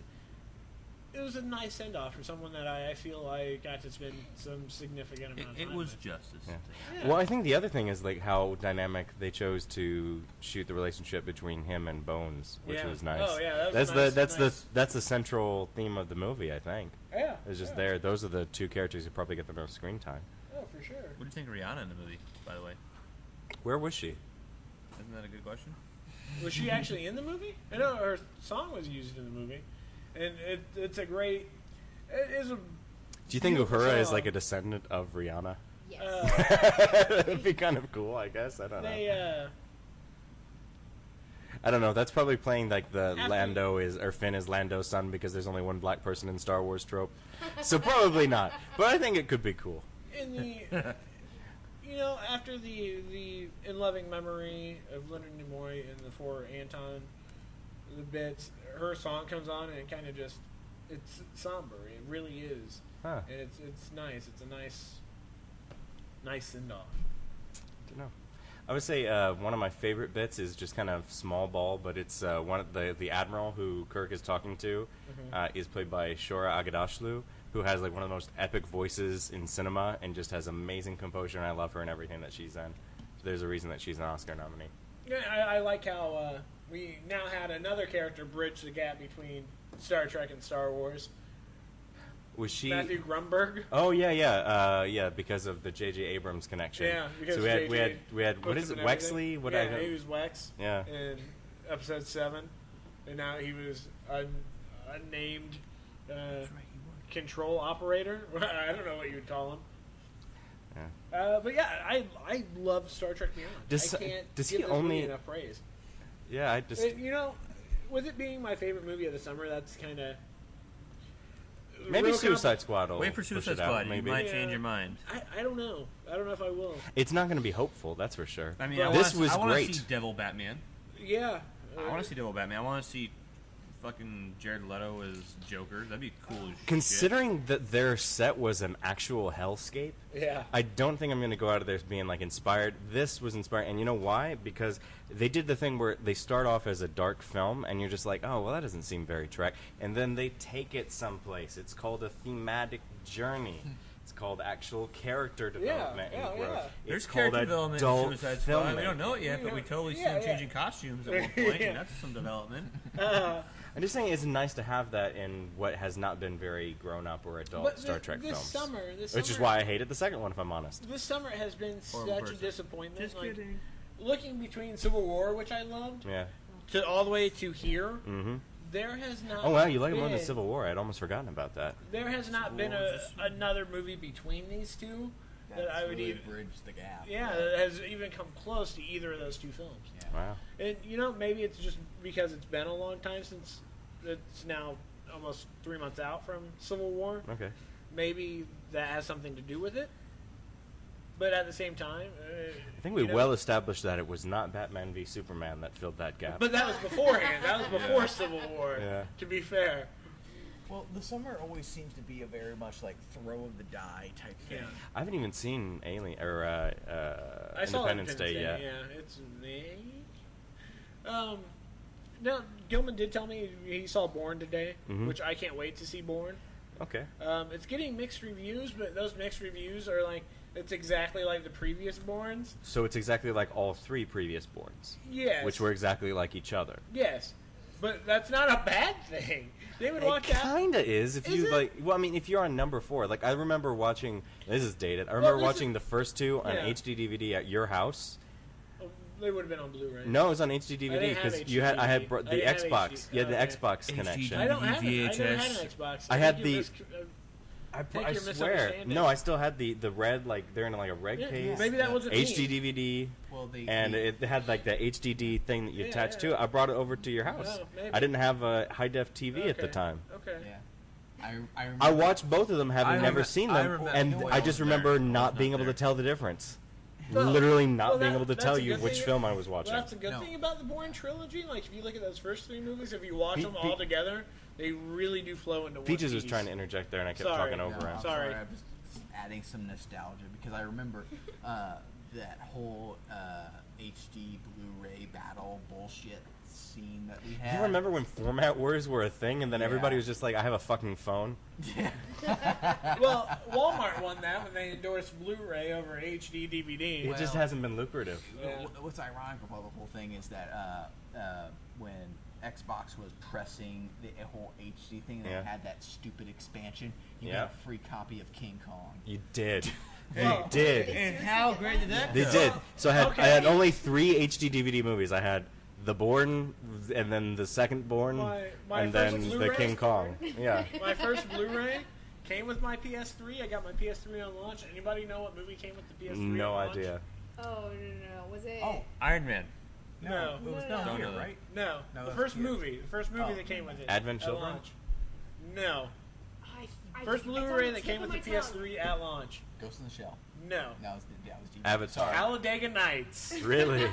B: It was a nice send off for someone that I, I feel I got to spend some significant
E: It,
B: amount of
E: it
B: time
E: was
B: with.
E: justice.
A: Yeah.
B: Yeah.
A: Well, I think the other thing is like how dynamic they chose to shoot the relationship between him and Bones, which
B: Yeah.
A: was nice.
B: Oh, yeah, that was
A: that's
B: nice-
A: the that's
B: nice.
A: the that's the central theme of the movie. I think
B: Yeah.
A: it's just
B: yeah.
A: there. Those are the two characters who probably get the most screen time.
B: Oh, for sure.
E: What do you think of Rihanna in the movie? By the way,
A: Where was she?
E: isn't that a good question?
B: Was she actually in the movie? I know her song was used in the movie, and it, it's a great. It is a.
E: Uh-huh.
A: Do you think
B: Beautiful
A: Uhura is
B: song.
A: like a descendant of Rihanna?
F: Yes.
B: Uh,
A: That'd be kind of cool, I guess. I don't know.
B: they uh,
A: I don't know. That's probably playing like the
B: After-
A: Lando is or Finn is Lando's son because there's only one black person in Star Wars trope. So probably not. But I think it could be cool.
B: in the you know after the the in loving memory of Leonard Nimoy and the four Anton the bits her song comes on and it kind of just it's somber it really is
A: Huh.
B: and it's it's nice it's a nice nice send off
A: don't know. I would say uh, one of my favorite bits is just kind of small ball, but it's uh, one of the the admiral who Kirk is talking to
B: Mm-hmm.
A: uh, is played by Shora Agadashlu, who has like one of the most epic voices in cinema and just has amazing composure. And I love her and everything that she's in. There's a reason that she's an Oscar nominee.
B: yeah I, I like how uh, we now had another character bridge the gap between Star Trek and Star Wars
A: Was she?
B: Matthew Grumberg
A: Oh yeah, yeah, uh, yeah. Because of the J.J. Abrams connection.
B: yeah because
A: so we had
B: JJ
A: we had we had what
B: booked
A: is it
B: him and everything.
A: Wexley? What
B: yeah
A: I don't-
B: he was Wex
A: yeah.
B: in episode seven, and now he was un, unnamed uh, control operator. I don't know what you'd call him. Uh, but yeah, I I love Star Trek Beyond.
A: Does-
B: I can't
A: does
B: give
A: he
B: this movie
A: only-
B: enough praise?
A: yeah. I just
B: It- you know, with it being my favorite movie of the summer, that's kind of
A: maybe Suicide Squad. will
E: Wait for
A: Oh, push it
E: Suicide
A: out,
E: Squad. You
A: Maybe
E: might
B: Yeah.
E: change your mind.
B: I, I don't know. I don't know if I will.
A: It's not going to be hopeful, that's for sure.
E: I mean,
B: But
E: I
A: this
E: wanna,
A: was
E: I wanna
A: great.
E: see Devil Batman.
B: Yeah.
E: I want to see Devil Batman. I want to see fucking Jared Leto as Joker. That'd be cool. As shit.
A: Considering that their set was an actual hellscape,
B: Yeah.
A: I don't think I'm going to go out of there being like inspired. This was inspiring, and you know why? Because they did the thing where they start off as a dark film, and you're just like, oh, well, that doesn't seem very track. And then they take it someplace. It's called a thematic journey. It's called actual character development
B: Hmm. yeah,
A: and growth.
B: yeah.
E: There's
A: It's called
E: character development in
A: adult
E: Suicide Squad.
A: filming.
E: We don't know it yet, but we totally see
B: Yeah,
E: them
B: yeah.
E: changing costumes at one point,
B: Yeah.
E: and that's some development.
B: Uh,
A: I'm just saying it's nice to have that in what has not been very grown up or adult
B: But
A: Star
B: thi-
A: Trek
B: this
A: films.
B: summer- this
A: which is
B: summer-
A: why I hated the second one, if I'm honest.
B: This summer has been
E: Or in
B: such a
E: person.
B: disappointment. like, Looking between Civil War, which I loved,
A: Yeah.
B: to all the way to here,
A: Mm-hmm.
B: there has not.
A: Oh wow, you like it
B: been,
A: more than Civil War. I'd almost forgotten about that.
B: There has not
E: Civil
B: been
E: War
B: a,
E: was just-
B: another movie between these two that I would
D: really
B: even.
D: bridge the gap.
B: Yeah, that has even come close to either of those two films.
D: Yeah.
A: Wow.
B: And you know, maybe it's just because it's been a long time since it's now almost three months out from Civil War.
A: Okay.
B: Maybe that has something to do with it. But at the same time, uh,
A: I think we
B: you know,
A: well established that it was not Batman v Superman that filled that gap.
B: But that was beforehand. That was before
E: Yeah.
B: Civil War.
A: Yeah.
B: To be fair,
D: Well, the summer always seems to be a very much like throw of the die type thing.
B: yeah.
A: I haven't even seen Alien or uh, uh,
B: I saw
A: Independence Day yet.
B: Yeah, it's me. Um, no, Gilman did tell me he saw Born today,
A: Mhm.
B: which I can't wait to see Born.
A: Okay.
B: Um, it's getting mixed reviews, but those mixed reviews are like it's exactly like the previous Borns.
A: So it's exactly like all three previous boards,
B: Yes.
A: which were exactly like each other.
B: Yes, but that's not a bad thing. They would
A: It
B: watch out.
A: kinda is if
B: Is
A: you
B: it?
A: like. Well, I mean, if you're on number four, like I remember watching. This is dated. I remember
B: this is-
A: watching the first two on
B: Yeah.
A: HD DVD at your house.
B: Oh, They would have been on Blu-ray.
A: No, it was on HD
B: I
A: DVD
B: didn't have
A: because you had I
B: HDTV.
A: had br-
B: I
A: the
B: didn't have Oh,
A: Xbox.
B: HDTV.
A: You had the
B: Okay.
A: Xbox connection.
B: I don't have. An, I don't
E: VHS.
B: have an Xbox.
A: I
B: think
A: had
B: you
A: the-
B: mis- uh,
A: I, pr-
B: think
A: I
B: you're
A: swear.
B: misunderstanding.
A: No, I still had the the red like they're in like a red
B: yeah,
A: case.
B: Maybe that wasn't me.
A: HD DVD,
D: Well, they
A: and
D: they-
A: it had like the HDD thing that you
B: Yeah,
A: attach
B: yeah.
A: to it. I brought it over to your house.
B: Oh, maybe.
A: I didn't have a high def TV at the
B: Okay.
A: time.
B: Okay.
D: yeah. I I, remember,
A: I watched both of them, having
E: I
A: never
E: remem-
A: seen
E: I
A: them,
E: remember-
A: and
D: no, I
A: I just
E: wasn't
A: remember
E: there. I was
A: not
E: not
A: being able
E: there.
A: to tell the difference.
B: Well-
A: Literally not
B: well,
A: being
B: that-
A: able to
B: that's
A: tell
B: a
A: you
B: good
A: which
B: thing.
A: film I was watching.
B: Well, that's a good
D: No.
B: thing about the Bourne trilogy. Like, if you look at those first three movies, if you watch
A: Pe-
B: them
A: pe-
B: all together, they really do flow into one.
A: Peaches was
B: piece.
A: trying to interject there, and I kept
B: Sorry.
A: talking
D: No,
A: over
D: I'm
A: him.
B: Sorry.
D: I was adding some nostalgia because I remember uh, that whole uh, HD Blu-ray battle bullshit scene that we had.
A: You remember when format wars were a thing, and then everybody
D: Yeah.
A: was just like, "I have a fucking phone."
D: Yeah.
B: Well, Walmart won that when they endorsed Blu-ray over HD DVD.
A: It just
D: Well-
A: hasn't been lucrative.
B: Yeah.
D: Wh- What's ironic about the whole thing is that uh, uh, when Xbox was pressing the whole HD thing, they
A: Yeah.
D: had that stupid expansion. You
A: Yeah.
D: got a free copy of King Kong.
A: You did. You
B: Well,
A: did.
E: And how great did that
A: They
E: go?
A: did. So I had I had
B: Okay.
A: only three HD DVD movies. I had The Born, and then the second Born,
B: My- my
A: and
B: first
A: then the
B: Blu-ray
A: King
B: store.
A: Kong. Yeah.
B: My first Blu-ray came with my PS3. I got my PS3 on launch. Anybody know what movie came with the PS3?
A: No
B: on launch?
A: idea.
F: Oh no no no! Was it?
D: Oh,
E: Iron Man.
B: No.
D: it was
F: No,
D: not
E: no,
D: here,
E: no.
D: right?
B: No.
D: No,
B: the
D: that's
B: first
D: PS.
B: movie. The first movie
D: Oh.
B: that came with it.
A: Advent
B: at
A: Children?
B: launch. No.
F: I, I,
B: First
F: it's on the
B: Blu-ray that
F: tip
B: came
F: of
B: with the
F: my tongue.
B: PS3 at launch.
D: Ghost in the Shell.
B: No.
D: That was the, that was DVD.
A: Avatar.
B: Talladega Nights.
A: Really.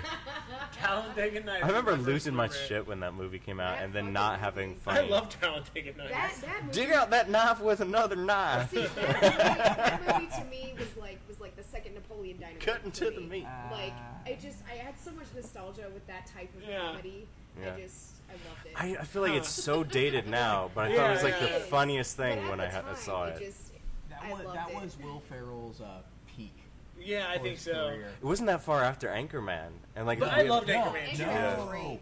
B: Talladega Nights.
A: I remember
B: was first
A: losing my
B: Blu-ray.
A: shit when that movie came out,
F: That
A: and then
F: fucking
A: not
F: movie.
A: having fun.
B: I love Talladega Nights.
F: That that movie.
A: Dig out that knife with another
F: Well,
A: knife.
F: See, that, movie, that movie to me was like was like the second Napoleon Dynamite.
A: Cutting
F: to
A: to the
F: me.
A: meat.
F: Like
D: Ah.
F: I just I had so much nostalgia with that type of
B: Yeah.
F: comedy.
A: Yeah.
F: I just I loved it.
A: I, I feel like it's so dated now, but I thought it was like
B: Yeah,
A: the
B: yeah.
A: funniest
F: But
A: thing
F: at
A: when
F: the
A: I, had, I
F: time,
A: saw it.
F: It just,
D: That
F: I
D: was
F: loved
D: that
F: it.
D: was Will Ferrell's uh, peak.
B: yeah, I
D: for
B: think
D: his
B: so.
D: career.
A: It wasn't that far after Anchorman, and like
B: But
A: it
B: I
A: really-
B: loved
D: No,
B: Anchorman.
D: no.
A: Yeah.
F: Anchorman.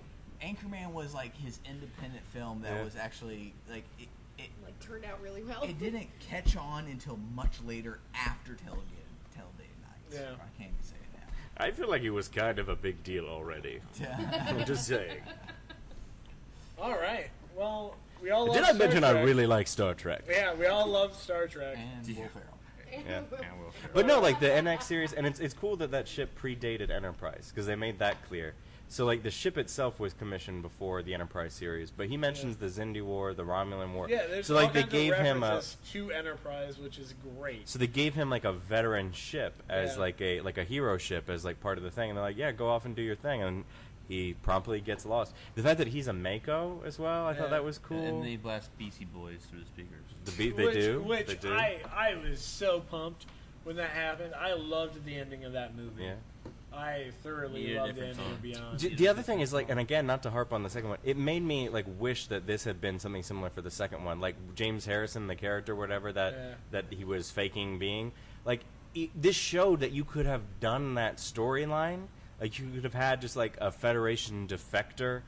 D: Anchorman was like his independent film that
A: Yeah.
D: was actually like it, it,
F: Like turned out really well.
D: it didn't catch on until much later after Tailgate Tailgate Nights.
B: Yeah.
D: I can't even say it now.
A: I feel like it was kind of a big deal already.
D: Yeah.
A: I'm just saying.
B: All right. Well, we all.
A: Did
B: love
A: I mention
B: Star
A: I
B: Trek.
A: really like Star Trek?
B: Yeah, we all love Star Trek.
D: and Will Ferrell.
A: Yeah.
E: And Will Ferrell.
A: But no, like the NX series, and it's it's cool that that ship predated Enterprise because they made that clear. So like the ship itself was commissioned before the Enterprise series, but he mentions the Zindi War, the Romulan War.
B: Yeah, there's
A: so like
B: all
A: they
B: kinds
A: gave
B: of
A: him a
B: references to Enterprise, which is great.
A: so they gave him like a veteran ship as
B: Yeah.
A: like a like a hero ship as like part of the thing, and they're like, yeah, go off and do your thing, and He promptly gets lost. The fact that he's a Mako as well, I
B: Yeah.
A: thought that was cool.
E: And they blast BC Boys through the speakers.
A: the beat they
B: which,
A: do,
B: Which
A: they do.
B: I I was so pumped when that happened. I loved the ending of that movie.
A: yeah.
B: I
E: You
B: thoroughly
E: need a
B: loved the
E: different
B: ending
E: song.
B: of Beyond.
A: D- the other thing is like, and again, not to harp on the second one, it made me like wish that this had been something similar for the second one, like James Harrison, the character, whatever that
B: Yeah.
A: that he was faking being. Like it, this showed that you could have done that storyline. Like you could have had just like a Federation defector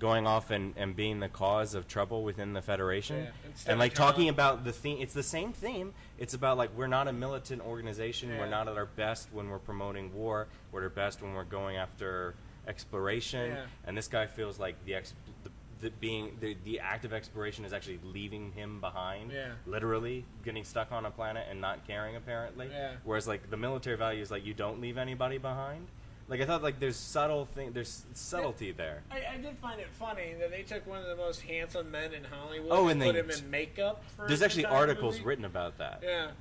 A: going off and, and being the cause of trouble within the Federation,
B: Yeah. Instead
A: and
B: of
A: like talking
B: John.
A: about the theme. It's the same theme. It's about like we're not a militant organization. We're
B: Yeah.
A: not at our best when we're promoting war. We're at our best when we're going after exploration.
B: Yeah.
A: And this guy feels like the ex, the, the being the, the act of exploration is actually leaving him behind.
B: Yeah.
A: Literally getting stuck on a planet and not caring apparently.
B: Yeah.
A: Whereas like the military value is like you don't leave anybody behind. Like I thought like there's subtle thing there's subtlety there.
B: I, I did find it funny that they took one of the most handsome men in Hollywood
A: Oh,
B: and,
A: and
B: put
A: they-
B: him in makeup. For
A: There's
B: the
A: actually
B: entire
A: articles
B: movie.
A: written about that.
B: Yeah,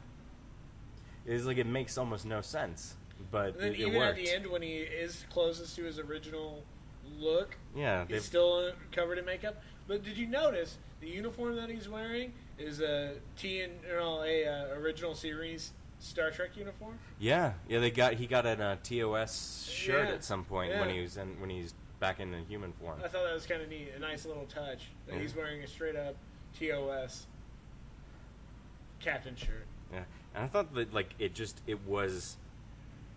A: It's like it makes almost no sense, but
B: and then
A: it, it
B: even at
A: worked.
B: the end when he is closest to his original look,
A: yeah,
B: he's
A: they've-
B: still uh, covered in makeup. But did you notice the uniform that he's wearing is a T and no, a uh, original series Star Trek uniform?
A: Yeah, yeah, they got he got an uh, TOS shirt
B: Yeah,
A: at some point when
B: yeah.
A: he was in when he's back in the human form.
B: I thought that was kind of neat, a nice little touch that
A: Yeah.
B: he's wearing a straight up TOS captain shirt.
A: Yeah, and I thought that like it just it was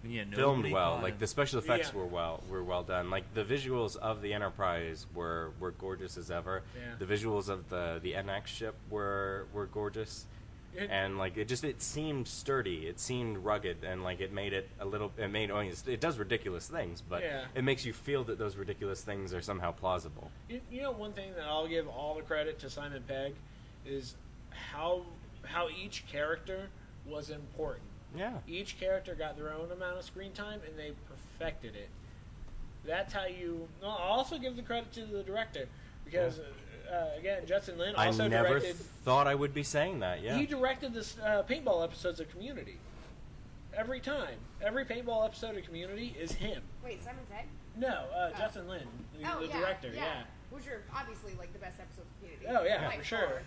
E: Yeah, nobody
A: filmed well.
E: caught
A: Like
E: him.
A: the special effects
B: Yeah.
A: were well were well done. Like the visuals of the Enterprise were were gorgeous as ever.
B: Yeah.
A: The visuals of the the NX ship were were gorgeous.
B: It-
A: and like it just it seemed sturdy it seemed rugged and like it made it a little it made I mean, it's- it does ridiculous things but
B: Yeah.
A: it makes you feel that those ridiculous things are somehow plausible
B: You, you know, one thing that I'll give all the credit to Simon Pegg is how how each character was important.
A: yeah
B: Each character got their own amount of screen time, and they perfected it. That's how you. No, I'll also give the credit to the director because, uh, again, Justin Lin also
A: I never
B: directed.
A: thought I would be saying that. Yeah,
B: He directed the uh, paintball episodes of Community. Every time, every paintball episode of Community is him.
F: Wait, Simon Pegg?
B: No, uh,
F: Oh.
B: Justin Lin, the,
F: oh,
B: the
F: yeah,
B: director.
F: yeah. Which are obviously like the best episodes of Community.
B: Oh, yeah,
F: By
B: for sure.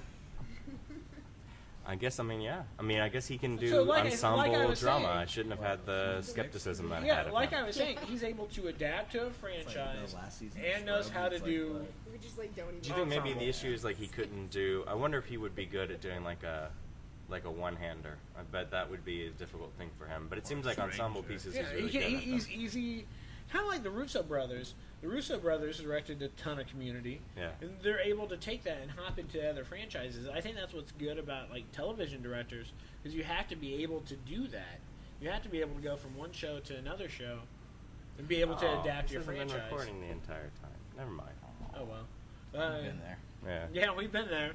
A: I guess. I mean, yeah. I mean, I guess he can do
B: So, like I- like I
A: ensemble
B: was
A: drama.
B: saying-
A: I shouldn't have had the skepticism that I
B: Yeah,
A: had. of
B: like
A: him.
B: I was saying, he's able to adapt to a
D: It's
B: franchise
D: like the last season
B: and
D: of
B: knows
D: Scrubs,
B: how to
D: it's like
B: do.
D: the-
F: We just like don't even.
A: Do you think maybe
B: ensemble.
A: the issue is like he couldn't do? I wonder if he would be good at doing like a like a one-hander. I bet that would be a difficult thing for him. But it seems like ensemble
E: stranger.
A: pieces.
B: yeah,
A: he's
B: he
A: really
B: can-
A: good
B: he-
A: at them.
B: he's easy. Kind of like the Russo brothers. The Russo brothers directed a ton of Community.
A: Yeah.
B: And they're able to take that and hop into other franchises. I think that's what's good about like television directors is you have to be able to do that. You have to be able to go from one show to another show and be able to
A: Aw,
B: adapt
A: this
B: your
A: hasn't been
B: franchise.
A: recording the entire time. Never mind.
B: Oh well. Uh,
D: Been there.
A: Yeah.
B: Yeah, we've been there.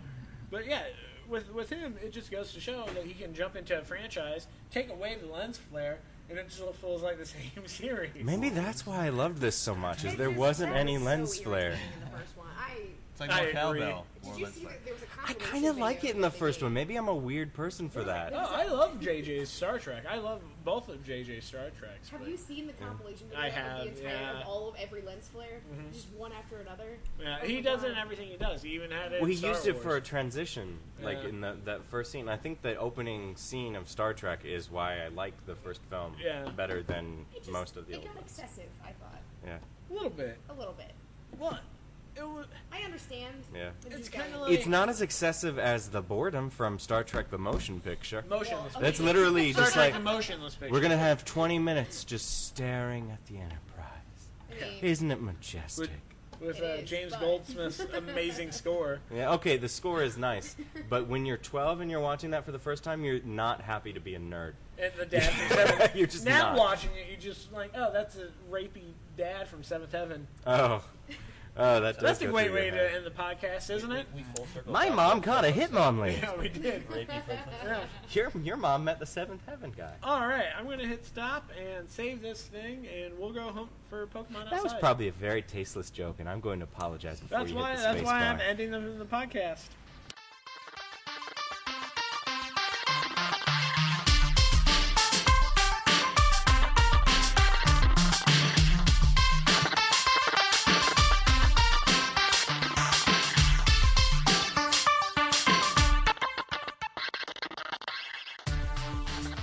B: But yeah, with with him, it just goes to show that he can jump into a franchise, take away the lens flare, and it still feels like the same series.
A: Maybe that's why I loved this so much, is
F: It
A: there
F: just-
A: wasn't
F: that
A: any
F: was so
A: lens
F: irritating
A: flare.
F: in the first one. I
D: It's like
B: I
D: more
B: agree.
D: cowbell.
F: did
D: more
F: you
D: lens
F: see
D: flare.
F: that there was a
A: I
F: compilation
A: kind of like
F: video
A: it in the
F: that they
A: first
F: made.
A: one. Maybe I'm a weird person for that.
B: Oh, I love JJ's Star Trek. I love both of JJ's Star Treks.
F: Have
B: but-
F: you seen the compilation video
B: I
F: of
B: have,
F: the entire
B: yeah. Mm-hmm.
F: of all of every lens flare, just one after another?
B: yeah,
F: Oh
B: he
F: my
B: does
F: God.
B: it in everything he does. He even had it.
A: Well,
B: in
A: he
B: Star
A: used it for a
B: Wars.
A: transition, like
B: Yeah.
A: in the, that first scene. I think the opening scene of Star Trek is why I like the first film
B: Yeah.
A: better than
F: It just,
A: most of the
F: it
A: old
F: got
A: ones.
F: excessive. I thought
A: Yeah,
B: a little bit.
F: a little bit.
B: Well, it was,
F: I understand.
A: yeah.
F: what
B: It's
F: he's
B: kinda
F: getting
B: like-
F: at.
A: It's not as excessive as the boredom from Star Trek: The Motion Picture.
B: motionless.
F: Well,
A: That's
F: okay.
A: literally
B: Star
A: just
B: Trek
A: like
B: the motionless picture.
A: we're gonna have 20 minutes just staring at the Enterprise.
F: I mean,
A: Isn't it majestic?
B: with
F: It
B: uh,
F: is,
B: James
F: but-
B: Goldsmith's amazing score.
A: Yeah, okay, the score is nice, but when you're 12 and you're watching that for the first time, you're not happy to be a nerd.
B: And the dad from Seventh.
A: You're just
B: now
A: not.
B: watching it, you're just like, oh, that's a rapey dad from Seventh Heaven.
A: Oh, oh, that does.
B: That's a
A: go
B: great
A: through your
B: way
A: head.
B: to end the podcast, isn't it?
D: We full
B: uh,
D: circle.
A: My
D: back.
A: mom caught a hitmon lady.
B: Yeah, we did. Yeah.
A: Your your mom met the seventh heaven guy.
B: All right, I'm gonna hit stop and save this thing, and we'll go home for Pokemon outside.
A: That was probably a very tasteless joke, and I'm going to apologize before
B: That's
A: you
B: why.
A: hit the
B: That's
A: space
B: why
A: bar.
B: I'm ending the, the podcast.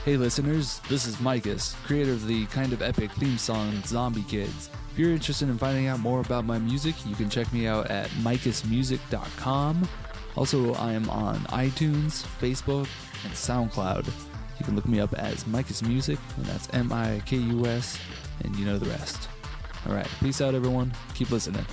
G: Hey listeners, this is Micus, creator of the kind of epic theme song Zombie Kids. If you're interested in finding out more about my music, you can check me out at micusmusic.com. Also, I am on iTunes, Facebook, and SoundCloud. You can look me up as Micus Music, and that's M I K U S, and you know the rest. All right, peace out, everyone. Keep listening.